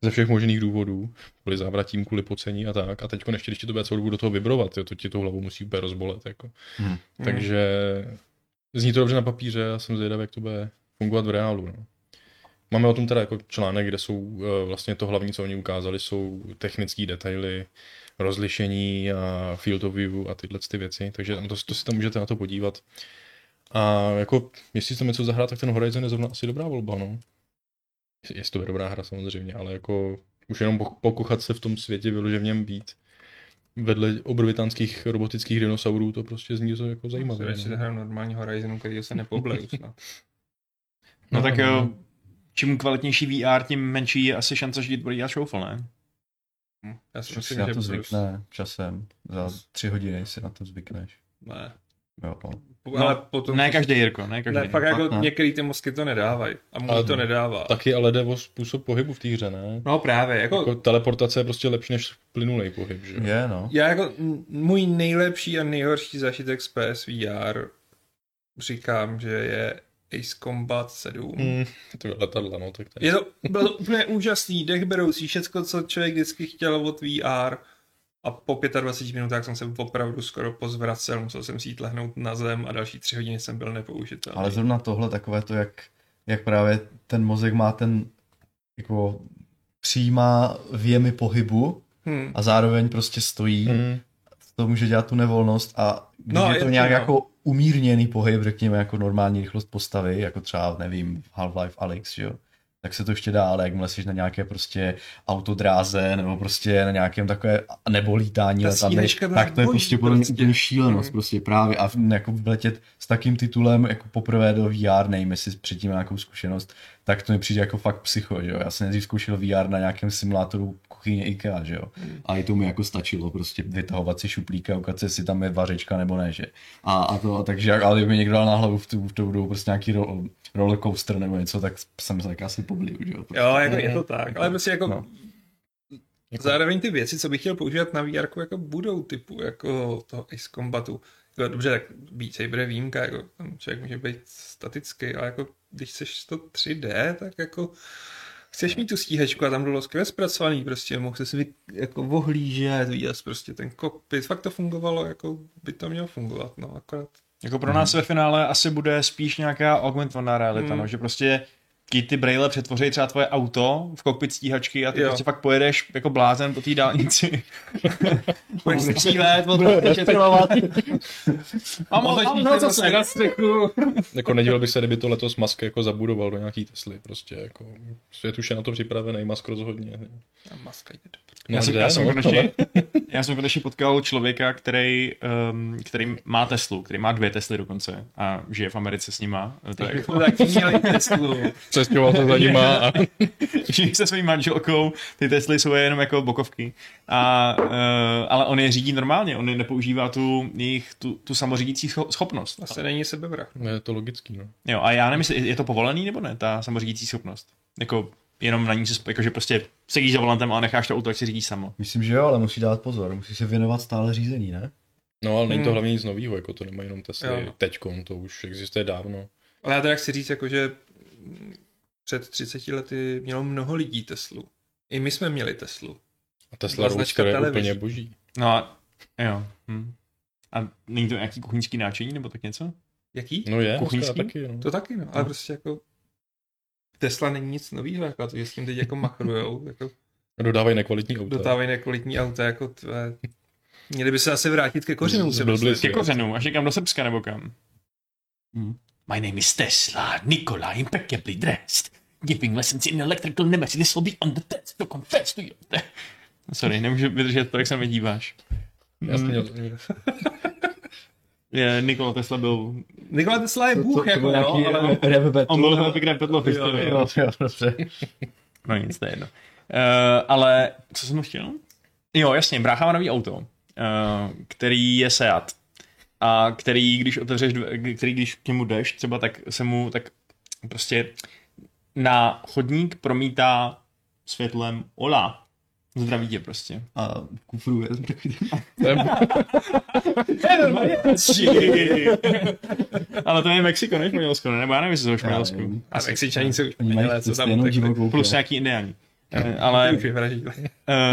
[SPEAKER 4] ze všech možných důvodů, kvůli závratím, kvůli pocení a tak. A teď ještě, když ti to bude celou dobu do toho vibrovat, jo, to ti tu hlavu musí úplně rozbolet. Jako.
[SPEAKER 3] Hmm.
[SPEAKER 4] Takže zní to dobře na papíře, já jsem zvědav, jak to bude fungovat v reálu. No. Máme o tom teda jako článek, kde jsou eh, vlastně to hlavní, co oni ukázali, jsou technické detaily, rozlišení a field of view a tyhle ty věci, takže tam to, to si tam můžete na to podívat. A jako, jestli chcete něco zahrát, tak ten Horizon je zrovna asi dobrá volba, no. Jest- Jestli to je dobrá hra samozřejmě, ale jako už jenom po- pokochat se v tom světě, vylože v něm být. Vedle obrovitánských robotických dinosaurů to prostě zní to jako zajímavé.
[SPEAKER 2] Zajímavé. Si
[SPEAKER 4] no.
[SPEAKER 2] zahraju normální Horizon, který se nepobleju snad.
[SPEAKER 1] No, tak
[SPEAKER 4] no.
[SPEAKER 1] jo, čím kvalitnější VR, tím menší je asi šance, že ti to bude dělat šoufl, ne?
[SPEAKER 2] Hm, Já si
[SPEAKER 3] Člověk si
[SPEAKER 2] myslím,
[SPEAKER 3] na
[SPEAKER 2] že
[SPEAKER 3] to
[SPEAKER 2] budu-
[SPEAKER 3] zvykne časem. Za tři hodiny si na to zvykneš.
[SPEAKER 2] Ne.
[SPEAKER 3] Jo, no.
[SPEAKER 2] Po- Ale potom...
[SPEAKER 1] Ne každý, Jirko, ne každý.
[SPEAKER 2] Ne, fakt jako
[SPEAKER 3] fakt ne.
[SPEAKER 2] některý ty mozky to nedávají. A můj
[SPEAKER 4] Ale-
[SPEAKER 2] to nedává.
[SPEAKER 4] Taky ale jde o způsob pohybu v té hře, ne?
[SPEAKER 2] No právě, jako
[SPEAKER 4] Jako teleportace je prostě lepší než plynulej pohyb, že? jo?
[SPEAKER 3] Je, no.
[SPEAKER 2] Já jako m- můj nejlepší a nejhorší zažitek z PSVR říkám, že je Ace Combat 7. Mm.
[SPEAKER 4] Mm, ty letadla, no, tak to je.
[SPEAKER 2] Je to, bylo to úplně úžasný, dechberoucí, všecko, co člověk vždycky chtěl od VR. A po 25 minutách jsem se opravdu skoro pozvracel, musel jsem si jít lehnout na zem a další tři hodiny jsem byl nepoužitelný.
[SPEAKER 3] Ale zrovna tohle takové to, jak, jak právě ten mozek má ten jako přijímá věmy pohybu
[SPEAKER 2] hmm.
[SPEAKER 3] a zároveň prostě stojí, hmm.
[SPEAKER 4] Mm.
[SPEAKER 3] to může dělat tu nevolnost a když
[SPEAKER 2] No,
[SPEAKER 3] no, je to
[SPEAKER 2] je-
[SPEAKER 3] nějak
[SPEAKER 2] no.
[SPEAKER 3] jako umírněný pohyb, řekněme jako normální rychlost postavy, jako třeba, nevím, v Half-Life Alyx, že jo, tak se to ještě dá, ale jakmile jsi na nějaké prostě autodráze nebo prostě na nějakém takové, nebo lítání
[SPEAKER 2] Ta
[SPEAKER 3] letadly,
[SPEAKER 2] stíhačka byla
[SPEAKER 3] tak to je
[SPEAKER 2] boží
[SPEAKER 3] prostě podle mě
[SPEAKER 2] prostě.
[SPEAKER 3] úplně šílenost
[SPEAKER 2] Mm.
[SPEAKER 3] prostě právě a jako letět s takým titulem jako poprvé do VR, nevím, jestli předtím má nějakou zkušenost, tak to mi přijde jako fakt psycho, že jo. Já jsem nejdřív zkoušel VR na nějakém simulátoru kuchyně IKEA, že jo. A i to mi jako stačilo prostě vytahovat si šuplíka, ukat si, jestli tam je vařečka nebo ne, že. A, a to, a takže, ale kdyby mi někdo dal na hlavu v tu, v tu dobu prostě nějaký ro- roller coaster nebo něco, tak jsem se tak asi poblil, že jo.
[SPEAKER 2] Jo, jako je to tak, ale prostě jako
[SPEAKER 3] No.
[SPEAKER 4] Jako-
[SPEAKER 2] Zároveň ty věci, co bych chtěl používat na VR, jako budou typu jako toho Ace Combatu. Jako, dobře, tak Beat Saber je výjimka, jako, tam člověk může být statický, ale jako když seš to 3D, tak jako chceš mít tu stíhačku a tam bylo skvěle zpracovaný, prostě mohl jsi si vy, jako ohlížet, vidět prostě ten kokpit, fakt to fungovalo, jako by to mělo fungovat, no akorát.
[SPEAKER 1] Jako pro nás ve finále asi bude spíš nějaká augmentovaná realita,
[SPEAKER 2] Mm.
[SPEAKER 1] no, že prostě ti ty braille přetvoří třeba tvoje auto v kokpit stíhačky a ty
[SPEAKER 2] Jo.
[SPEAKER 1] prostě fakt pojedeš jako blázen po té dálnici. Budeš střílet, od toho budeš trvovat. A mám to zase.
[SPEAKER 2] na střechu.
[SPEAKER 4] Jako nedělal bych se, kdyby to letos Musk jako zabudoval do nějaký Tesly, prostě jako. Svět už je na to připravený, Musk rozhodně.
[SPEAKER 2] A maska jde do
[SPEAKER 4] No,
[SPEAKER 1] Já jsem,
[SPEAKER 4] jde,
[SPEAKER 1] já, jsem
[SPEAKER 4] no,
[SPEAKER 1] konečně, (laughs) já jsem konečně potkal člověka, který, um, který má Teslu, který má dvě Tesly dokonce a žije v Americe s nima. To je,
[SPEAKER 2] No, tak měli
[SPEAKER 1] (laughs)
[SPEAKER 2] Teslu.
[SPEAKER 4] Přestěhoval se za nima (laughs) a
[SPEAKER 1] žijí se svojí manželkou, ty Tesly jsou jenom jako bokovky. A, uh, ale on je řídí normálně, on je nepoužívá tu, jejich, tu, tu samořídící scho- schopnost.
[SPEAKER 2] Asi není sebevrah.
[SPEAKER 4] No, je to logický, no.
[SPEAKER 1] Jo, a já nevím, jestli je to povolený nebo ne, ta samořídící schopnost. Jako jenom na ní si, sp- jakože prostě sedíš za volantem a necháš to auto, jak si řídí samo.
[SPEAKER 5] Myslím, že jo, ale musí dát pozor, musí se věnovat stále řízení, ne?
[SPEAKER 4] No ale není to
[SPEAKER 2] Hmm.
[SPEAKER 4] hlavně nic nového, jako to nemají jenom Tesly
[SPEAKER 2] Jo.
[SPEAKER 4] teďkon, to už existuje dávno.
[SPEAKER 2] Ale já teda chci říct, jako, že mm, před 30 lety mělo mnoho lidí Teslu. I my jsme měli Teslu.
[SPEAKER 4] A Tesla
[SPEAKER 2] Byla
[SPEAKER 4] Roadster
[SPEAKER 2] značka
[SPEAKER 4] je
[SPEAKER 2] televizí.
[SPEAKER 4] úplně boží.
[SPEAKER 1] No a jo. Hm. A není to nějaký kuchyňský náčení nebo tak něco?
[SPEAKER 2] Jaký?
[SPEAKER 4] No je,
[SPEAKER 1] Kuchyňský?
[SPEAKER 4] kuchyňský? taky, no.
[SPEAKER 2] To taky, no. Ale
[SPEAKER 1] No.
[SPEAKER 2] prostě jako Tesla není nic nového, jako, a to, že s tím teď jako machrujou, jako
[SPEAKER 4] Dodávají nekvalitní auta.
[SPEAKER 2] dotávají nekvalitní auta, jako tvé. Měli by se asi vrátit ke kořenům. si
[SPEAKER 4] Zblbli
[SPEAKER 2] myslím.
[SPEAKER 1] Ke kořenům, Jako až někam do Srbska nebo kam? Prostě Hm. My name is Tesla, Nikola, impeccably dressed. Giving lessons in electrical pneumatic, this will be on the test to confess to you. Sorry, nemůžu vydržet to, jak se mi díváš.
[SPEAKER 4] Já jsem měl,
[SPEAKER 1] Je, Nikola Tesla byl
[SPEAKER 2] Nikola Tesla je bůh, jako, jo, ale on-
[SPEAKER 5] rap
[SPEAKER 1] On byl na pěkné petlo v
[SPEAKER 2] Jo,
[SPEAKER 1] historii.
[SPEAKER 5] Jo, jo, dobře.
[SPEAKER 1] No nic, to je jedno. Eh, ale co jsem chtěl? Jo, jasně, brácha má nový auto, eh, který je Seat. A který, když otevřeš, dve- který, když k němu jdeš, třeba tak se mu tak prostě na chodník promítá světlem Ola. Zdraví tě prostě.
[SPEAKER 5] A v kufru je takový
[SPEAKER 1] Ale to je Mexiko, ne Španělsko, ne? Nebo já nevím, jestli to je Španělsko.
[SPEAKER 5] ten...
[SPEAKER 2] A Mexičani jsou už
[SPEAKER 5] Oni
[SPEAKER 2] měli,
[SPEAKER 5] mají
[SPEAKER 2] ale co
[SPEAKER 3] prostě
[SPEAKER 2] tam
[SPEAKER 5] jenom
[SPEAKER 2] utekli.
[SPEAKER 5] divokou.
[SPEAKER 1] Plus
[SPEAKER 5] krev.
[SPEAKER 1] nějaký indiáni. Eh,
[SPEAKER 2] Ty
[SPEAKER 1] Ale
[SPEAKER 2] už vyvraždili.
[SPEAKER 1] Uh,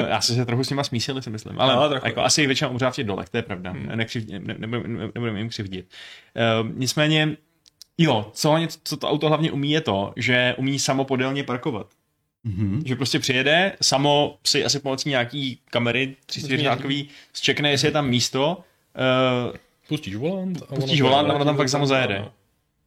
[SPEAKER 1] já jsem se trochu s nima smísil, si myslím, ale
[SPEAKER 2] No,
[SPEAKER 1] no,
[SPEAKER 2] trochu.
[SPEAKER 1] jako, asi většina umřela v těch dolech, to je pravda, hmm. Nekřivdě, ne, nebudem, ne- nebudem jim křivdit. Uh, nicméně, jo, co, hlavně- co to auto hlavně umí je to, že umí samopodelně parkovat.
[SPEAKER 5] Mhm.
[SPEAKER 1] Že prostě přijede, samo si asi pomocí nějaký kamery 340 zčekne, jestli je tam místo, uh,
[SPEAKER 4] pustíš volant. A ono
[SPEAKER 1] pustíš
[SPEAKER 4] to
[SPEAKER 1] volant a
[SPEAKER 4] jede.
[SPEAKER 1] ono
[SPEAKER 2] (laughs)
[SPEAKER 1] tam fakt samo zajede.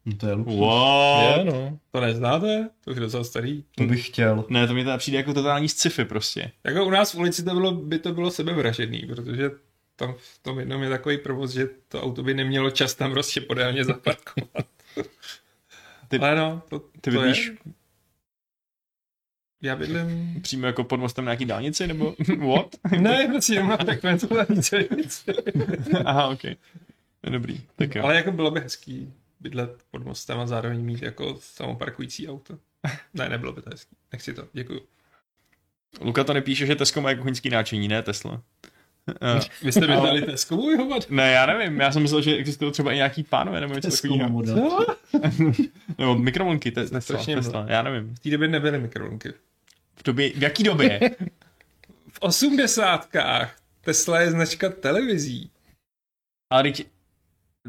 [SPEAKER 5] No To je luxus.
[SPEAKER 4] Je,
[SPEAKER 1] Wow.
[SPEAKER 4] no.
[SPEAKER 2] To neznáte? To už je docela starý.
[SPEAKER 5] To bych chtěl.
[SPEAKER 1] Ne, to mi teda přijde jako totální sci-fi prostě.
[SPEAKER 2] Jako u nás v ulici to bylo, by to bylo sebevražedný, protože tam v tom jednom je takový provoz, že to auto by nemělo čas tam prostě podélně zaparkovat.
[SPEAKER 1] Ty-
[SPEAKER 2] (laughs) Ty, Ale no, to,
[SPEAKER 1] Ty
[SPEAKER 2] to
[SPEAKER 1] bydlíš
[SPEAKER 2] je. Já bydlím...
[SPEAKER 1] přímo jako pod mostem na nějaký dálnici, nebo (laughs) what?
[SPEAKER 2] (laughs) Ne, prostě jenom na takové to
[SPEAKER 1] Aha, ok. Dobrý, tak jo.
[SPEAKER 2] Ale jako bylo by hezký bydlet pod mostem a zároveň mít jako samoparkující auto. Ne, nebylo by to hezký. Nechci to, děkuju.
[SPEAKER 1] Luka to nepíše, že Tesco má kuchyňský náčiní, ne Tesla.
[SPEAKER 2] (laughs)
[SPEAKER 1] Eh,
[SPEAKER 2] Vy jste bydleli Tesco, můj hovado.
[SPEAKER 1] ne, já nevím, já jsem myslel, že existují třeba i nějaký pánové nebo něco
[SPEAKER 5] Tesco
[SPEAKER 1] takového.
[SPEAKER 5] model.
[SPEAKER 2] No.
[SPEAKER 1] Nebo mikrovlnky te- Tesla,
[SPEAKER 2] strašně
[SPEAKER 1] Tesla, já nevím.
[SPEAKER 2] V té době nebyly mikrovlnky.
[SPEAKER 1] V, době, v jaký době?
[SPEAKER 2] (laughs) V osmdesátkách Tesla je značka televizí.
[SPEAKER 1] Ale teď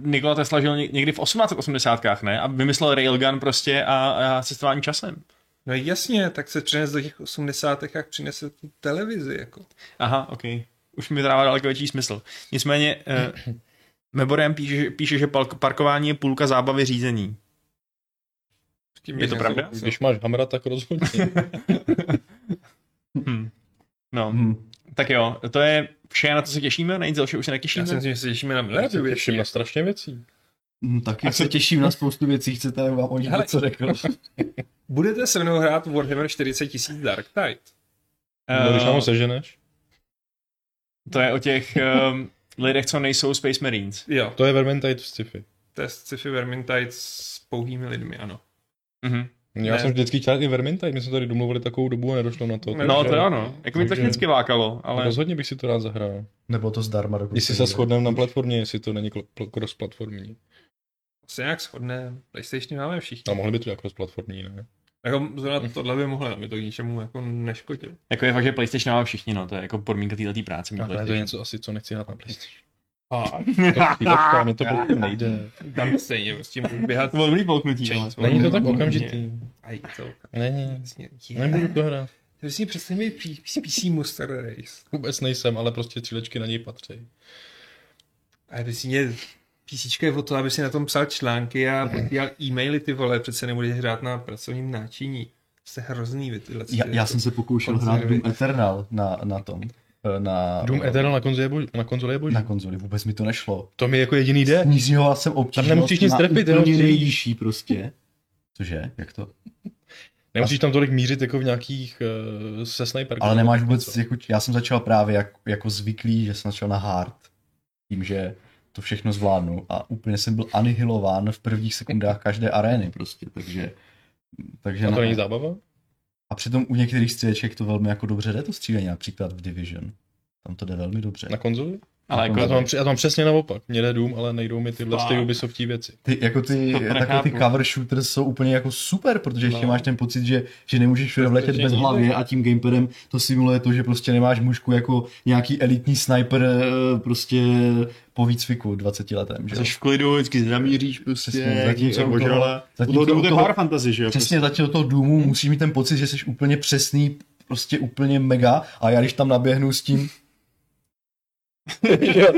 [SPEAKER 1] Nikola Tesla žil ně- někdy v 1880. ne? A vymyslel Railgun prostě a, a cestování časem.
[SPEAKER 2] No jasně, tak se přines do těch osmdesátek a přinese tu televizi, jako.
[SPEAKER 1] Aha, ok. Už mi to dává daleko větší smysl. Nicméně, eh, Meborem píše, píše, že palk- parkování je půlka zábavy řízení.
[SPEAKER 2] S tím
[SPEAKER 1] Je
[SPEAKER 2] nic
[SPEAKER 1] to pravda?
[SPEAKER 2] nesouvisí.
[SPEAKER 4] Když máš Hamra, tak rozhodně. (laughs)
[SPEAKER 1] Hm. No,
[SPEAKER 5] Mhm.
[SPEAKER 1] tak jo, to je vše, na co se těšíme, na nic dalšího už se
[SPEAKER 2] Já
[SPEAKER 1] netěšíme.
[SPEAKER 2] si myslím, že se těšíme na
[SPEAKER 4] Já
[SPEAKER 2] miliardu
[SPEAKER 4] se těším
[SPEAKER 2] věcí.
[SPEAKER 4] na strašně věcí.
[SPEAKER 5] Mhm, Taky
[SPEAKER 1] A
[SPEAKER 5] se
[SPEAKER 1] co-
[SPEAKER 5] těším na spoustu věcí, chcete vám o nich
[SPEAKER 2] Hele.
[SPEAKER 5] něco řekl.
[SPEAKER 4] (laughs)
[SPEAKER 2] Budete se mnou hrát Warhammer 40 000 Dark Tide.
[SPEAKER 4] No, když nám
[SPEAKER 1] Eh,
[SPEAKER 4] ho seženeš.
[SPEAKER 1] To je o těch um, lidech, co nejsou Space Marines.
[SPEAKER 2] Jo,
[SPEAKER 4] To je Vermintide v sci-fi.
[SPEAKER 2] to je sci-fi Vermintide s pouhými lidmi, ano.
[SPEAKER 1] Mhm.
[SPEAKER 4] Já
[SPEAKER 2] Ne.
[SPEAKER 4] jsem vždycky chtěl i Vermintide, my jsme tady domluvili takovou dobu a nedošlo na to.
[SPEAKER 2] Ne,
[SPEAKER 1] No,
[SPEAKER 4] takže
[SPEAKER 1] to ano. Jako mi to
[SPEAKER 4] Takže-
[SPEAKER 1] technicky lákalo, ale
[SPEAKER 4] Rozhodně bych si to rád zahrál.
[SPEAKER 5] Nebo to zdarma dokonce.
[SPEAKER 4] Jestli se shodneme na platformě, jestli to není klo- pl- cross-platformní.
[SPEAKER 2] Se nějak shodne, PlayStation máme všichni.
[SPEAKER 4] A mohli by to jako cross-platformní, ne?
[SPEAKER 2] Jako zrovna tohle by mohlo, aby to k ničemu jako neškodilo.
[SPEAKER 1] jako je fakt, že PlayStation má všichni, no, to je jako podmínka této práce. mít
[SPEAKER 4] Ale to je
[SPEAKER 1] PlayStation.
[SPEAKER 4] něco asi, co nechci hrát na PlayStation.
[SPEAKER 2] A
[SPEAKER 4] Chvílovka, mě to prostě nejde.
[SPEAKER 2] tam stejně prostě můžu běhat.
[SPEAKER 1] To bylo dobrý polknutí, ale.
[SPEAKER 2] Chains-
[SPEAKER 4] Není to tak
[SPEAKER 2] Volný.
[SPEAKER 4] okamžitý.
[SPEAKER 2] Aj, to.
[SPEAKER 4] Není.
[SPEAKER 2] Vlastně, je.
[SPEAKER 4] Nebudu to hrát.
[SPEAKER 2] To si představ mi pí- PC Monster Race.
[SPEAKER 4] Vůbec nejsem, ale prostě střílečky na něj patří.
[SPEAKER 2] A vlastně PC je o to, aby si na tom psal články a
[SPEAKER 5] Mhm.
[SPEAKER 2] posílal e-maily ty vole, přece nebudeš hrát na pracovním náčiní. Jste hrozný vy tyhle.
[SPEAKER 5] Já, já jsem se pokoušel hrát
[SPEAKER 2] Konzervy.
[SPEAKER 5] Doom Eternal na, na tom. eh, Na,
[SPEAKER 4] Doom Eternal na konzoli je boží. Na konzoli je boží.
[SPEAKER 5] na konzoli, vůbec mi to nešlo.
[SPEAKER 4] To mi jako jediný jde.
[SPEAKER 5] Snižoval jsem obtížnost
[SPEAKER 4] nemusíš nic
[SPEAKER 5] na
[SPEAKER 4] trpět,
[SPEAKER 5] úplně
[SPEAKER 4] jenom střílíš.
[SPEAKER 5] nejnižší prostě. Cože? Jak to?
[SPEAKER 4] Nemusíš tam tolik mířit jako v nějakých uh, se sniperkou.
[SPEAKER 5] Ale nemáš vůbec, jako, já jsem začal právě jak, jako zvyklý, že jsem začal na hard. Tím, že to všechno zvládnu a úplně jsem byl
[SPEAKER 4] (laughs)
[SPEAKER 5] anihilován v prvních sekundách každé arény prostě, takže... Takže
[SPEAKER 4] A to
[SPEAKER 5] ne.
[SPEAKER 4] není zábava?
[SPEAKER 5] a
[SPEAKER 3] A přitom u některých stříleček to velmi jako dobře jde, to střílení, například v Division. Tam to jde velmi dobře.
[SPEAKER 4] Na konzoli?
[SPEAKER 1] Ale
[SPEAKER 3] No,
[SPEAKER 4] Já to,
[SPEAKER 1] jako,
[SPEAKER 4] mám, při- já to mám přesně naopak. Mně jde Doom, ale nejdou mi tyhle z ty
[SPEAKER 1] Fakt.
[SPEAKER 4] Ubisoftí věci.
[SPEAKER 3] Ty, jako ty,
[SPEAKER 1] To
[SPEAKER 3] takové ty
[SPEAKER 1] nechápu.
[SPEAKER 3] cover shooters jsou úplně jako super, protože ještě
[SPEAKER 4] No.
[SPEAKER 3] máš ten pocit, že, že nemůžeš všude vletět bez
[SPEAKER 4] nikdy.
[SPEAKER 3] hlavy a tím gamepadem to simuluje to, že prostě nemáš mužku jako nějaký elitní sniper eh, prostě po výcviku 20 letem, že? jo?
[SPEAKER 6] Jsi v klidu, vždycky zamíříš
[SPEAKER 3] Přesně,
[SPEAKER 6] prostě,
[SPEAKER 3] zatímco
[SPEAKER 6] zatímco
[SPEAKER 3] u toho-
[SPEAKER 6] ožrala. U
[SPEAKER 3] zatímco
[SPEAKER 6] toho Doomu
[SPEAKER 3] u
[SPEAKER 6] to je
[SPEAKER 3] toho-
[SPEAKER 6] Power Fantasy, že jo?
[SPEAKER 3] Přesně zatím do toho důmu musí mít ten pocit, že jsi úplně přesný, prostě úplně mega a já když tam naběhnu s tím Že jo,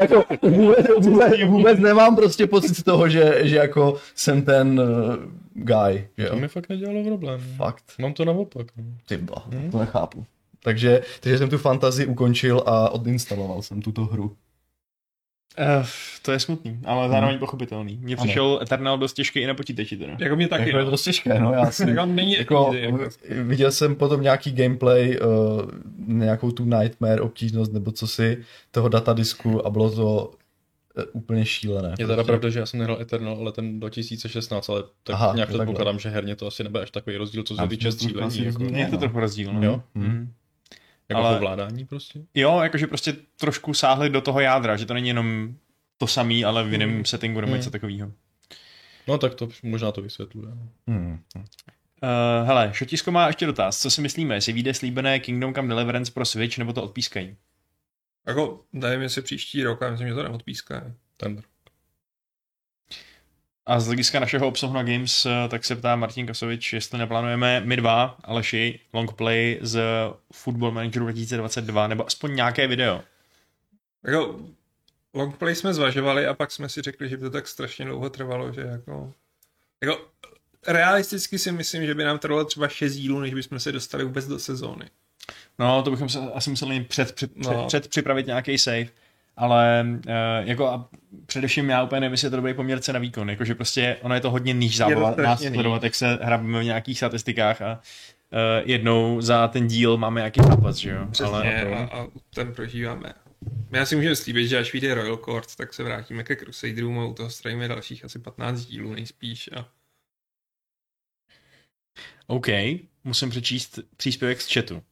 [SPEAKER 3] jako vůbec, vůbec, vůbec, nemám prostě pocit z toho, že, že jako jsem ten uh, guy, že
[SPEAKER 4] To
[SPEAKER 3] jo?
[SPEAKER 4] mi fakt nedělalo problém.
[SPEAKER 3] Fakt,
[SPEAKER 4] Mám to naopak. no.
[SPEAKER 3] ty bla, to nechápu. Takže, takže jsem tu fantazii ukončil a odinstaloval jsem tuto hru.
[SPEAKER 6] prostě.
[SPEAKER 1] eh, to je smutný,
[SPEAKER 4] Mhm.
[SPEAKER 1] ale zároveň pochopitelný. Mně
[SPEAKER 3] Ano.
[SPEAKER 1] přišel Eternal dost těžký i na počítači teda.
[SPEAKER 2] Jako mě taky.
[SPEAKER 3] Jako je to
[SPEAKER 2] Jako,
[SPEAKER 3] dost těžké, no, já jsem,
[SPEAKER 2] jako není
[SPEAKER 3] Jako,
[SPEAKER 2] easy, jako.
[SPEAKER 3] viděl jsem potom nějaký gameplay, uh, nějakou tu nightmare obtížnost nebo co si toho datadisku a bylo to eh, úplně šílené. Prostě.
[SPEAKER 4] Je teda pravda, že já jsem nehrál Eternal, ale ten 2016, ale tak
[SPEAKER 3] Aha,
[SPEAKER 4] nějak
[SPEAKER 3] to takhle.
[SPEAKER 4] předpokládám, že herně to asi nebude až takový rozdíl, co se
[SPEAKER 3] Já
[SPEAKER 4] týče
[SPEAKER 3] myslím, že to asi
[SPEAKER 4] střílení, jako,
[SPEAKER 3] rozdíl.
[SPEAKER 1] Je to
[SPEAKER 3] no.
[SPEAKER 1] trochu rozdíl, no.
[SPEAKER 4] Jo?
[SPEAKER 1] Mm.
[SPEAKER 4] jako
[SPEAKER 1] Ale-
[SPEAKER 4] ovládání prostě.
[SPEAKER 1] Jo, jakože prostě trošku sáhli do toho jádra, že to není jenom to samý, ale v jiném settingu nebo
[SPEAKER 4] Mm.
[SPEAKER 1] něco takového.
[SPEAKER 4] No tak to možná to vysvětluje. no.
[SPEAKER 3] Hmm.
[SPEAKER 1] Uh, hele, Šotisko má ještě dotaz. Co si myslíme, jestli vyjde slíbené Kingdom Come Deliverance pro Switch, nebo to odpískají?
[SPEAKER 2] jako nevím, jestli příští rok, ale myslím, že to neodpíská.
[SPEAKER 4] Ten
[SPEAKER 1] A z hlediska našeho obsahu na Games, eh, tak se ptá Martin Kasovič, jestli neplánujeme my dva, Aleši, longplay z Football Manageru 2022, nebo aspoň nějaké video.
[SPEAKER 2] Jako, longplay jsme zvažovali a pak jsme si řekli, že by to tak strašně dlouho trvalo, že jako... jako realisticky si myslím, že by nám trvalo třeba 6 dílů, než bychom se dostali vůbec do sezóny.
[SPEAKER 1] No, to bychom se asi museli před, před, před,
[SPEAKER 2] No.
[SPEAKER 1] před připravit nějaký save. Ale uh, jako a především já úplně nevím, jestli je to dobrý poměrce na výkon. Jakože prostě ono je to hodně níž zábava
[SPEAKER 2] strašně
[SPEAKER 1] nás
[SPEAKER 2] níž.
[SPEAKER 1] sledovat, jak se hrabeme v nějakých statistikách a uh, jednou za ten díl máme nějaký zápas, že jo?
[SPEAKER 2] Přesně, a,
[SPEAKER 1] no.
[SPEAKER 2] a ten prožíváme. My asi můžeme slíbit, že až vyjde Royal Court, tak se vrátíme ke Crusaderům a u toho strávíme dalších asi 15 dílů nejspíš. A...
[SPEAKER 1] OK, musím přečíst příspěvek z chatu.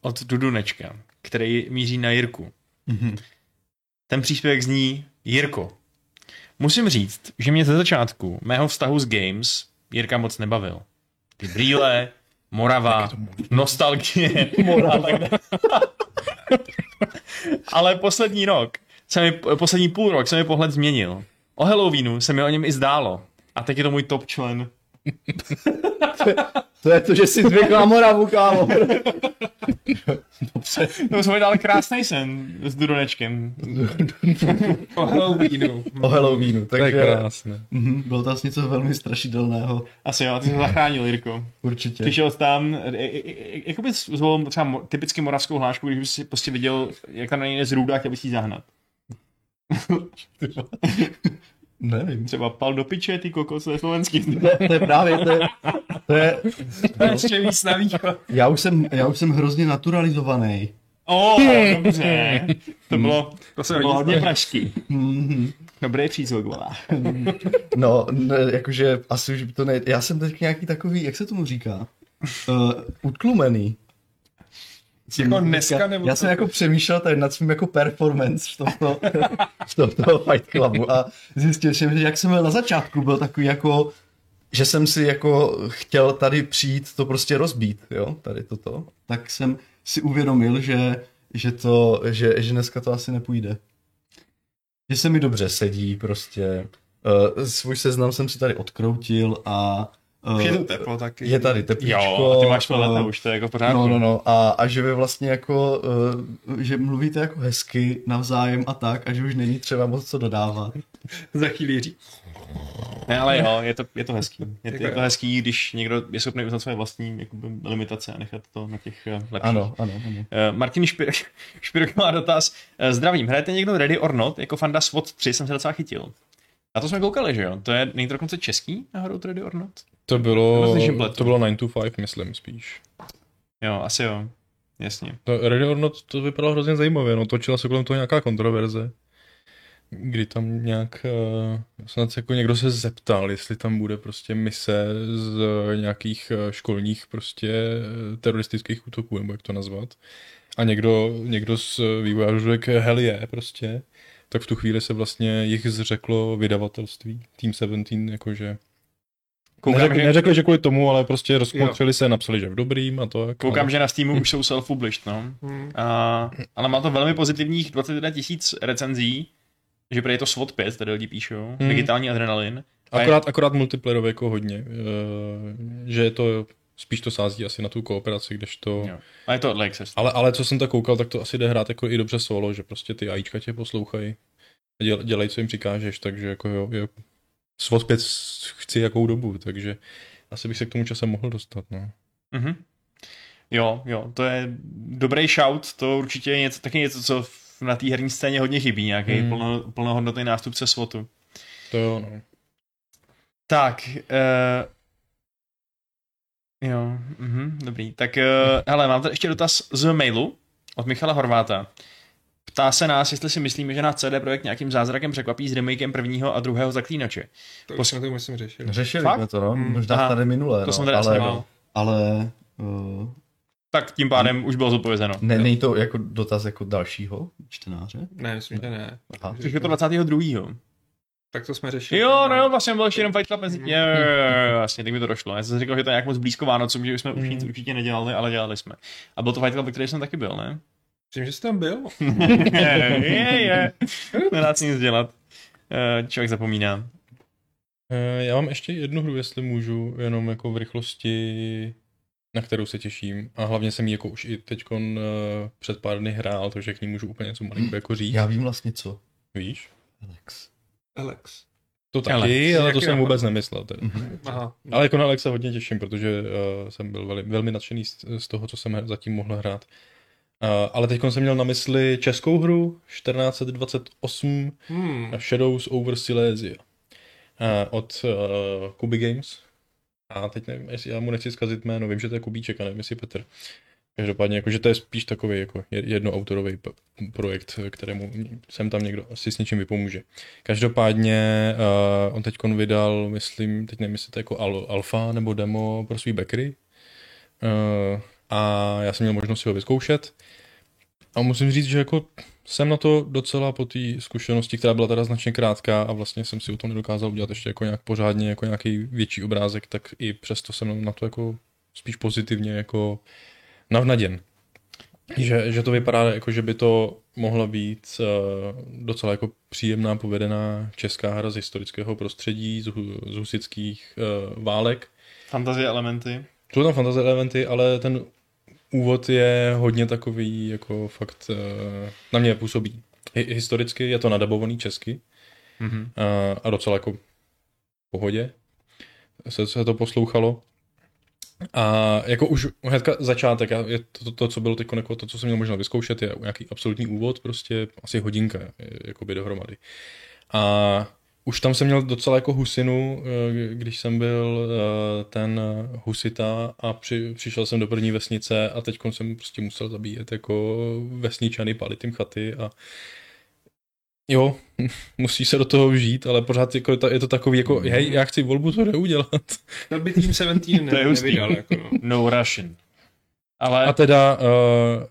[SPEAKER 1] Od Dudunečka, který míří na Jirku. Ten příspěvek zní Jirko. Musím říct, že mě ze začátku mého vztahu s Games Jirka moc nebavil. Ty brýle, Morava, nostalgie a tak dále. (laughs) Ale poslední rok, se mi, poslední půl rok se mi pohled změnil. O Halloweenu se mi o něm i zdálo. A teď je to můj top člen.
[SPEAKER 3] To je to, že jsi zvykla moravu, kámo.
[SPEAKER 1] No jsme dali krásný sen s Dudonečkem.
[SPEAKER 2] O Halloweenu.
[SPEAKER 3] (laughs) o Halloweenu,
[SPEAKER 4] To je
[SPEAKER 3] takže
[SPEAKER 4] krásné.
[SPEAKER 3] Mhm, bylo to asi něco velmi strašidelného,
[SPEAKER 1] Asi jo, a ty jsi ho zachránil, Jirko.
[SPEAKER 3] určitě.
[SPEAKER 1] Ty šel jsi tam, e- e- e- jako bys zvolil třeba mo- typicky moravskou hlášku, když bys si prostě viděl, jak tam na něj jde zrůda, chtěl bys jí zahnat.
[SPEAKER 3] Nevím.
[SPEAKER 1] Třeba pal do piče, ty kokos, to je slovenský.
[SPEAKER 3] (laughs) To je, to je právě, to je, to je,
[SPEAKER 2] Ještě víc na východ.
[SPEAKER 3] já už jsem, já už jsem hrozně naturalizovaný.
[SPEAKER 1] O, dobře. To bylo,
[SPEAKER 2] To se
[SPEAKER 1] to bylo
[SPEAKER 2] hodí.
[SPEAKER 1] hodně pražský.
[SPEAKER 3] Mhm.
[SPEAKER 1] Dobrý přízvuk, volá.
[SPEAKER 3] No, ne, jakože asi už to ne... Já jsem teď nějaký takový, jak se tomu říká? Uh, utklumený. Jsem
[SPEAKER 2] Jako
[SPEAKER 3] teďka-
[SPEAKER 2] dneska nebo
[SPEAKER 3] Já
[SPEAKER 2] co?
[SPEAKER 3] jsem jako přemýšlel tady nad svým jako performance v tomto, v tomto Fight Clubu a zjistil jsem, že jak jsem byl na začátku, byl takový jako že jsem si jako chtěl tady přijít to prostě rozbít, jo, tady toto, tak jsem si uvědomil, že, že to, že, že dneska to asi nepůjde. Že se mi dobře sedí prostě, uh, svůj seznam jsem si tady odkroutil a eh,
[SPEAKER 2] Už je to teplo taky.
[SPEAKER 3] je tady teplíčko.
[SPEAKER 1] Jo, a ty máš
[SPEAKER 3] eh,
[SPEAKER 1] leta už, to je jako pořád.
[SPEAKER 3] No, no, no. A, a že vy vlastně jako, uh, že mluvíte jako hezky navzájem a tak, a že už není třeba moc co dodávat.
[SPEAKER 2] Za chvíli říct.
[SPEAKER 1] Ne, ale jo, je to, je to hezký. Je, to-
[SPEAKER 2] Jako
[SPEAKER 1] je to
[SPEAKER 2] jo.
[SPEAKER 1] hezký, když někdo je schopný uznat své vlastní jakoby, limitace a nechat to na těch eh, lepších.
[SPEAKER 3] Ano, ano. ano.
[SPEAKER 1] Eh, Martin Špir, (laughs) Špirok má dotaz. Eh, Zdravím, hrajete někdo Ready or Not? Jako fanda SWAT 3 jsem se docela chytil. Na to jsme koukali, že jo? To je, není to dokonce český náhodou Ready or Not?
[SPEAKER 4] To bylo,
[SPEAKER 1] Rozliším pletu.
[SPEAKER 4] to bylo 9 to 5, myslím spíš.
[SPEAKER 1] Jo, asi jo. Jasně.
[SPEAKER 4] No, Ready or Not to vypadalo hrozně zajímavě, no točila se kolem toho nějaká kontroverze. kdy tam nějak, eh, snad jako někdo se zeptal, jestli tam bude prostě mise z eh, nějakých eh, školních prostě eh, teroristických útoků, nebo jak to nazvat. A někdo, někdo z eh, vývojářů řekl, hell je, yeah, prostě. Tak v tu chvíli se vlastně jich zřeklo vydavatelství, Team 17, jakože
[SPEAKER 1] Koukám,
[SPEAKER 4] neřekli,
[SPEAKER 1] že-
[SPEAKER 4] neřekli, že kvůli tomu, ale prostě rozkmotřili se, napsali, že v dobrým a to. jak-
[SPEAKER 1] Koukám,
[SPEAKER 4] ale...
[SPEAKER 1] že na Steamu už jsou self-published, no.
[SPEAKER 2] Hmm.
[SPEAKER 1] A, ale má to velmi pozitivních 21 tisíc recenzí, že prý je to SWOT 5, tady lidi píšou,
[SPEAKER 4] Hmm.
[SPEAKER 1] digitální adrenalin. A je-
[SPEAKER 4] Akorát, akorát multiplayerově jako hodně, eh, že je to spíš to sází asi na tu kooperaci, kdežto...
[SPEAKER 1] Jo. A je to Lexus.
[SPEAKER 4] Ale, ale co jsem tak koukal, tak to asi jde hrát jako i dobře solo, že prostě ty ajíčka tě poslouchají a děl, dělej, co jim přikážeš, takže jako jo, jo. SWOT 5 chci jakou dobu, takže asi bych se k tomu časem mohl dostat, no.
[SPEAKER 1] Mhm. Jo, jo, to je dobrý shout, to určitě je něco, taky něco, co v- na té herní scéně hodně chybí, nějaký
[SPEAKER 4] Hmm.
[SPEAKER 1] plno, plnohodnotný nástupce SWOTu.
[SPEAKER 4] To jo, no.
[SPEAKER 1] Tak, uh, jo, mhm, dobrý. Tak, uh, hele, mám tady ještě dotaz z mailu od Michala Horváta. Ptá se nás, jestli si myslíme, že nás CD Projekt nějakým zázrakem překvapí s remakem prvního a druhého zaklínače.
[SPEAKER 2] To
[SPEAKER 1] Pos-
[SPEAKER 2] už jsme to myslím řešili.
[SPEAKER 5] Řešili
[SPEAKER 1] Fakt?
[SPEAKER 5] jsme to, no.
[SPEAKER 2] Hmm.
[SPEAKER 5] Možná
[SPEAKER 1] Aha.
[SPEAKER 5] tady minulé,
[SPEAKER 1] To jsem
[SPEAKER 5] no.
[SPEAKER 1] teda
[SPEAKER 5] ale,
[SPEAKER 1] nevěděl.
[SPEAKER 5] ale
[SPEAKER 3] eh,
[SPEAKER 5] uh,
[SPEAKER 1] Tak tím pádem už bylo zodpovězeno.
[SPEAKER 5] ne, není to jako dotaz jako dalšího čtenáře?
[SPEAKER 2] Ne, myslím, že ne.
[SPEAKER 5] Aha.
[SPEAKER 1] Což je to 22.
[SPEAKER 2] Tak to jsme řešili.
[SPEAKER 1] Jo, no jo, vlastně byl ještě jenom Fight Club mezi tím. Jo, jo, jo, jo, Vlastně, tak mi to došlo. Já jsem si říkal, že to je nějak moc blízko Vánocům, že už jsme už nic určitě nedělali, ale dělali jsme. A byl to Fight Club, ve kterém jsem taky byl, ne?
[SPEAKER 2] Myslím, že jsi tam byl.
[SPEAKER 1] (laughs) je, je, je. Nedá se nic dělat. Eh, Člověk zapomíná.
[SPEAKER 4] Eh, Já mám ještě jednu hru, jestli můžu, jenom jako v rychlosti, na kterou se těším. A hlavně jsem ji jako už i teďkon eh, před pár dny hrál, takže k ní můžu úplně něco malinko jako říct.
[SPEAKER 5] Já vím vlastně co,
[SPEAKER 4] Víš?
[SPEAKER 5] Alex.
[SPEAKER 2] Alex.
[SPEAKER 4] To taky, jako-
[SPEAKER 1] Alex.
[SPEAKER 4] ale
[SPEAKER 2] Jaký
[SPEAKER 4] to jsem
[SPEAKER 2] nápad?
[SPEAKER 4] vůbec nemyslel. Teda.
[SPEAKER 2] Aha.
[SPEAKER 4] Ale jako na Alexa hodně těším, protože uh, jsem byl veli, velmi nadšený z, z toho, co jsem he- zatím mohl hrát. Uh, ale teď jsem měl na mysli českou hru 1428
[SPEAKER 2] Hmm.
[SPEAKER 4] Shadows over Silesia eh, od eh, Kuby Games. A teď nevím, jestli já mu nechci zkazit jméno, vím, že to je Kubíček, a nevím, jestli Petr. Každopádně, jako, že to je spíš takový jako je- jednoautorový p- projekt, kterému sem tam někdo asi s něčím vypomůže. Každopádně uh, on teď vydal, myslím, teď nevím, jestli to je jako al- alfa nebo demo pro svý backery. Uh, a já jsem měl možnost si ho vyzkoušet. A musím říct, že jako jsem na to docela po té zkušenosti, která byla teda značně krátká a vlastně jsem si o tom nedokázal udělat ještě jako nějak pořádně, jako nějaký větší obrázek, tak i přesto jsem na to jako spíš pozitivně jako navnaděn. Že, že to vypadá jako, že by to mohla být eh, docela jako příjemná, povedená česká hra z historického prostředí, z, hu- z husických eh, válek.
[SPEAKER 1] Fantazie elementy.
[SPEAKER 4] Jsou tam fantasy elementy, ale ten úvod je hodně takový, jako fakt eh, na mě působí. Hi- historicky je to nadabovaný česky
[SPEAKER 1] Mhm.
[SPEAKER 4] a, a docela jako v pohodě se, se to poslouchalo. A jako už hnedka začátek, já- je to, to, to, co bylo teď, jako to, co jsem měl možná vyzkoušet, je nějaký absolutní úvod, prostě asi hodinka, eh, jakoby dohromady. A už tam jsem měl docela jako husinu, eh, když jsem byl eh, ten husita a při, přišel jsem do první vesnice a teď jsem prostě musel zabíjet jako vesničany, palit jim chaty a jo, (laughs) musí se do toho žít, ale pořád jako je, to, je to takový jako, hej, já chci volbu to neudělat.
[SPEAKER 2] To by Team 17 ne-
[SPEAKER 1] To je hustý.
[SPEAKER 2] nevydal. Jako, no.
[SPEAKER 1] No Russian. Ale
[SPEAKER 4] A teda eh,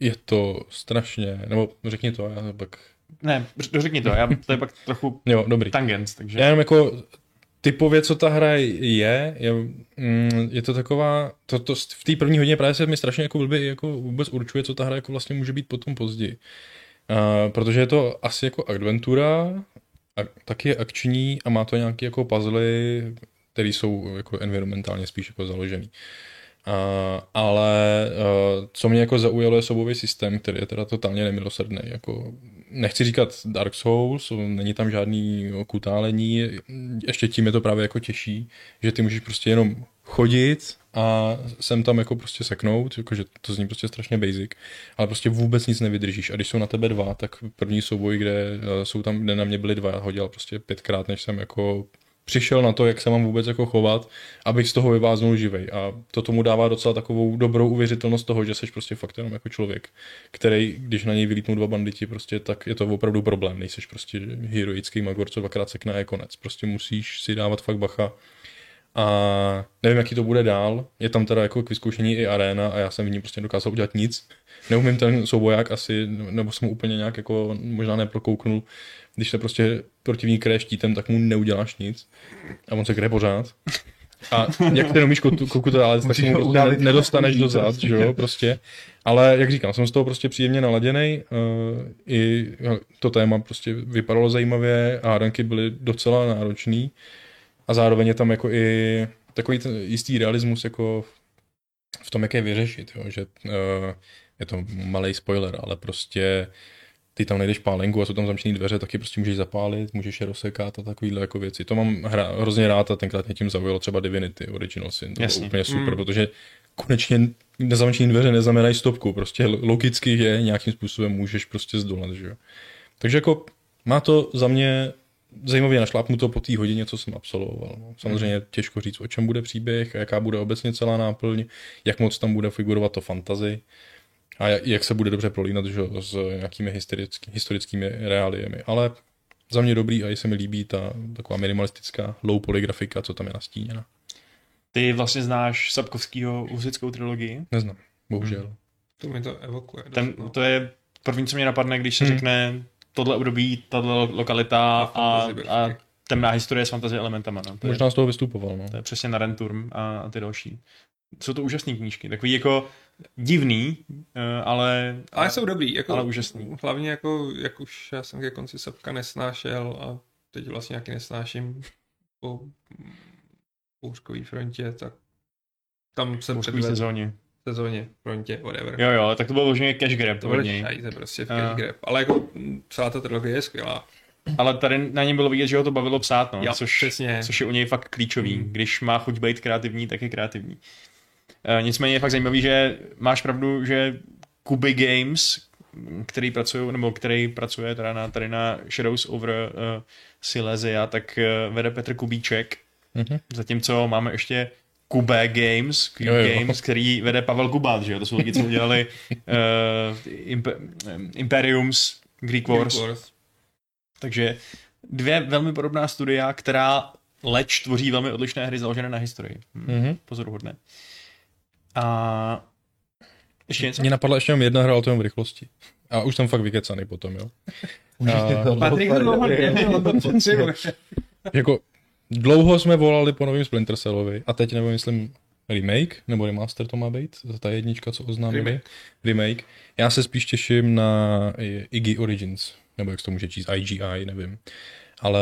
[SPEAKER 4] je to strašně, nebo řekni to, já pak,
[SPEAKER 1] ne, ř- dořekni to, já to je pak trochu
[SPEAKER 4] jo, dobrý.
[SPEAKER 1] tangent, takže...
[SPEAKER 4] Já jenom jako typově, co ta hra je, je, mm, je to taková, to, to v té první hodině právě se mi strašně jako blbě jako vůbec určuje, co ta hra jako vlastně může být potom později. Uh, protože je to asi jako adventura, a, taky je akční a má to nějaké jako puzzly, které jsou jako environmentálně spíš jako založený. Uh, ale uh, co mě jako zaujalo je soubový systém, který je teda totálně nemilosrdný. Jako, nechci říkat Dark Souls, není tam žádný kutálení, ještě tím je to právě jako těžší, že ty můžeš prostě jenom chodit a sem tam jako prostě seknout, jakože to zní prostě strašně basic, ale prostě vůbec nic nevydržíš. A když jsou na tebe dva, tak první souboj, kde eh, jsou tam, kde na mě byly dva, já ho dělal prostě pětkrát, než jsem jako přišel na to, jak se mám vůbec jako chovat, abych z toho vyváznul živej. A to tomu dává docela takovou dobrou uvěřitelnost toho, že seš prostě fakt jenom jako člověk, který, když na něj vylítnou dva banditi, prostě, tak je to opravdu problém. Nejseš prostě heroický magor, co dvakrát sekne a je konec. Prostě musíš si dávat fakt bacha. A nevím, jaký to bude dál. Je tam teda jako k vyzkoušení i arena a já jsem v ní prostě dokázal udělat nic. Neumím ten souboják asi, nebo jsem úplně nějak jako možná neprokouknul. Když se prostě protivník kreje štítem, tak mu neuděláš nic. A on se kreje pořád. A jak ten umíš kotu- kokutálet, tak
[SPEAKER 5] Musíš
[SPEAKER 4] mu
[SPEAKER 5] ho
[SPEAKER 4] prostě
[SPEAKER 5] událit.
[SPEAKER 4] nedostaneš do zad, že jo, prostě. Ale jak říkám, jsem z toho prostě příjemně naladěný. Uh, I to téma prostě vypadalo zajímavě a ranky byly docela náročný. A zároveň je tam jako i takový ten jistý realismus jako v tom, jak je vyřešit, jo? že uh, je to malý spoiler, ale prostě ty tam nejdeš pálenku a jsou tam zamčené dveře, taky prostě můžeš zapálit, můžeš je rozsekat a takovýhle jako věci. To mám hra, hrozně rád a tenkrát mě tím zaujalo třeba Divinity Original Sin, to
[SPEAKER 1] Jasně.
[SPEAKER 4] bylo úplně super, mm. protože konečně nezamčené dveře neznamenají stopku, prostě logicky je nějakým způsobem můžeš prostě zdolat, že jo. Takže jako má to za mě zajímavě našlápnu to po té hodině, co jsem absolvoval. No. Samozřejmě těžko říct, o čem bude příběh, jaká bude obecně celá náplň, jak moc tam bude figurovat to fantazy a jak- jak se bude dobře prolínat že, jo, s nějakými historický, historickými reáliemi. Ale za mě dobrý a i se mi líbí ta taková minimalistická low poly grafika, co tam je nastíněna.
[SPEAKER 1] Ty vlastně znáš Sapkovskýho husickou trilogii.
[SPEAKER 4] Neznám, bohužel.
[SPEAKER 1] Mhm.
[SPEAKER 2] To mi to evokuje. dost,
[SPEAKER 1] Ten,
[SPEAKER 2] no.
[SPEAKER 1] to je první, co mě napadne, když se
[SPEAKER 4] Hmm.
[SPEAKER 1] řekne tohle období, tahle lo- lokalita a,
[SPEAKER 2] fantasy
[SPEAKER 1] a
[SPEAKER 2] prvky.
[SPEAKER 1] temná historie s fantasy elementama. No. To, je,
[SPEAKER 4] Možná z toho vystupoval, no.
[SPEAKER 1] to je přesně na Renturm a, a ty další. Jsou to úžasné knížky, takový jako divný, eh, ale...
[SPEAKER 2] Ale jsou dobrý, jako,
[SPEAKER 1] ale úžasný.
[SPEAKER 2] Hlavně jako, jak už já jsem ke konci Sapka nesnášel a teď vlastně jaký nesnáším po Bouřkový frontě, tak tam jsem
[SPEAKER 1] v
[SPEAKER 2] před
[SPEAKER 1] takový sezóně.
[SPEAKER 2] sezóně, frontě, whatever.
[SPEAKER 1] Jo, jo, tak to byl vloženě cash grab
[SPEAKER 2] to
[SPEAKER 1] to od
[SPEAKER 2] byl
[SPEAKER 1] něj.
[SPEAKER 2] šajze prostě v
[SPEAKER 1] A.
[SPEAKER 2] Cash Grab. Ale jako mm, celá ta trilogie je skvělá.
[SPEAKER 1] Ale tady na něm bylo vidět, že ho to bavilo psát, no,
[SPEAKER 2] Jo,
[SPEAKER 1] což,
[SPEAKER 2] přesně.
[SPEAKER 1] což je u něj fakt klíčový.
[SPEAKER 4] Hmm.
[SPEAKER 2] Mm.
[SPEAKER 1] Když má chuť být kreativní, tak je kreativní. E, nicméně je fakt zajímavý, že máš pravdu, že Kuby Games, který pracují, nebo který pracuje teda na, tady na Shadows over uh, Silesia, tak uh, vede Petr Kubíček,
[SPEAKER 4] Mhm.
[SPEAKER 1] zatímco máme ještě Kubé Games, Cube
[SPEAKER 4] Jo, jo.
[SPEAKER 1] Games, který vede Pavel Kubát, že jo? To jsou lidi, co
[SPEAKER 4] (laughs)
[SPEAKER 1] udělali uh, Imp- Imperiums, Greek Wars.
[SPEAKER 2] Guild Wars.
[SPEAKER 1] Takže dvě velmi podobná studia, která leč tvoří velmi odlišné hry založené na historii. Hmm.
[SPEAKER 4] Mhm.
[SPEAKER 1] Pozoruhodné. A ještě něco?
[SPEAKER 4] Mně napadla ještě jenom jedna hra, ale to jenom v rychlosti. A už jsem fakt vykecaný
[SPEAKER 1] (laughs)
[SPEAKER 4] potom, jo. A-
[SPEAKER 2] Patrik dlouho neměl to potřebu.
[SPEAKER 4] jako dlouho jsme volali po novém Splinter Cellovi a teď nebo myslím remake, nebo remaster to má být, ta jednička, co oznámili. Remake.
[SPEAKER 2] Remake.
[SPEAKER 4] remake. Já se spíš těším na eh, Iggy Origins, nebo jak se to může číst, IGI, nevím. Ale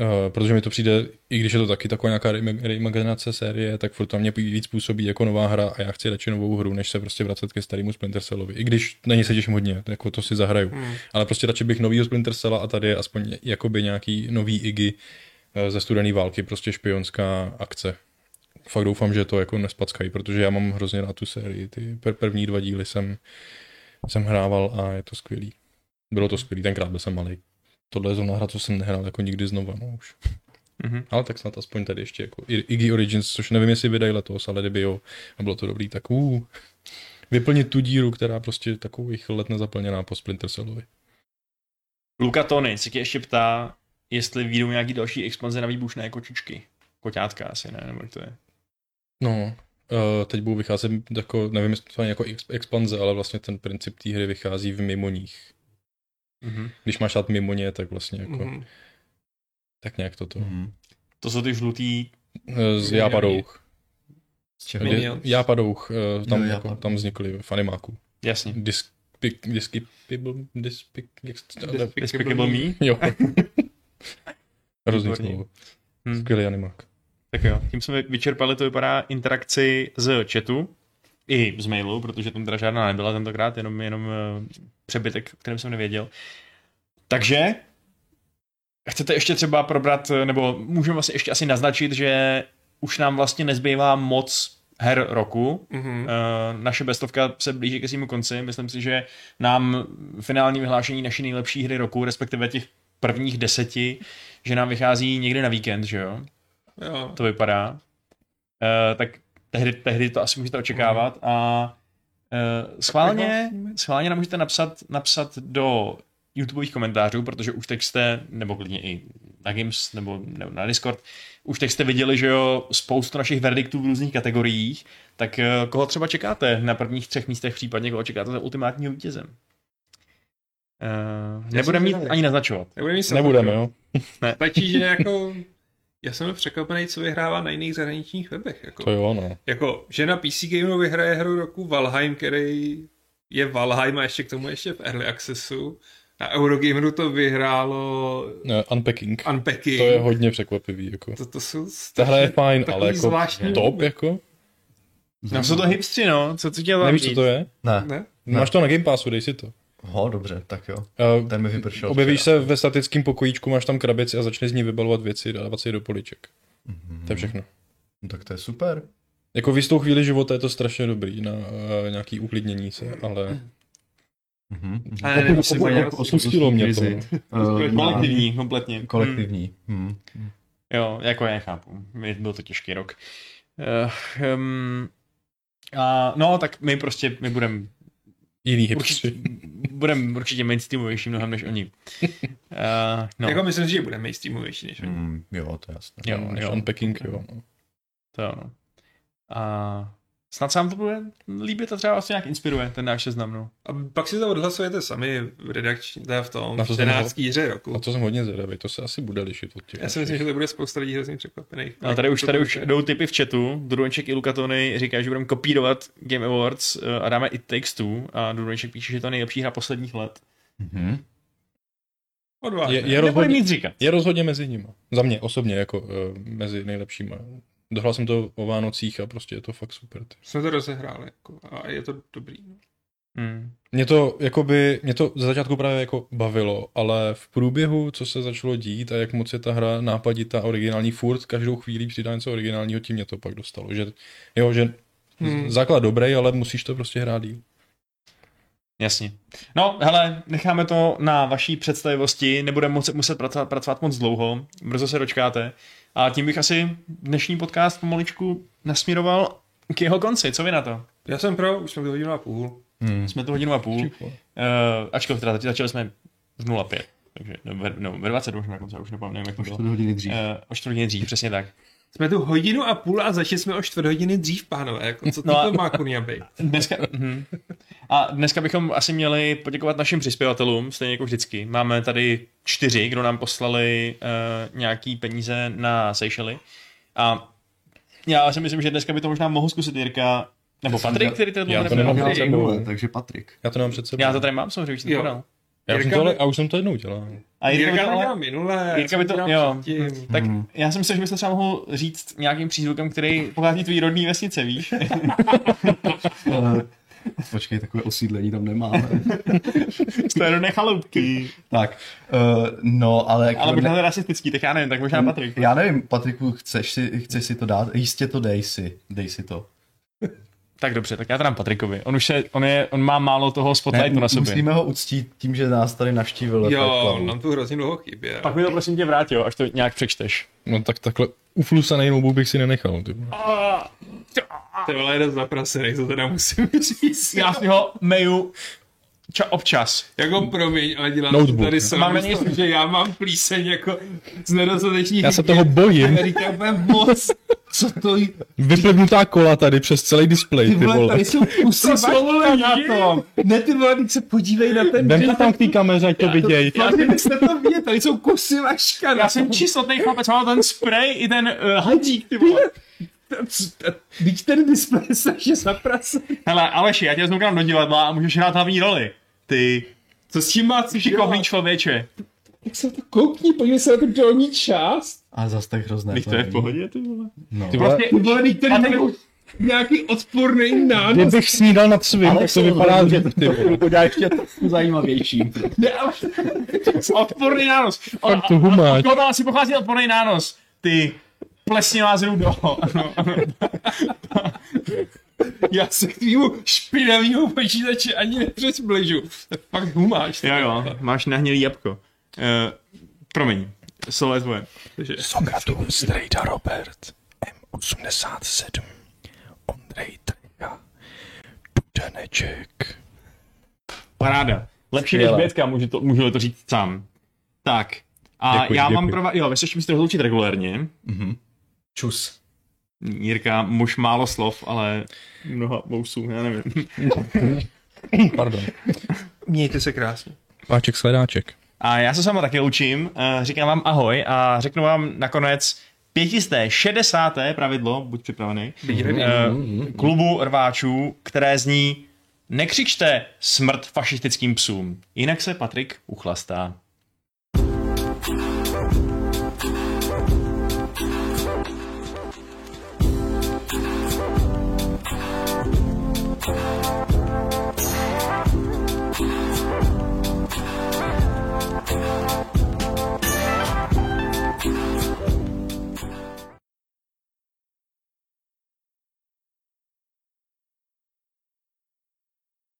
[SPEAKER 4] uh, protože mi to přijde, i když je to taky taková nějaká reima- reimaginace série, tak furt tam mě víc působí jako nová hra a já chci radši novou hru, než se prostě vracet ke starému Splinter Cellovi. I když na něj se těším hodně, jako to si zahraju. Hmm. Ale prostě radši bych novýho Splinter Cella a tady je aspoň jakoby nějaký nový Iggy, eh, ze studené války, prostě špionská akce. Fakt doufám, že to jako nespackají, protože já mám hrozně rád tu sérii. Ty pr- první dva díly jsem, jsem hrával a je to skvělý. Bylo to skvělý, tenkrát byl jsem malý. Tohle je zrovna hra, co jsem nehrál jako nikdy znova, no už.
[SPEAKER 1] Mhm.
[SPEAKER 4] Ale tak snad aspoň tady ještě jako I- Iggy Origins, což nevím, jestli vydají letos, ale kdyby jo, a bylo to dobrý, tak uh, vyplnit tu díru, která prostě takových let nezaplněná po Splinter Cellovi.
[SPEAKER 1] Luka Tony se tě ještě ptá, jestli vyjdou nějaký další expanze na výbušné kočičky. Koťátka asi ne, nebo jak to je.
[SPEAKER 4] No, eh, teď budu vycházet jako, nevím, jestli to je jako ex- expanze, ale vlastně ten princip té hry vychází v mimoních.
[SPEAKER 1] Mhm.
[SPEAKER 4] Když máš dát mimo ně, tak vlastně jako,
[SPEAKER 2] Mhm.
[SPEAKER 4] tak nějak toto.
[SPEAKER 5] Mhm.
[SPEAKER 1] To jsou ty žlutý,
[SPEAKER 4] Eh, Z Jápadouch.
[SPEAKER 5] Z čeho?
[SPEAKER 4] Kdy-
[SPEAKER 2] Minions.
[SPEAKER 4] Jápadouch, eh, tam,
[SPEAKER 5] Jo,
[SPEAKER 4] jako,
[SPEAKER 5] Jápadouch.
[SPEAKER 4] tam vznikly v animáku.
[SPEAKER 1] jasně.
[SPEAKER 4] Disk, pik, disky, pibl, dispik, jak se to-
[SPEAKER 2] Dis-
[SPEAKER 1] Despicable Me.
[SPEAKER 2] (laughs)
[SPEAKER 4] Jo. Hrozný
[SPEAKER 1] Výborný.
[SPEAKER 4] slovo.
[SPEAKER 2] Hmm.
[SPEAKER 1] Hm.
[SPEAKER 4] Skvělý animák.
[SPEAKER 1] Tak jo, tím jsme vyčerpali, to vypadá, interakci z chatu i z mailu, protože tam teda žádná nebyla tentokrát, jenom, jenom eh, přebytek, o kterém jsem nevěděl. Takže chcete ještě třeba probrat, eh, nebo můžeme vlastně ještě asi naznačit, že už nám vlastně nezbývá moc her roku,
[SPEAKER 2] Mhm.
[SPEAKER 1] Eh, naše bestovka se blíží ke svému konci. Myslím si, že nám finální vyhlášení naší nejlepší hry roku, respektive těch prvních deseti, že nám vychází někdy na víkend, že jo?
[SPEAKER 2] Jo.
[SPEAKER 1] To vypadá. Uh, tak tehdy, tehdy to asi můžete očekávat a uh, schválně, schválně nám můžete napsat, napsat do YouTubeových komentářů, protože už teď jste, nebo klidně i na Games, nebo, nebo na Discord, už teď jste viděli, že jo, spoustu našich verdiktů v různých kategoriích, tak eh, koho třeba čekáte na prvních třech místech, případně koho čekáte za ultimátního vítězem? Uh, nebudeme mít
[SPEAKER 2] zvědavý.
[SPEAKER 1] ani naznačovat.
[SPEAKER 2] Nebudeme, nic
[SPEAKER 4] Nebudeme, jo.
[SPEAKER 2] Stačí, že jako... (laughs) Já jsem byl překvapený, co vyhrává na jiných zahraničních webech. Jako,
[SPEAKER 4] To jo, no.
[SPEAKER 2] jako že na PC Gameru vyhraje hru roku Valheim, který je Valheim a ještě k tomu ještě v Early Accessu. Na Eurogameru to vyhrálo
[SPEAKER 4] Ne, Eh, Unpacking.
[SPEAKER 2] Unpacking.
[SPEAKER 4] To je hodně překvapivý, jako.
[SPEAKER 2] to, to jsou
[SPEAKER 4] Ta hra je fajn,
[SPEAKER 2] Takový
[SPEAKER 4] ale jako
[SPEAKER 2] zvláštní.
[SPEAKER 4] top, jako.
[SPEAKER 1] No jsou to hipstři, no, co, co tě mám
[SPEAKER 4] Nevíš, co to je?
[SPEAKER 3] Ne.
[SPEAKER 2] Ne?
[SPEAKER 3] Ne.
[SPEAKER 4] Máš to na Game Passu, dej si to.
[SPEAKER 3] Ho, dobře, tak jo.
[SPEAKER 4] Uh,
[SPEAKER 3] Ten mi vypršel.
[SPEAKER 4] Objevíš
[SPEAKER 3] včera.
[SPEAKER 4] se ve statickém pokojíčku, máš tam krabici a začneš z ní vybalovat věci, dávat si je do poliček.
[SPEAKER 3] Mhm.
[SPEAKER 4] Mm-hmm. To je všechno.
[SPEAKER 3] No, tak to je super.
[SPEAKER 4] Jako v jistou chvíli života je to strašně dobrý na uh, nějaký uklidnění se, ale
[SPEAKER 3] Mhm.
[SPEAKER 2] Ale nevím, jestli
[SPEAKER 4] Jako
[SPEAKER 2] mají-
[SPEAKER 4] opustilo mě to.
[SPEAKER 5] krizi.
[SPEAKER 3] Eh, na-
[SPEAKER 1] Kolektivní, kompletně. Mm.
[SPEAKER 3] Kolektivní. Hmm.
[SPEAKER 1] Jo, jako já nechápu. Byl to těžký rok. Uh, um, a no, tak my prostě, my budeme
[SPEAKER 4] jiný
[SPEAKER 1] určitě,
[SPEAKER 4] hipstři.
[SPEAKER 1] budem určitě mainstreamovější mnohem než (laughs) oni. Uh, no,
[SPEAKER 2] Jako myslím, že bude mainstreamovější než oni.
[SPEAKER 5] Mm.
[SPEAKER 3] Hmm. Jo, to je jasné.
[SPEAKER 1] jo,
[SPEAKER 4] Než
[SPEAKER 1] jo,
[SPEAKER 4] Unpacking, jo. No.
[SPEAKER 1] to jo. no. A snad se vám to bude líbit a třeba vás to nějak inspiruje, ten náš seznam, no.
[SPEAKER 2] A pak si to odhlasujete sami v redakční, teda v tom
[SPEAKER 4] Na to jsem
[SPEAKER 2] 14. jíře roku.
[SPEAKER 4] A to jsem hodně zvědavý, to se asi bude lišit od těch.
[SPEAKER 2] Já si myslím, že to bude spousta lidí hrozně překvapených.
[SPEAKER 1] A tady už,
[SPEAKER 2] To
[SPEAKER 1] tady
[SPEAKER 2] to
[SPEAKER 1] už
[SPEAKER 2] bude.
[SPEAKER 1] jdou typy v chatu. Duronček i Lukatony říká, že budeme kopírovat Game Awards eh, a dáme i Takes Two a Duronček píše, že to je nejlepší hra posledních let.
[SPEAKER 5] Mhm.
[SPEAKER 2] Od vás,
[SPEAKER 4] Je-
[SPEAKER 2] ne?
[SPEAKER 4] je-
[SPEAKER 1] Nebude
[SPEAKER 4] rozhodně-
[SPEAKER 1] nic říkat.
[SPEAKER 4] Je rozhodně mezi nimi. Za mě osobně, jako uh, mezi nejlepšíma. Dohrál jsem to o Vánocích a prostě je to fakt super. Ty.
[SPEAKER 2] Jsme to rozehráli jako, a je to dobrý. no.
[SPEAKER 1] Hmm.
[SPEAKER 4] Mě to, jakoby, mě to ze začátku právě jako bavilo, ale v průběhu, co se začalo dít a jak moc je ta hra nápaditá, originální, furt každou chvíli přidá něco originálního, tím mě to pak dostalo. Že, jo, že
[SPEAKER 2] Hmm.
[SPEAKER 4] hmm. základ dobrý, ale musíš to prostě hrát díl.
[SPEAKER 1] Jasně. No, hele, necháme to na vaší představivosti, nebudeme moc, muset pracovat, pracovat moc dlouho, brzo se dočkáte. A tím bych asi dnešní podcast pomaličku nasměroval k jeho konci, co vy na to?
[SPEAKER 2] Já jsem pro, už jsme to hodinu a půl.
[SPEAKER 3] Hmm.
[SPEAKER 1] Jsme tu hodinu a půl, uh,
[SPEAKER 4] Čipo.
[SPEAKER 1] ačkoliv teda zač- začali jsme v 0,5, takže no, ve, no, ve 20 už na konci, já už nepamatuji, jak to
[SPEAKER 5] O
[SPEAKER 1] bylo.
[SPEAKER 5] čtvrt hodiny dřív.
[SPEAKER 1] Eh, o čtvrt hodiny dřív, přesně tak.
[SPEAKER 2] Jsme tu hodinu a půl a začali jsme o čtvrt hodiny dřív, pánové. Jako, co
[SPEAKER 1] No
[SPEAKER 2] no
[SPEAKER 1] a-
[SPEAKER 2] to má kurňa
[SPEAKER 1] (laughs)
[SPEAKER 2] být?
[SPEAKER 1] Dneska, mhm. a dneska bychom asi měli poděkovat našim přispěvatelům, stejně jako vždycky. Máme tady čtyři, kdo nám poslali uh, nějaký peníze na Seychely. A já si myslím, že dneska by to možná mohl zkusit Jirka, nebo Patrik, který to
[SPEAKER 4] já
[SPEAKER 1] dlouho
[SPEAKER 4] to nemám
[SPEAKER 1] neměl.
[SPEAKER 4] rád.
[SPEAKER 5] Já
[SPEAKER 4] za
[SPEAKER 5] i
[SPEAKER 4] sebou.
[SPEAKER 5] nule, takže Patrik.
[SPEAKER 4] Já to mám před sebou.
[SPEAKER 1] Já to tady mám, samozřejmě, že jsem to
[SPEAKER 2] Jo.
[SPEAKER 1] podal.
[SPEAKER 4] já už jsem
[SPEAKER 2] Jirka
[SPEAKER 4] to, ale,
[SPEAKER 2] by-
[SPEAKER 4] a už jsem to jednou dělal.
[SPEAKER 1] A
[SPEAKER 2] Jirka
[SPEAKER 1] Jirka, Jirka,
[SPEAKER 2] to
[SPEAKER 1] ale,
[SPEAKER 2] dělal minule.
[SPEAKER 1] Jirka by
[SPEAKER 2] jsem
[SPEAKER 1] to-
[SPEAKER 2] dělal
[SPEAKER 1] jo.
[SPEAKER 2] předtím.
[SPEAKER 1] tak já si myslím, že bys to třeba mohl říct nějakým přízvukem, který pochází tvý rodný vesnice, (laughs) víš?
[SPEAKER 5] Ale- (laughs) Počkej, takové osídlení tam nemáme.
[SPEAKER 1] Z té rodné chaloupky.
[SPEAKER 5] (laughs) tak, uh, no, ale... jako
[SPEAKER 1] Ale možná to je rasistický, tak já nevím, tak možná Patrik.
[SPEAKER 5] Já nevím, Patriku, chceš si, chceš si to dát? Jistě to dej si, dej si to.
[SPEAKER 1] Tak dobře, tak já to dám Patrikovi. On už se, on, je, on má málo toho
[SPEAKER 5] Ne,
[SPEAKER 1] spotlightu na sobě.
[SPEAKER 5] musíme ho uctít tím, že nás tady navštívil. Fight
[SPEAKER 2] Jo, no.
[SPEAKER 5] Clubu.
[SPEAKER 2] nám tu hrozně dlouho chyběl.
[SPEAKER 1] Pak mi to prosím tě vrátí, jo, až to nějak přečteš.
[SPEAKER 4] No tak takhle uflusaný notebook bych si nenechal. Ty.
[SPEAKER 2] To je jeden zaprasený, to teda musím (laughs) říct.
[SPEAKER 1] Já si ho meju ča- občas.
[SPEAKER 2] Jako promiň, ale dělám Notebook,
[SPEAKER 4] Notebook,
[SPEAKER 2] tady
[SPEAKER 4] no.
[SPEAKER 2] sám,
[SPEAKER 1] Mám na
[SPEAKER 2] mám
[SPEAKER 1] něj-
[SPEAKER 2] tom, že já mám plíseň jako z nedostatečných
[SPEAKER 4] Já
[SPEAKER 2] (laughs)
[SPEAKER 4] se toho bojím.
[SPEAKER 2] Říkám úplně moc, co to je,
[SPEAKER 4] Vyplivnutá kola tady přes celý displej,
[SPEAKER 2] ty
[SPEAKER 4] ty
[SPEAKER 2] vole,
[SPEAKER 4] vole.
[SPEAKER 2] tady jsou pusy vaška na tom. Ne ty vole, teď se podívej na ten
[SPEAKER 4] Vem to tam k té kameře, ať to viděj.
[SPEAKER 2] Já byste to vidět, tady jsou kusy vaška.
[SPEAKER 1] Já jsem čistotný chlapec, mám ten spray i ten uh, hadík, ty vole.
[SPEAKER 2] Teď ten displej je strašně zaprasený.
[SPEAKER 1] Hele, Aleši, já tě znovu do divadla a můžeš hrát hlavní roli. Ty
[SPEAKER 2] Co s tím má co
[SPEAKER 1] šikovný člověče.
[SPEAKER 2] Tak se to koukni, podívej se na tu dolní část.
[SPEAKER 5] A zas tak hrozné.
[SPEAKER 1] Teď to je v pohodě, ty vole.
[SPEAKER 5] No.
[SPEAKER 4] Ty vole,
[SPEAKER 2] Ty vole, teď
[SPEAKER 1] A
[SPEAKER 2] tady
[SPEAKER 1] teď-
[SPEAKER 2] byl nějaký odporný nános.
[SPEAKER 4] kdybych snídal nad svým, tak to vypadá, že ty vole.
[SPEAKER 5] Podá ještě trošku zajímavější.
[SPEAKER 2] Ne, ale
[SPEAKER 1] Odporný nános. O,
[SPEAKER 4] Fakt to humáč.
[SPEAKER 1] Koho tam asi pochází odporný nános? Ty plesnivá zrudo. (laughs) Ano, ano.
[SPEAKER 2] já se k tvýmu špinavému počítači ani nepřesbližu. To je fakt humáč.
[SPEAKER 1] Jo, jo, máš nahnělý jabko. Uh, Eh, promiň. So let win.
[SPEAKER 7] Sokatu, Strejda Robert, M87, Ondrej Trejka, Dudeneček.
[SPEAKER 1] Paráda. Lepší než
[SPEAKER 3] Skvělé.
[SPEAKER 1] bětka, můžu to, můžu to říct sám. Tak. A
[SPEAKER 4] Děkuji,
[SPEAKER 1] já mám
[SPEAKER 4] děkuji.
[SPEAKER 1] pro vás, jo, vy se ještě musíte rozloučit regulérně.
[SPEAKER 3] Čus.
[SPEAKER 1] Jirka, muž málo slov, ale mnoha bousů, já nevím.
[SPEAKER 4] Pardon.
[SPEAKER 2] Mějte se krásně.
[SPEAKER 4] Páček sledáček.
[SPEAKER 1] A já se sama taky učím, říkám vám ahoj a řeknu vám nakonec pětisté, šedesáté pravidlo, buď připravený, eh, klubu rváčů, které zní nekřičte smrt fašistickým psům, jinak se Patrik uchlastá.